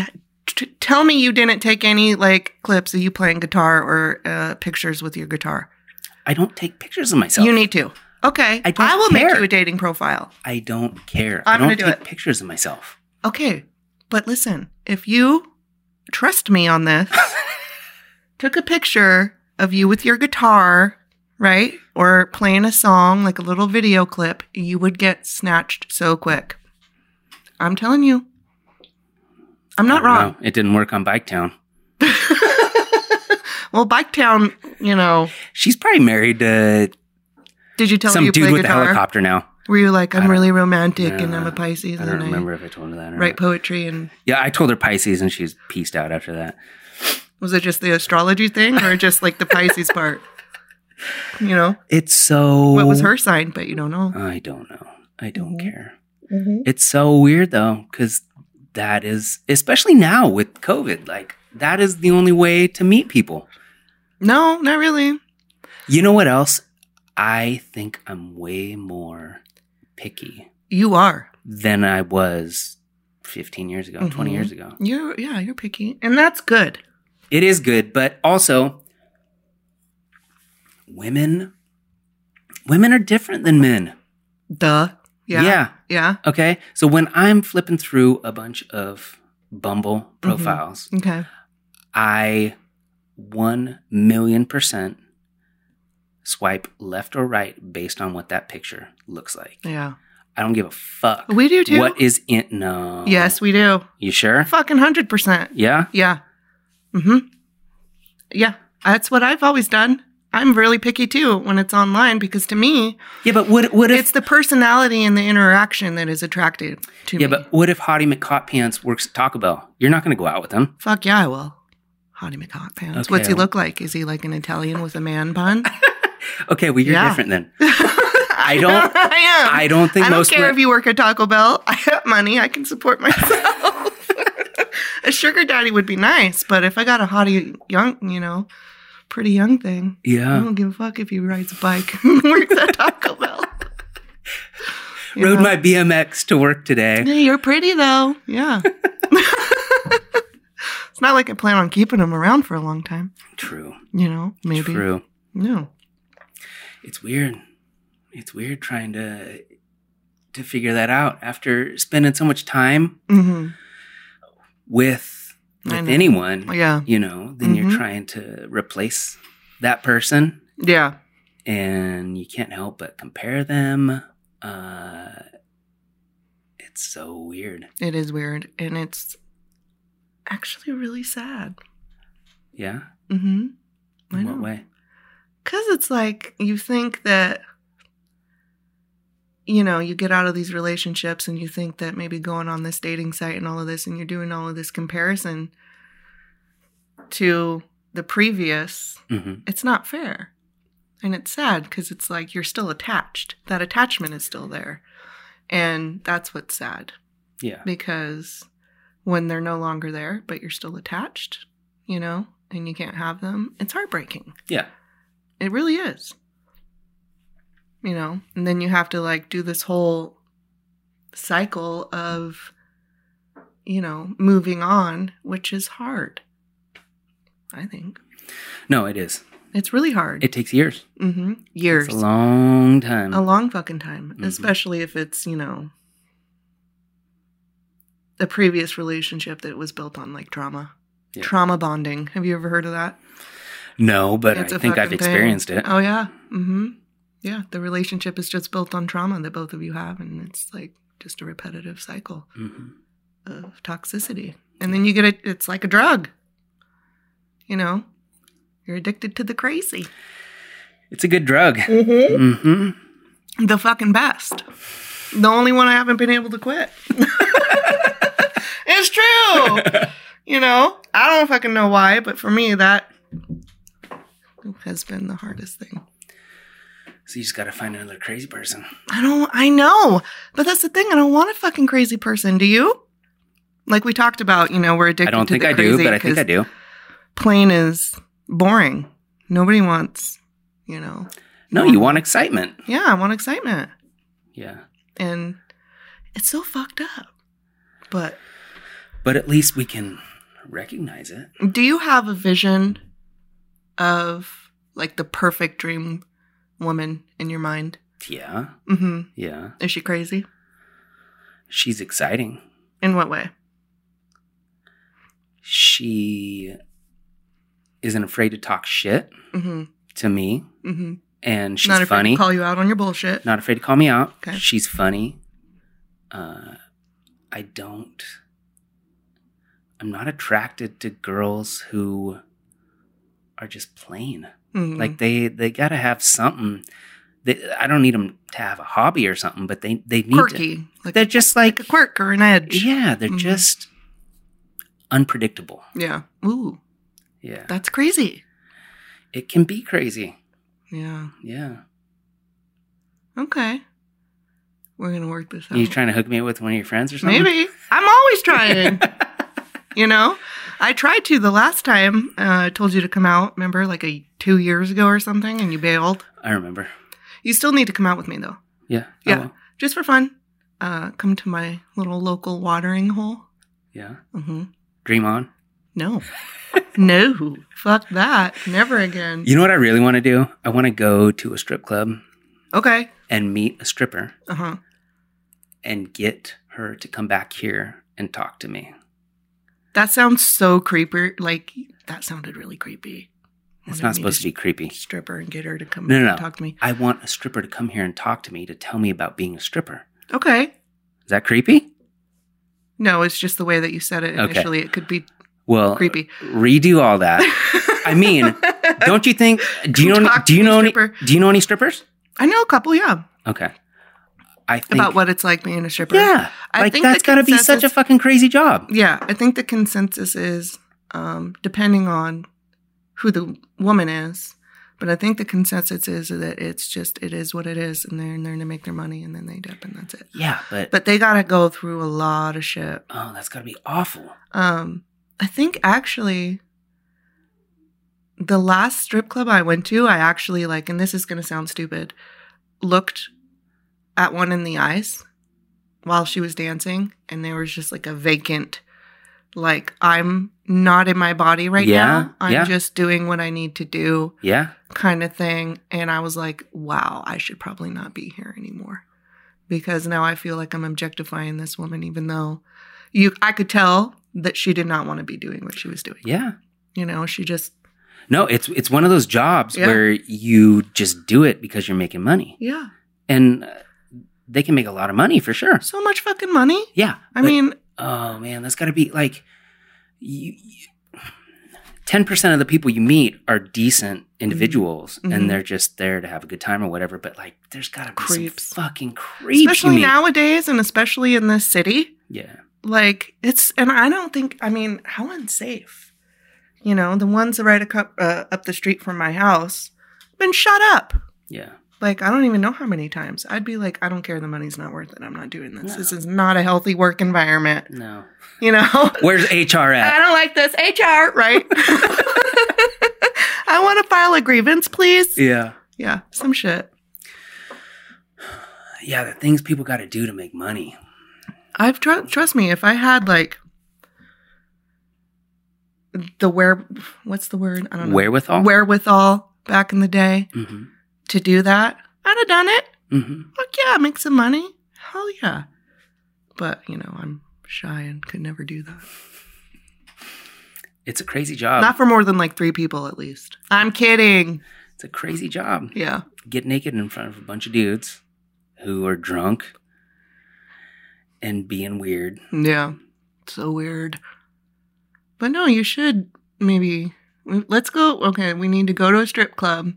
S2: T- tell me you didn't take any like clips of you playing guitar or uh, pictures with your guitar.
S1: I don't take pictures of myself.
S2: You need to. Okay,
S1: I
S2: I,
S1: don't
S2: will
S1: care.
S2: make you a dating profile.
S1: I don't care.
S2: I'm
S1: I do not
S2: gonna do
S1: take
S2: it.
S1: pictures of myself.
S2: Okay, but listen, if you trust me on this, took a picture of you with your guitar, right? Or playing a song, like a little video clip, you would get snatched so quick. I'm telling you. I'm
S1: I don't
S2: not wrong.
S1: know. It didn't work on Bike Town.
S2: *laughs* well, Bike Town, you know,
S1: She's probably married to
S2: did you tell her
S1: some
S2: you
S1: dude
S2: play
S1: with a
S2: guitar?
S1: helicopter now.
S2: Were you like,
S1: I
S2: I'm
S1: don't-
S2: really romantic and
S1: No,
S2: I'm a Pisces
S1: I
S2: and
S1: don't
S2: I
S1: remember if I told her that or
S2: write
S1: not.
S2: poetry and
S1: Yeah, I told her Pisces and she was pieced out after that.
S2: was it just the astrology thing or just like the Pisces part? You know,
S1: It's so.
S2: what was her sign, but you don't know.
S1: I don't know. I don't
S2: Mhm.
S1: care. It's so weird though, because that is, especially now with COVID, like that is the only way to meet people.
S2: No, not really.
S1: You know what else? I think I'm way more picky
S2: You are.
S1: than I was 15 years ago, 20
S2: Mhm.
S1: years ago.
S2: You're yeah, you're picky. And that's good.
S1: It is good, but also women women are different than men.
S2: Duh. Yeah.
S1: Yeah.
S2: Yeah.
S1: Okay. So when I'm flipping through a bunch of Bumble
S2: Mm-hmm.
S1: profiles,
S2: Okay.
S1: I 1 million percent swipe left or right based on what that picture looks like.
S2: Yeah.
S1: I don't give a fuck.
S2: We do too.
S1: What is in? No.
S2: yes, we do.
S1: You sure?
S2: Fucking 100%.
S1: Yeah.
S2: Yeah. Mm-hmm. Yeah. That's what I've always done. I'm really picky too when it's online because to me,
S1: Yeah, but what? What if?
S2: it's the personality and the interaction that is attracted to
S1: yeah,
S2: me.
S1: but what if Hottie McCotpants works at Taco Bell? You're not going to go out with him.
S2: Fuck yeah, I will. Hottie McHot pants.
S1: Okay.
S2: What's he look like? Is he like an Italian with a man bun?
S1: Okay, well you're
S2: Yeah.
S1: different then. *laughs* I don't.
S2: *laughs* I am.
S1: I don't think
S2: I don't
S1: most.
S2: care
S1: wo-
S2: if you work at Taco Bell. *laughs* I have money. I can support myself. *laughs* a sugar daddy would be nice, but if I got a hottie young, you know, pretty young thing, I
S1: yeah,
S2: don't give a fuck if he rides a bike *laughs* and works at Taco Bell.
S1: *laughs*
S2: You
S1: rode
S2: know?
S1: my BMX to work today.
S2: Hey, you're pretty though.
S1: *laughs*
S2: Yeah. *laughs* it's not like I plan on keeping him around for a long time.
S1: True.
S2: You know, maybe.
S1: True.
S2: No.
S1: It's weird. It's weird trying to to figure that out after spending so much time
S2: hmm
S1: with
S2: I
S1: with
S2: know.
S1: anyone.
S2: Yeah.
S1: You know, then
S2: Mhm.
S1: you're trying to replace that person.
S2: Yeah.
S1: and you can't help but compare them. Uh, it's so weird.
S2: It is weird. And it's actually really sad.
S1: Yeah.
S2: Mm-hmm.
S1: In what way?
S2: Because it's like you think that, you know, you get out of these relationships and you think that maybe going on this dating site and all of this and you're doing all of this comparison to the previous,
S1: hmm
S2: it's not fair. And it's sad because it's like you're still attached. That attachment is still there. And that's what's sad
S1: Yeah.
S2: because when they're no longer there, but you're still attached, you know, and you can't have them, it's heartbreaking.
S1: Yeah.
S2: It really is. You know, and then you have to like do this whole cycle of, you know, moving on, which is hard. I think
S1: No, it is.
S2: it's really hard.
S1: It takes years.
S2: hmm Years,
S1: It's a long time.
S2: a long fucking time,
S1: Mhm.
S2: especially if it's you know the previous relationship that was built on like trauma,
S1: Yeah.
S2: trauma bonding. Have you ever heard of that?
S1: no, but I
S2: It's a
S1: think I've
S2: fucking thing.
S1: experienced it.
S2: Oh yeah. Mm-hmm. Yeah. The relationship is just built on trauma that both of you have, and it's like just a repetitive cycle
S1: hmm
S2: of toxicity. And then you get it. It's like a drug. You know, you're addicted to the crazy.
S1: It's a good drug.
S2: Mm-hmm.
S1: hmm
S2: The fucking best. The only one I haven't been able to quit. it's true. You know, I don't fucking know why, but for me, that has been the hardest thing.
S1: So you just got to find another crazy person.
S2: I don't, I know, but that's the thing. I don't want a fucking crazy person. Do you? Like we talked about, you know, we're addicted
S1: I don't
S2: to
S1: think
S2: the
S1: I do,
S2: crazy
S1: but I think I
S2: 'cause
S1: do.
S2: Plain is boring. Nobody wants, you know.
S1: No, you want excitement.
S2: Yeah, I want excitement.
S1: Yeah.
S2: And it's so fucked up. But
S1: But at least we can recognize it.
S2: Do you have a vision of like the perfect dream woman in your mind?
S1: Yeah.
S2: hmm
S1: Yeah.
S2: Is she crazy?
S1: She's exciting.
S2: In what way?
S1: she isn't afraid to talk shit
S2: hmm
S1: to me
S2: hmm
S1: and she's
S2: Not afraid
S1: funny
S2: to call you out on your bullshit.
S1: not afraid to call me out
S2: Okay.
S1: she's funny uh, i don't i'm not attracted to girls who are just plain
S2: Mhm.
S1: like they they gotta have something they, i don't need them to have a hobby or something but they they need to
S2: quirky, like,
S1: they're just like
S2: like a quirk or an edge.
S1: yeah they're
S2: Mhm.
S1: just unpredictable
S2: Yeah. Ooh,
S1: yeah
S2: that's crazy.
S1: it can be crazy
S2: Yeah.
S1: yeah
S2: Okay. We're gonna work this out.
S1: Are you trying to hook me with one of your friends or something?
S2: Maybe I'm always trying. *laughs* you know, I tried to the last time uh, I told you to come out. Remember, like a two years ago or something, and you bailed.
S1: *laughs* I remember.
S2: You still need to come out with me though,
S1: Yeah. Oh,
S2: Yeah.
S1: well.
S2: just for fun. Uh, come to my little local watering hole.
S1: yeah.
S2: Mm-hmm.
S1: Dream on. *laughs*
S2: No, no, fuck that, never again.
S1: You know what I really want to do? I want to go to a strip club
S2: Okay,
S1: and meet a stripper
S2: uh huh.
S1: and get her to come back here and talk to me.
S2: That sounds so creeper. Like that sounded really creepy.
S1: It's not supposed to be creepy.
S2: strip her and get her to come
S1: No, no, no.
S2: talk to me.
S1: I want a stripper to come here and talk to me to tell me about being a stripper.
S2: Okay.
S1: Is that creepy?
S2: No, it's just the way that you said it
S1: Okay.
S2: initially. It could be
S1: Well,
S2: creepy.
S1: redo all that.
S2: *laughs*
S1: I mean, Don't you think? Do you know? Any,
S2: Talk
S1: do you
S2: to
S1: know
S2: me,
S1: any?
S2: stripper.
S1: Do you know any strippers?
S2: I know a couple, yeah,
S1: Okay. I think
S2: about what it's like being a stripper.
S1: Yeah,
S2: I
S1: like
S2: think
S1: that's
S2: the
S1: got to be such a
S2: consensus-
S1: fucking crazy job.
S2: Yeah, I think the consensus is um, depending on who the woman is, but I think the consensus is that it's just it is what it is, and they're there to make their money, and then they dip, and that's it.
S1: Yeah, but,
S2: But they gotta go through a lot of shit.
S1: oh, that's got to be awful.
S2: Um, I think actually, the last strip club I went to, I actually like, and this is gonna sound stupid, looked at one in the eyes while she was dancing, and there was just like a vacant, like I'm not in my body right
S1: Yeah,
S2: now. I'm
S1: yeah.
S2: just doing what I need to do,
S1: Yeah,
S2: kind of thing. And I was like, wow, I should probably not be here anymore because now I feel like I'm objectifying this woman, even though you, I could tell that she did not want to be doing what she was doing.
S1: yeah.
S2: You know, she just,
S1: No, it's it's one of those jobs
S2: Yeah.
S1: where you just do it because you're making money,
S2: yeah,
S1: and uh, they can make a lot of money for sure.
S2: so much fucking money.
S1: Yeah,
S2: I
S1: but-
S2: mean,
S1: oh man, that's got to be like, ten percent of the people you meet are decent individuals,
S2: Mhm.
S1: and they're just there to have a good time or whatever. But like, there's got to be
S2: Creeps.
S1: some fucking creeps. you
S2: especially
S1: meet.
S2: nowadays and especially in this city,
S1: Yeah.
S2: like it's, and I don't think, I mean, how unsafe. You know, the ones right a cup, uh, up the street from my house been shut up.
S1: Yeah.
S2: Like, I don't even know how many times. I'd be like, I don't care. The money's not worth it. I'm not doing this.
S1: No.
S2: This is not a healthy work environment. *laughs*
S1: No.
S2: You know?
S1: Where's HR
S2: I
S1: at?
S2: don't like this. HR, right? *laughs* I want to file a grievance, please.
S1: Yeah.
S2: Yeah, some shit.
S1: Yeah, the things people got to do to make money.
S2: I've, tr- trust me, if I had like the where, what's the word? I don't know.
S1: Wherewithal?
S2: Wherewithal back in the day
S1: Mm-hmm.
S2: to do that, I'd have done it.
S1: Mm-hmm.
S2: Fuck yeah, make some money. Hell yeah. But, you know, I'm shy and could never do that.
S1: It's a crazy job.
S2: Not for more than like three people at least. I'm kidding.
S1: it's a crazy job.
S2: Yeah.
S1: Get naked in front of a bunch of dudes who are drunk and being weird.
S2: Yeah. So weird. But no, you should maybe. Let's go. Okay, we need to go to a strip club,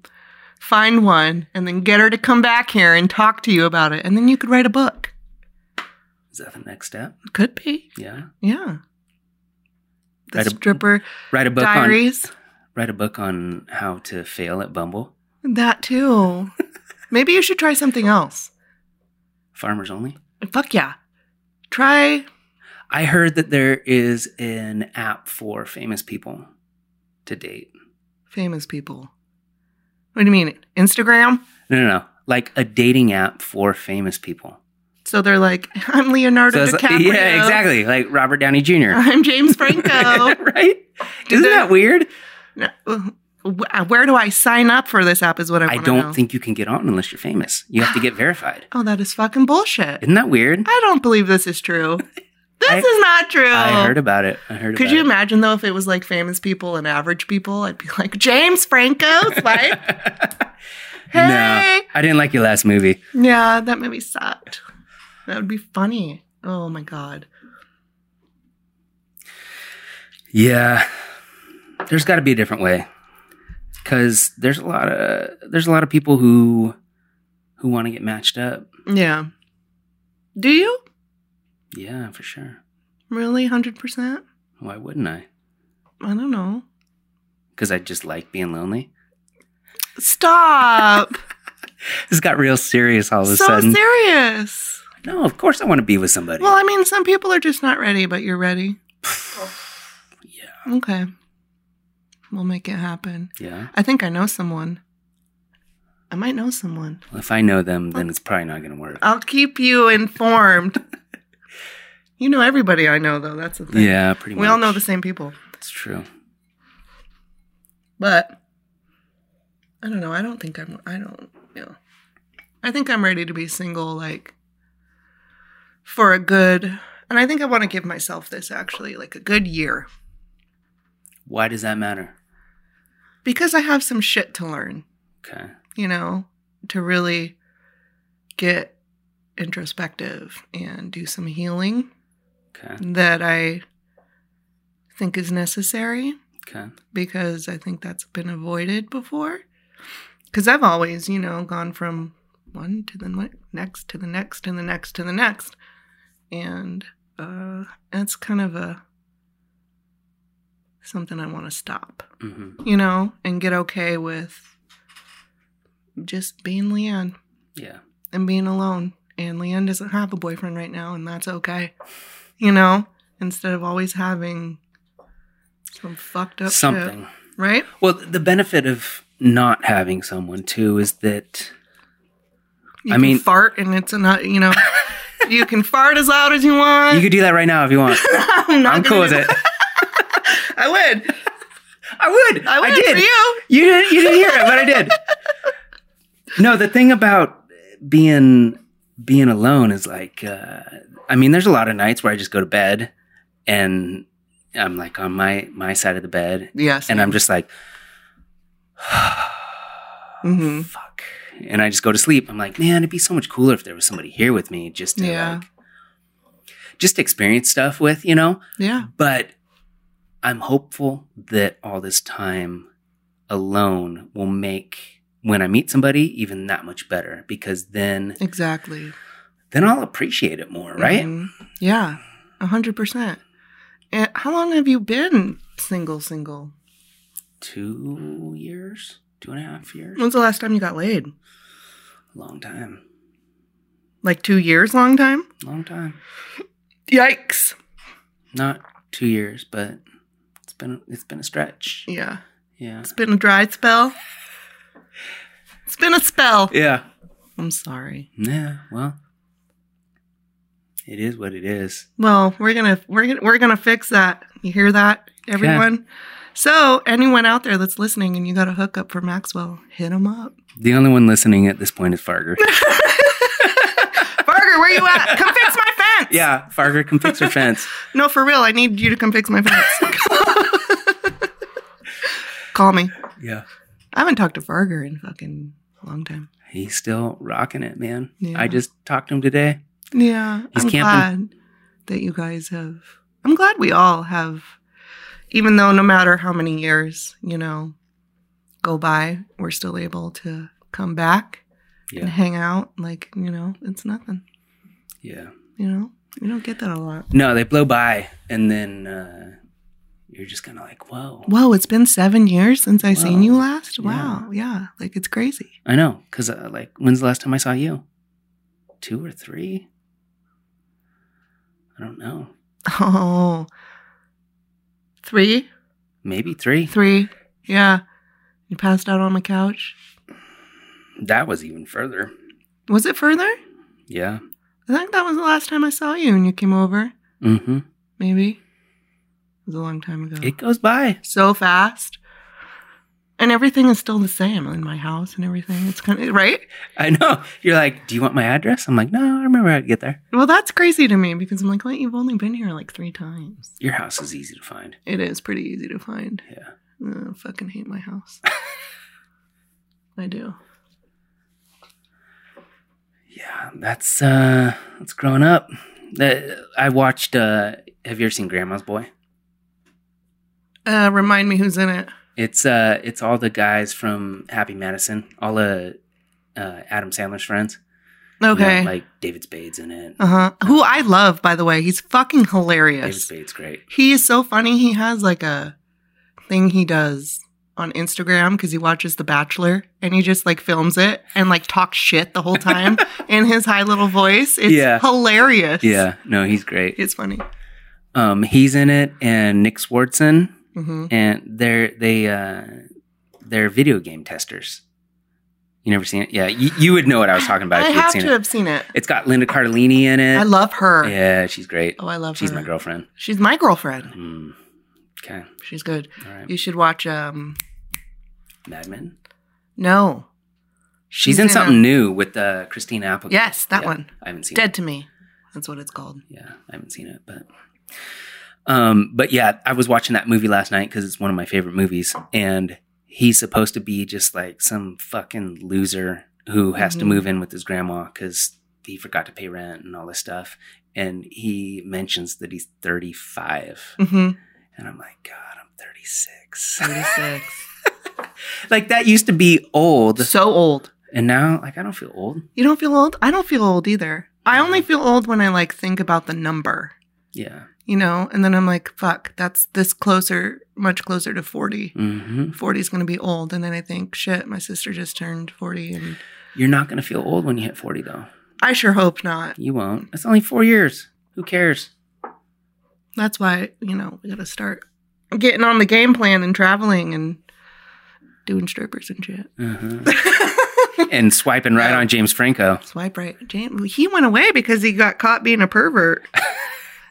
S2: find one, and then get her to come back here and talk to you about it. And then you could write a book.
S1: Is that the next step?
S2: Could be.
S1: Yeah.
S2: Yeah. The
S1: Write a-
S2: stripper
S1: Write a book on
S2: diaries.
S1: write a book on how to fail at Bumble.
S2: That
S1: *laughs*
S2: too. Maybe you should try something else.
S1: Farmers only.
S2: Fuck yeah. Try.
S1: I heard that there is an app for famous people to date.
S2: famous people. What do you mean? Instagram?
S1: No, no, no. Like a dating app for famous people.
S2: So they're like, *laughs* I'm Leonardo
S1: So it's like- *laughs*
S2: DiCaprio.
S1: yeah, exactly. Like Robert Downey Jr.
S2: *laughs* I'm James Franco.
S1: *laughs* right? Isn't
S2: They're-
S1: that weird?
S2: No, uh, wh- Where do I sign up for this app? Is what I
S1: I
S2: want
S1: don't think you can get on unless you're famous. You have to
S2: *sighs*
S1: get verified.
S2: Oh, that is fucking bullshit.
S1: Isn't that weird?
S2: I don't believe this
S1: *laughs*
S2: is true. This
S1: I-
S2: is not true.
S1: I heard about it. I heard
S2: Could
S1: about
S2: you
S1: it.
S2: imagine though if it was like famous people and average people? I'd be like,
S1: *laughs*
S2: James Franco's wife.
S1: No,
S2: Hey,
S1: I didn't like your last movie.
S2: yeah, that movie sucked. That would be funny. Oh my god.
S1: Yeah, there's got to be a different way, because there's a lot of there's a lot of people who who want to get matched up.
S2: Yeah. Do you?
S1: Yeah, for sure.
S2: Really? 100%?
S1: Why wouldn't I?
S2: I don't know.
S1: Because I just like being lonely.
S2: Stop.
S1: This got real serious *laughs* all of a
S2: so
S1: sudden.
S2: serious.
S1: no, of course I want to be with somebody.
S2: Well, I mean, some people are just not ready, but you're ready.
S1: *sighs* yeah,
S2: Okay. We'll make it happen.
S1: yeah.
S2: I think I know someone. I might know someone.
S1: Well, if I know them, then it's probably not going to work.
S2: I'll keep
S1: *laughs*
S2: you informed. you know everybody I know, though. That's the thing.
S1: Yeah, pretty much.
S2: We all know the same people.
S1: It's true.
S2: But I don't know. I don't think I'm. I don't. You know. I think I'm ready to be single, like for a good, and I think I want to give myself this actually, like a good year
S1: Why does that matter?
S2: because I have some shit to learn,
S1: Okay.
S2: you know, to really get introspective and do some healing
S1: Okay.
S2: that I think is necessary.
S1: Okay.
S2: because I think that's been avoided before. Because I've always, you know, gone from one to the ne- next to the next and the next to the next. And uh, that's kind of a something I want to stop,
S1: hmm
S2: you know, and get okay with just being Leanne
S1: Yeah.
S2: and being alone. And Leanne doesn't have a boyfriend right now, and that's okay, you know, instead of always having some fucked up shit,
S1: Something.
S2: right?
S1: Well, th- the benefit of not having someone too is that
S2: You
S1: I
S2: can
S1: mean-
S2: fart and it's not, you
S1: *laughs*
S2: know, you can fart as loud as you want.
S1: you could do that right now if you
S2: *laughs*
S1: want.
S2: I'm, not
S1: I'm
S2: gonna
S1: cool with
S2: do
S1: it.
S2: that. I would.
S1: *laughs* I would.
S2: I would
S1: did.
S2: for you.
S1: You didn't, you didn't hear it, but I
S2: *laughs*
S1: did. No, the thing about being being alone is like, uh, I mean, there's a lot of nights where I just go to bed and I'm like on my my side of the bed,
S2: Yes.
S1: and I'm just like,
S2: hmm
S1: fuck, and I just go to sleep. I'm like, man, it'd be so much cooler if there was somebody here with me, just to
S2: Yeah.
S1: like, just experience stuff with, you know.
S2: Yeah.
S1: But I'm hopeful that all this time alone will make when I meet somebody even that much better because then
S2: Exactly.
S1: then I'll appreciate it more, right?
S2: Mhm. Yeah. A hundred percent. And how long have you been single? Single.
S1: Two years, two and a half years,
S2: When's the last time you got laid?
S1: long time,
S2: Like two years? Long time?
S1: long time.
S2: Yikes.
S1: Not two years, but it's been it's been a stretch.
S2: Yeah.
S1: Yeah,
S2: It's been a dry spell. It's been a spell.
S1: yeah,
S2: I'm sorry.
S1: yeah. Well, it is what it is.
S2: Well, we're gonna we're gonna we're gonna fix that. You hear that, everyone? So, anyone out there that's listening and you got a hookup for Maxwell, hit him up.
S1: The only one listening at this point is *laughs* Farger.
S2: Barger, where you at? Come fix my fence.
S1: yeah, Farger can fix her fence.
S2: No, for real. I need you to come fix my fence. Call me.
S1: *laughs* Yeah.
S2: I haven't talked to Farger in fucking a long time.
S1: He's still rocking it, man.
S2: Yeah.
S1: I just talked to him today.
S2: Yeah,
S1: He's
S2: I'm
S1: camping.
S2: glad that you guys have. I'm glad we all have, even though no matter how many years you know go by, we're still able to come back and
S1: Yeah.
S2: hang out. Like you know, it's nothing.
S1: Yeah.
S2: You know, you don't get that a lot.
S1: No, they blow by and then uh, you're just kind of like, whoa.
S2: Whoa, it's been seven years since I seen
S1: Wow.
S2: you last.
S1: Yeah.
S2: Wow, yeah, like it's crazy. *laughs*
S1: I know. Because, uh, like, when's the last time I saw you? Two or three? I don't know.
S2: Oh, three,
S1: Maybe three.
S2: three, yeah. You passed out on my couch.
S1: That was even further.
S2: Was it further?
S1: Yeah.
S2: I think that was the last time I saw you and you came over.
S1: Mm-hmm.
S2: Maybe it was a long time ago.
S1: It goes by.
S2: so fast, and everything is still the same in my house and everything. It's kind of right.
S1: I know. *laughs* You're like, do you want my address? I'm like, no, I remember how to get there.
S2: Well, that's crazy to me because I'm like, wait, you've only been here like three times.
S1: Your house is easy to find.
S2: It is pretty easy to find.
S1: Yeah.
S2: Uh, I fucking hate my house. I do.
S1: Yeah, that's uh that's growing up. Uh, I watched uh have you ever seen Grandma's Boy?
S2: Uh, remind me who's in it.
S1: It's uh it's all the guys from Happy Madison, all the uh Adam Sandler's friends. You know,
S2: Okay.
S1: like David Spade's in it.
S2: uh huh. Who I love, by the way. He's fucking
S1: David
S2: hilarious.
S1: Spade's
S2: *laughs*
S1: great.
S2: He is so funny. He has like a thing he does on Instagram because he watches The Bachelor and he just like films it and like talks shit the
S1: *laughs*
S2: whole time in his high little voice. It's
S1: Yeah.
S2: hilarious.
S1: Yeah, no, he's great.
S2: It's funny.
S1: Um he's in it and Nick Swartzen
S2: hmm
S1: and they're they uh they're video game testers. You never seen it? Yeah, you, you would know what I was talking about
S2: I
S1: if you had
S2: have
S1: seen
S2: to
S1: it.
S2: have seen it.
S1: It's got Linda Cardellini in it.
S2: I love her.
S1: yeah, she's great.
S2: Oh, I love
S1: She's
S2: her.
S1: my girlfriend.
S2: She's my girlfriend.
S1: Mm. Okay.
S2: She's good.
S1: All right.
S2: You should watch. um
S1: Mad Men.
S2: No.
S1: She's,
S2: She's
S1: in,
S2: in
S1: something new with uh, Christina Applegate.
S2: Yes, that
S1: Yeah,
S2: one.
S1: I haven't seen
S2: Dead to me.
S1: it.
S2: That's what it's called.
S1: Yeah, I haven't seen it, but um, but yeah, I was watching that movie last night because it's one of my favorite movies, and he's supposed to be just like some fucking loser who has to
S2: Mhm.
S1: move in with his grandma because he forgot to pay rent and all this stuff, and he mentions that he's thirty five,
S2: Mm-hmm.
S1: *laughs* and I'm like, God, I'm thirty six.
S2: 36.
S1: *laughs* like that used to be old,
S2: so old.
S1: and now like I don't feel old.
S2: You don't feel old? I don't feel old either. I only feel old when I like think about the number,
S1: Yeah.
S2: you know, and then I'm like, fuck, that's this closer, much closer to 40.
S1: hmm
S2: 40 is going to be old. And then I think, shit, my sister just turned 40. And
S1: You're not gonna feel old when you hit forty though.
S2: I sure hope not.
S1: You won't. It's only four years. Who cares?
S2: That's why, you know, we got to start getting on the game plan and traveling and doing strippers and
S1: *laughs*
S2: shit.
S1: Uh-huh. and swiping right on James Franco.
S2: Swipe right. James, he went away because he got caught being a pervert.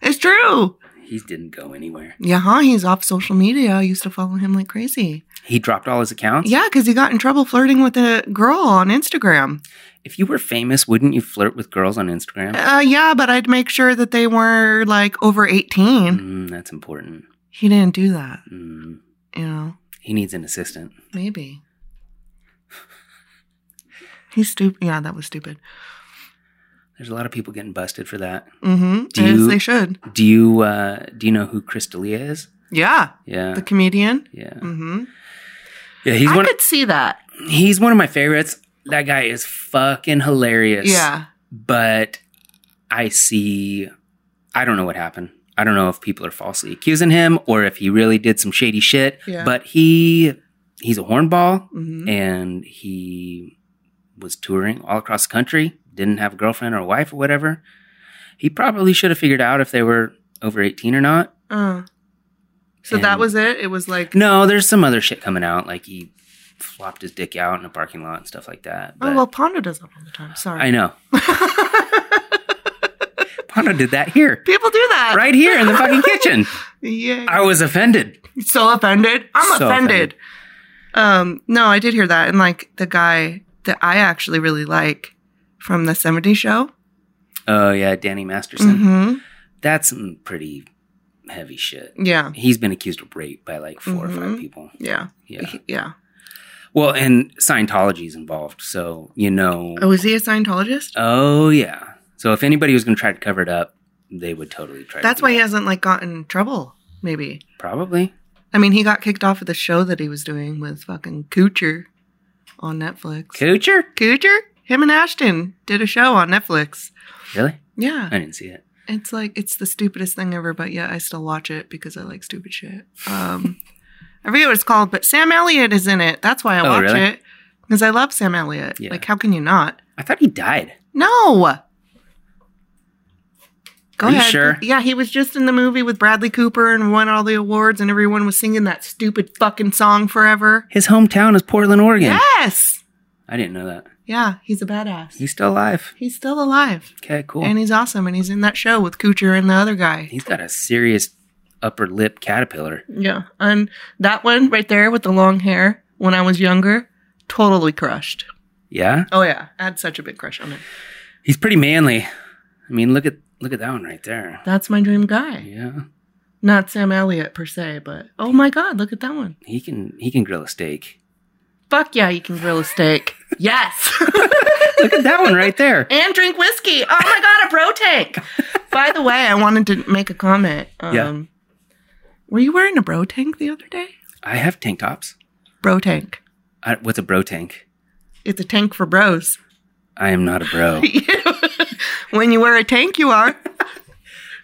S2: it's true.
S1: He didn't go anywhere.
S2: Yeah, huh? He's off social media. I used to follow him like crazy.
S1: He dropped all his accounts.
S2: Yeah, because he got in trouble flirting with a girl on Instagram.
S1: If you were famous, wouldn't you flirt with girls on Instagram?
S2: Uh, yeah, but I'd make sure that they were like over 18.
S1: Mm, that's important.
S2: He didn't do that,
S1: Mm,
S2: you know?
S1: he needs an assistant.
S2: Maybe. He's stupid. Yeah, that was stupid.
S1: There's a lot of people getting busted for that.
S2: Mm hmm.
S1: Do
S2: As
S1: you-
S2: they should.
S1: Do you uh, do you know who Chris D'Elia is?
S2: Yeah.
S1: Yeah,
S2: The comedian.
S1: yeah,
S2: Mm hmm.
S1: yeah. He's
S2: I
S1: one.
S2: could see that.
S1: he's one of my favorites. That guy is fucking hilarious.
S2: Yeah.
S1: but I see. I don't know what happened. I don't know if people are falsely accusing him or if he really did some shady shit.
S2: Yeah.
S1: But he he's a hornball
S2: Mm
S1: and he was touring all across the country. Didn't have a girlfriend or a wife or whatever. He probably should have figured out if they were over eighteen or not.
S2: hmm. Uh. So
S1: And-
S2: that was it? It was like, oh,
S1: No, there's some other shit coming out. Like he flopped his dick out in a parking lot and stuff like that. But
S2: oh, well, Pondo does that all the time.
S1: I
S2: Sorry.
S1: know.
S2: *laughs*
S1: Pano did that here,
S2: People do that.
S1: right here in the fucking kitchen.
S2: *laughs* Yeah.
S1: I was offended.
S2: so offended. I'm
S1: So
S2: offended. Um, no, I did hear that. And like the guy that I actually really like from the 70s show.
S1: Oh yeah, Danny Masterson.
S2: Mm-hmm.
S1: That's some pretty heavy shit.
S2: Yeah.
S1: He's been accused of rape by like 4 or five
S2: Mhm.
S1: people.
S2: Yeah.
S1: Yeah.
S2: He- Yeah.
S1: Well, and Scientology's involved, so you know.
S2: Oh, is he a Scientologist?
S1: Oh yeah. So if anybody was going to try to cover it up, they would totally try.
S2: That's
S1: to do
S2: why he
S1: that.
S2: hasn't like gotten in trouble, maybe.
S1: Probably.
S2: I mean, he got kicked off of the show that he was doing with fucking Coocher on Netflix.
S1: Coocher?
S2: Coocher? Him and Ashton did a show on Netflix.
S1: Really?
S2: Yeah.
S1: I didn't see it.
S2: It's like it's the stupidest thing ever, but yeah, I still watch it because I like stupid shit. Um, I forget what it's called, but Sam Elliott is in it. That's why I
S1: Oh,
S2: watch
S1: really?
S2: it because I love Sam Elliott.
S1: Yeah.
S2: Like, how can you not?
S1: I thought he died.
S2: No. Go
S1: Are you
S2: ahead.
S1: sure?
S2: Yeah, he was just in the movie with Bradley Cooper and won all the awards, and everyone was singing that stupid fucking song forever.
S1: His hometown is Portland, Oregon.
S2: Yes.
S1: I didn't know that.
S2: Yeah, he's a badass.
S1: He's still alive.
S2: He's still alive,
S1: Okay, cool.
S2: and he's awesome, and he's in that show with Coocher and the other guy.
S1: he's got a serious upper lip caterpillar.
S2: Yeah. And that one right there with the long hair when I was younger, totally crushed.
S1: Yeah.
S2: Oh, yeah. I had such a big crush on him.
S1: He's pretty manly. I mean, look at look at that one right there.
S2: That's my dream guy.
S1: Yeah,
S2: Not Sam Elliott per se, but oh my God, look at that one.
S1: he can he can grill a steak.
S2: Fuck yeah, you can grill a steak. *laughs* yes.
S1: Look at that one right
S2: *laughs*
S1: there.
S2: and drink whiskey. Oh my God, a bro tank. By the way, I wanted to make a comment. Um,
S1: Yeah.
S2: Were you wearing a bro tank the other day?
S1: I have tank tops.
S2: Bro tank.
S1: I, what's a bro tank?
S2: It's a tank for bros. *laughs*
S1: I am not a bro.
S2: when you wear a tank, you are.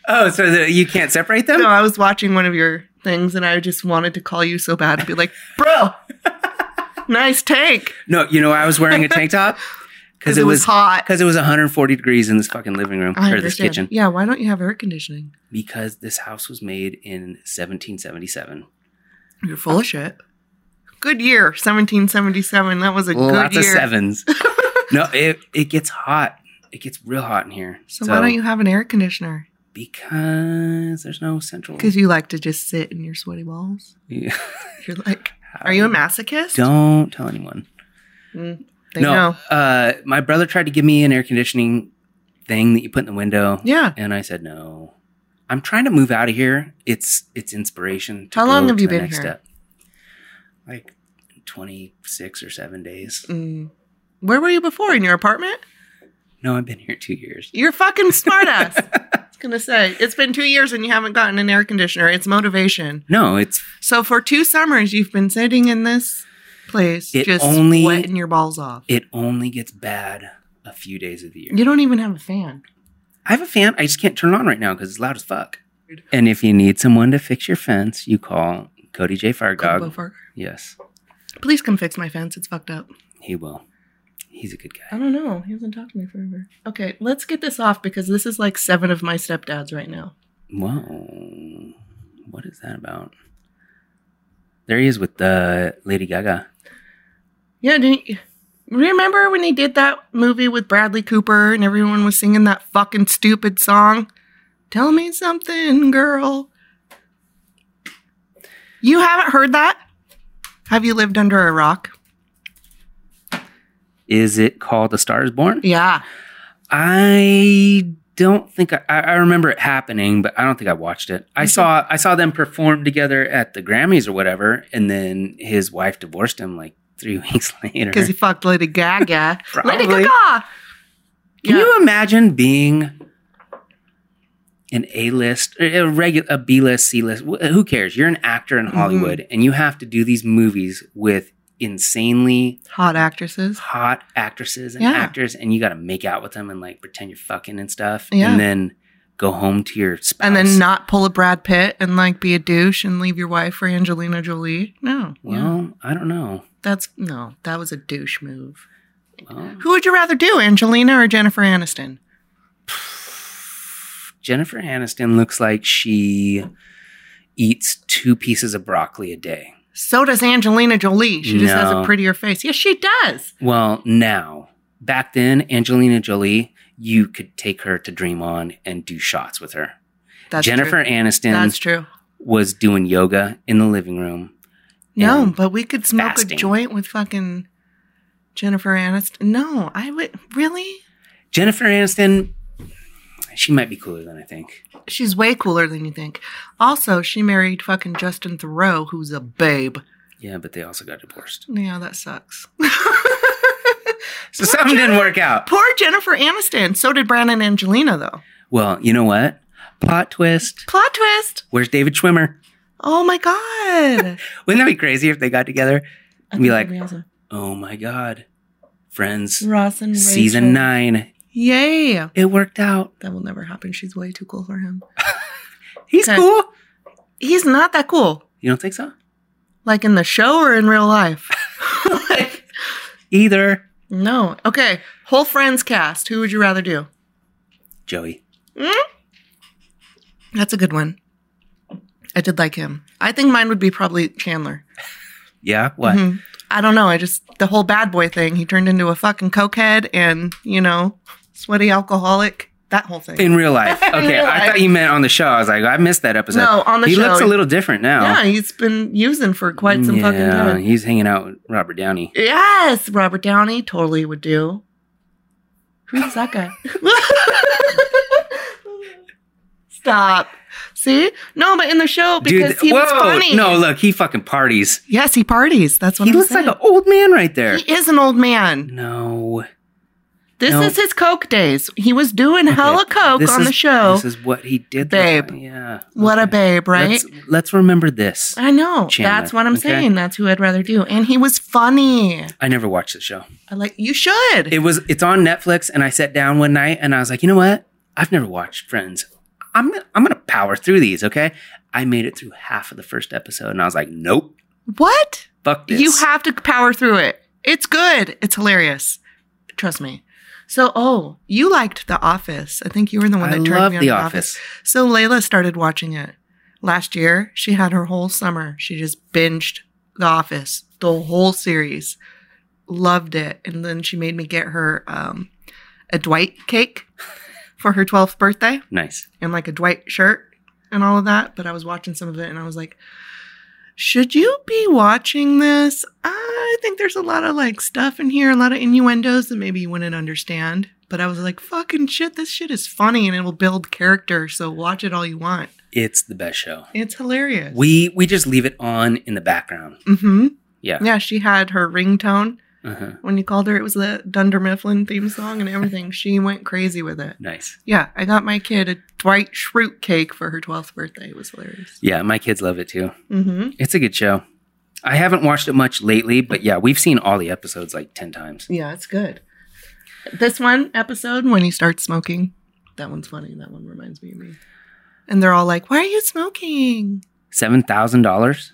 S1: oh, so the, you can't separate *laughs* them?
S2: No, I was watching one of your things and I just wanted to call you so bad
S1: *laughs*
S2: and be like, bro, nice take.
S1: No, you know why I was wearing a tank
S2: *laughs*
S1: top
S2: Because it was, hot.
S1: because it was 140 degrees in this fucking living room
S2: I
S1: or this
S2: understand.
S1: kitchen
S2: Yeah, why don't you have air conditioning?
S1: because this house was made in 1777.
S2: You're full of shit. Good year, 1777. That was a
S1: Lots
S2: good
S1: of
S2: year. *laughs*
S1: sevens. no, it it gets hot. It gets real hot in here.
S2: So, why don't you have an air conditioner?
S1: Because there's no central.
S2: Because you like to just sit in your sweaty balls.
S1: Yeah.
S2: You're like, are you a masochist?
S1: Don't tell anyone.
S2: Mm, they
S1: no,
S2: know.
S1: Uh, my brother tried to give me an air conditioning thing that you put in the window?
S2: Yeah.
S1: And I said, no. I'm trying to move out of here. It's it's inspiration. To
S2: How long
S1: go
S2: have
S1: to
S2: you
S1: the
S2: been
S1: next
S2: here?
S1: Step. Like twenty six or seven days.
S2: Mm. Where were you before? In your apartment?
S1: No, I've been here two years.
S2: You're
S1: *laughs*
S2: fucking smartass. I was gonna say it's been two years and you haven't gotten an air conditioner. It's motivation.
S1: No, it's
S2: So for two summers you've been sitting in this place,
S1: It
S2: just
S1: only-
S2: wetting your balls off.
S1: it only gets bad a few days of the year.
S2: You don't even have a fan.
S1: I have a fan. I just can't turn it on right now because it's loud as fuck. And if you need someone to fix your fence, you call Cody J. Fire
S2: Combo
S1: Dog.
S2: fart.
S1: Yes,
S2: Please come fix my fence. It's fucked up.
S1: he will. He's a good guy.
S2: I don't know. He hasn't talked to me forever. Okay, let's get this off because this is like seven of my stepdads right now.
S1: Whoa. What is that about? There he is with uh, Lady Gaga.
S2: Yeah, didn't you remember when he did that movie with Bradley Cooper and everyone was singing that fucking stupid song? Tell me something, girl. You haven't heard that? Have you lived under a rock?
S1: Is it called The Star is Born?
S2: Yeah.
S1: I don't think I, I I remember it happening, but I don't think I watched it. I saw I saw them perform together at the Grammys or whatever, and then his wife divorced him like three *laughs* weeks later.
S2: Because he fucked Lady *laughs* Gaga. Lady
S1: Probably.
S2: Gaga!
S1: Can
S2: Yeah.
S1: you imagine being an A list, a regular, a B list, C list? wh- Who cares? You're an actor
S2: Mm-hmm.
S1: in Hollywood, and you have to do these movies with insanely
S2: Hot actresses.
S1: hot actresses and
S2: Yeah.
S1: actors, and you got to make out with them and like pretend you're fucking and stuff,
S2: Yeah.
S1: and then go home to your spouse.
S2: And then not pull a Brad Pitt and like be a douche and leave your wife for Angelina Jolie. No. yeah.
S1: Well, I don't know.
S2: That's no, that was a douche move.
S1: Well,
S2: Who would you rather do, Angelina or Jennifer Aniston?
S1: Jennifer Aniston looks like she eats two pieces of broccoli a day.
S2: So does Angelina Jolie. She just has a
S1: No.
S2: prettier face. Yes, she does.
S1: Well, now, back then, Angelina Jolie, you could take her to Dream On and do shots with her.
S2: That's
S1: Jennifer
S2: True.
S1: Aniston
S2: That's true.
S1: was doing yoga in the living room.
S2: No,
S1: and
S2: but we could smoke a
S1: fasting.
S2: joint with fucking Jennifer Aniston. No, I would really.
S1: Jennifer Aniston, she might be cooler than I think.
S2: She's way cooler than you think. Also, she married fucking Justin Thoreau, who's a babe.
S1: Yeah, but they also got divorced.
S2: Yeah, that sucks. *laughs*
S1: So something didn't work out.
S2: Poor Jennifer Aniston. So did Brandon Angelina, though.
S1: Well, you know what? Plot twist.
S2: Plot twist.
S1: Where's David Schwimmer?
S2: Oh my god.
S1: Wouldn't that be crazy if they got together?
S2: *laughs* I
S1: Be
S2: think
S1: like,
S2: that'd awesome.
S1: Oh my God. Friends,
S2: Ross and Rachel.
S1: season nine.
S2: Yay.
S1: It worked out.
S2: That will never happen. She's way too cool for him.
S1: He's
S2: Okay.
S1: cool.
S2: He's not that cool,
S1: You don't think so?
S2: like in the show or in real life. *laughs* like,
S1: Either.
S2: no. Okay. Whole Friends cast. Who would you rather do?
S1: Joey.
S2: Mm? That's a good one. I did like him. I think mine would be probably Chandler.
S1: Yeah. What?
S2: Mhm. I don't know. I just, the whole bad boy thing, he turned into a fucking cokehead and, you know, sweaty alcoholic, that whole thing.
S1: In real life.
S2: *laughs* In
S1: Okay.
S2: real
S1: I
S2: life.
S1: thought you meant on the show. I was like, I missed that episode.
S2: No, on the
S1: he
S2: show.
S1: looks a little different now.
S2: Yeah, he's been using for quite some fucking
S1: Yeah,
S2: time.
S1: He's hanging out with Robert Downey.
S2: Yes, Robert Downey totally would do. Who's that guy? *laughs* Stop. See? No, but in the show because he was
S1: whoa.
S2: funny.
S1: No, look, he fucking parties.
S2: Yes, he parties. That's what
S1: he
S2: I'm
S1: looks
S2: saying.
S1: like an old man right there.
S2: He is an old man.
S1: no.
S2: This
S1: No.
S2: is his coke days. He was doing hella coke
S1: This
S2: on
S1: is-
S2: the show.
S1: This is what he did.
S2: Babe.
S1: there. Yeah.
S2: what a
S1: okay.
S2: babe, right?
S1: Let's, let's remember this.
S2: I know.
S1: Chandler,
S2: That's what I'm
S1: okay?
S2: saying. That's who I'd rather do. And he was funny.
S1: I never watched the show.
S2: I like you should.
S1: It was it's on Netflix and I sat down one night and I was like, "You know what? I've never watched Friends. I'm I'm going to power through these, okay?" I made it through half of the first episode and I was like, "Nope.
S2: what?
S1: Fuck this."
S2: You have to power through it. It's good. It's hilarious. Trust me. So, oh, you liked The Office. I think you were the one
S1: I
S2: that turned
S1: love
S2: me on
S1: The
S2: to
S1: Office.
S2: So Layla started watching it last year. She had her whole summer. She just binged The Office, the whole series. Loved it. And then she made me get her um, a Dwight cake for her 12th birthday
S1: Nice.
S2: and like a Dwight shirt and all of that. But I was watching some of it and I was like, should you be watching this? I think there's a lot of like stuff in here, a lot of innuendos that maybe you wouldn't understand. But I was like, fucking shit, this shit is funny and it'll build character. So watch it all you want.
S1: It's the best show.
S2: It's hilarious.
S1: We we just leave it on in the background.
S2: mm-hmm.
S1: Yeah.
S2: Yeah, she had her ringtone.
S1: Uh-huh.
S2: When you called her, it was the Dunder Mifflin theme song and everything. she went crazy with it.
S1: Nice.
S2: Yeah, I got my kid a Dwight Schrute cake for her 12th birthday. It was hilarious.
S1: Yeah, my kids love it too.
S2: Mm-hmm.
S1: It's a good show. I haven't watched it much lately, but yeah, we've seen all the episodes like 10 times.
S2: Yeah, it's good. This one episode, when he starts smoking, that one's funny. That one reminds me of me. And they're all like, why are you smoking?
S1: $7,000? Is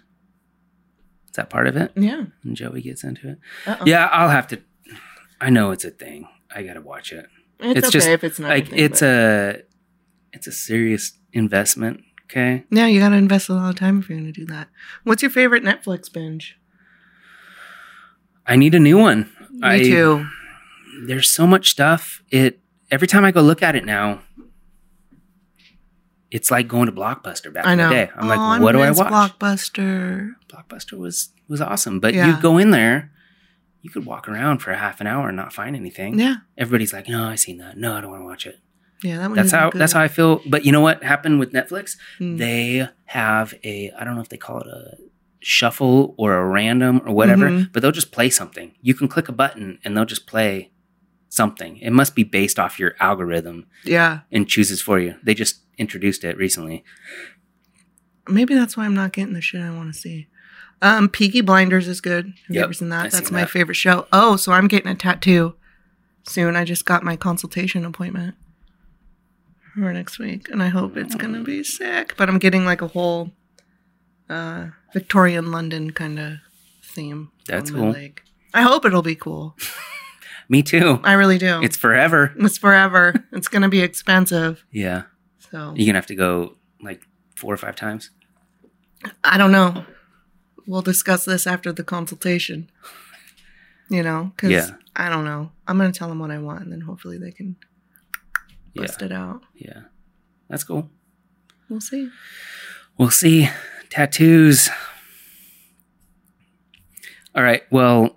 S1: that part of it?
S2: Yeah.
S1: And Joey gets into it.
S2: Uh-oh.
S1: Yeah, I'll have to. I know it's a thing. I got to watch it.
S2: It's,
S1: it's
S2: okay
S1: just,
S2: if it's not.
S1: like it's a it's a serious investment, okay?
S2: Yeah, you got to invest a lot of time if you're going to do that. What's your favorite Netflix binge?
S1: I need a new one.
S2: Me
S1: I,
S2: too.
S1: There's so much stuff. It every time I go look at it now, it's like going to Blockbuster back
S2: I know.
S1: in the day. I'm
S2: Oh,
S1: like, what do I
S2: miss
S1: watch?
S2: Blockbuster.
S1: Blockbuster was was awesome, but
S2: Yeah.
S1: you go in there, you could walk around for a half an hour and not find anything.
S2: Yeah.
S1: Everybody's like, "No, I seen that. No, I don't want to watch it."
S2: Yeah, that one.
S1: That's
S2: isn't
S1: how
S2: good.
S1: that's how I feel. But you know what happened with Netflix?
S2: Mm.
S1: They have a I don't know if they call it a shuffle or a random or whatever,
S2: Mhm.
S1: but they'll just play something. You can click a button and they'll just play something. It must be based off your algorithm
S2: yeah.
S1: and chooses for you. They just introduced it recently.
S2: Maybe that's why I'm not getting the shit I want to see. Um, Peaky Blinders is good. Have you
S1: Yep,
S2: ever seen that?
S1: I've
S2: that's
S1: seen
S2: my
S1: that.
S2: favorite show. Oh, so I'm getting a tattoo soon. I just got my consultation appointment for next week, and I hope it's gonna be sick. But I'm getting like a whole uh, Victorian London kind of theme.
S1: That's
S2: on my
S1: cool.
S2: leg. I hope it'll be cool.
S1: Me too.
S2: I really do.
S1: It's forever.
S2: it's forever. it's gonna be expensive.
S1: Yeah.
S2: So
S1: You're gonna have to go like four or five times.
S2: I don't know. We'll discuss this after the consultation. You know, because
S1: Yeah.
S2: I don't know. I'm going to tell them what I want and then hopefully they can
S1: Yeah.
S2: bust it out.
S1: Yeah. That's cool.
S2: We'll see.
S1: We'll see. Tattoos. All right. Well,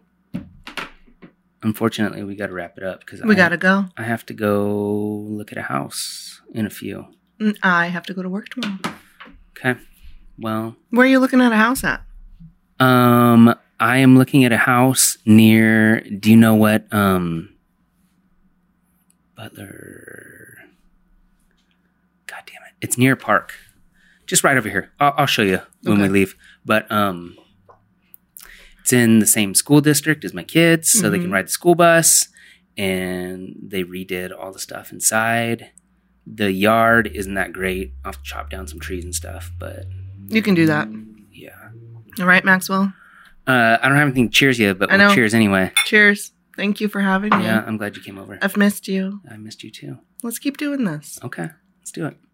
S1: unfortunately, we got to wrap it up because
S2: We got to go.
S1: I have to go look at a house in a few.
S2: Mm, I have to go to work tomorrow.
S1: Okay. Well,
S2: Where are you looking at a house at?
S1: um, I am looking at a house near. Do you know what? Um, Butler. God damn it! It's near a park, just right over here. I'll, I'll show you when we
S2: Okay.
S1: leave. But um, it's in the same school district as my kids, so they can
S2: Mhm.
S1: ride the school bus. And they redid all the stuff inside. The yard isn't that great. I'll have to chop down some trees and stuff, but
S2: You can do that.
S1: yeah.
S2: All right, Maxwell.
S1: Uh, I don't have anything to cheers yet, but
S2: I
S1: we'll
S2: know.
S1: cheers anyway.
S2: Cheers. Thank you for having me.
S1: Yeah, I'm glad you came over.
S2: I've missed you.
S1: I missed you too.
S2: Let's keep doing this.
S1: Okay, let's do it.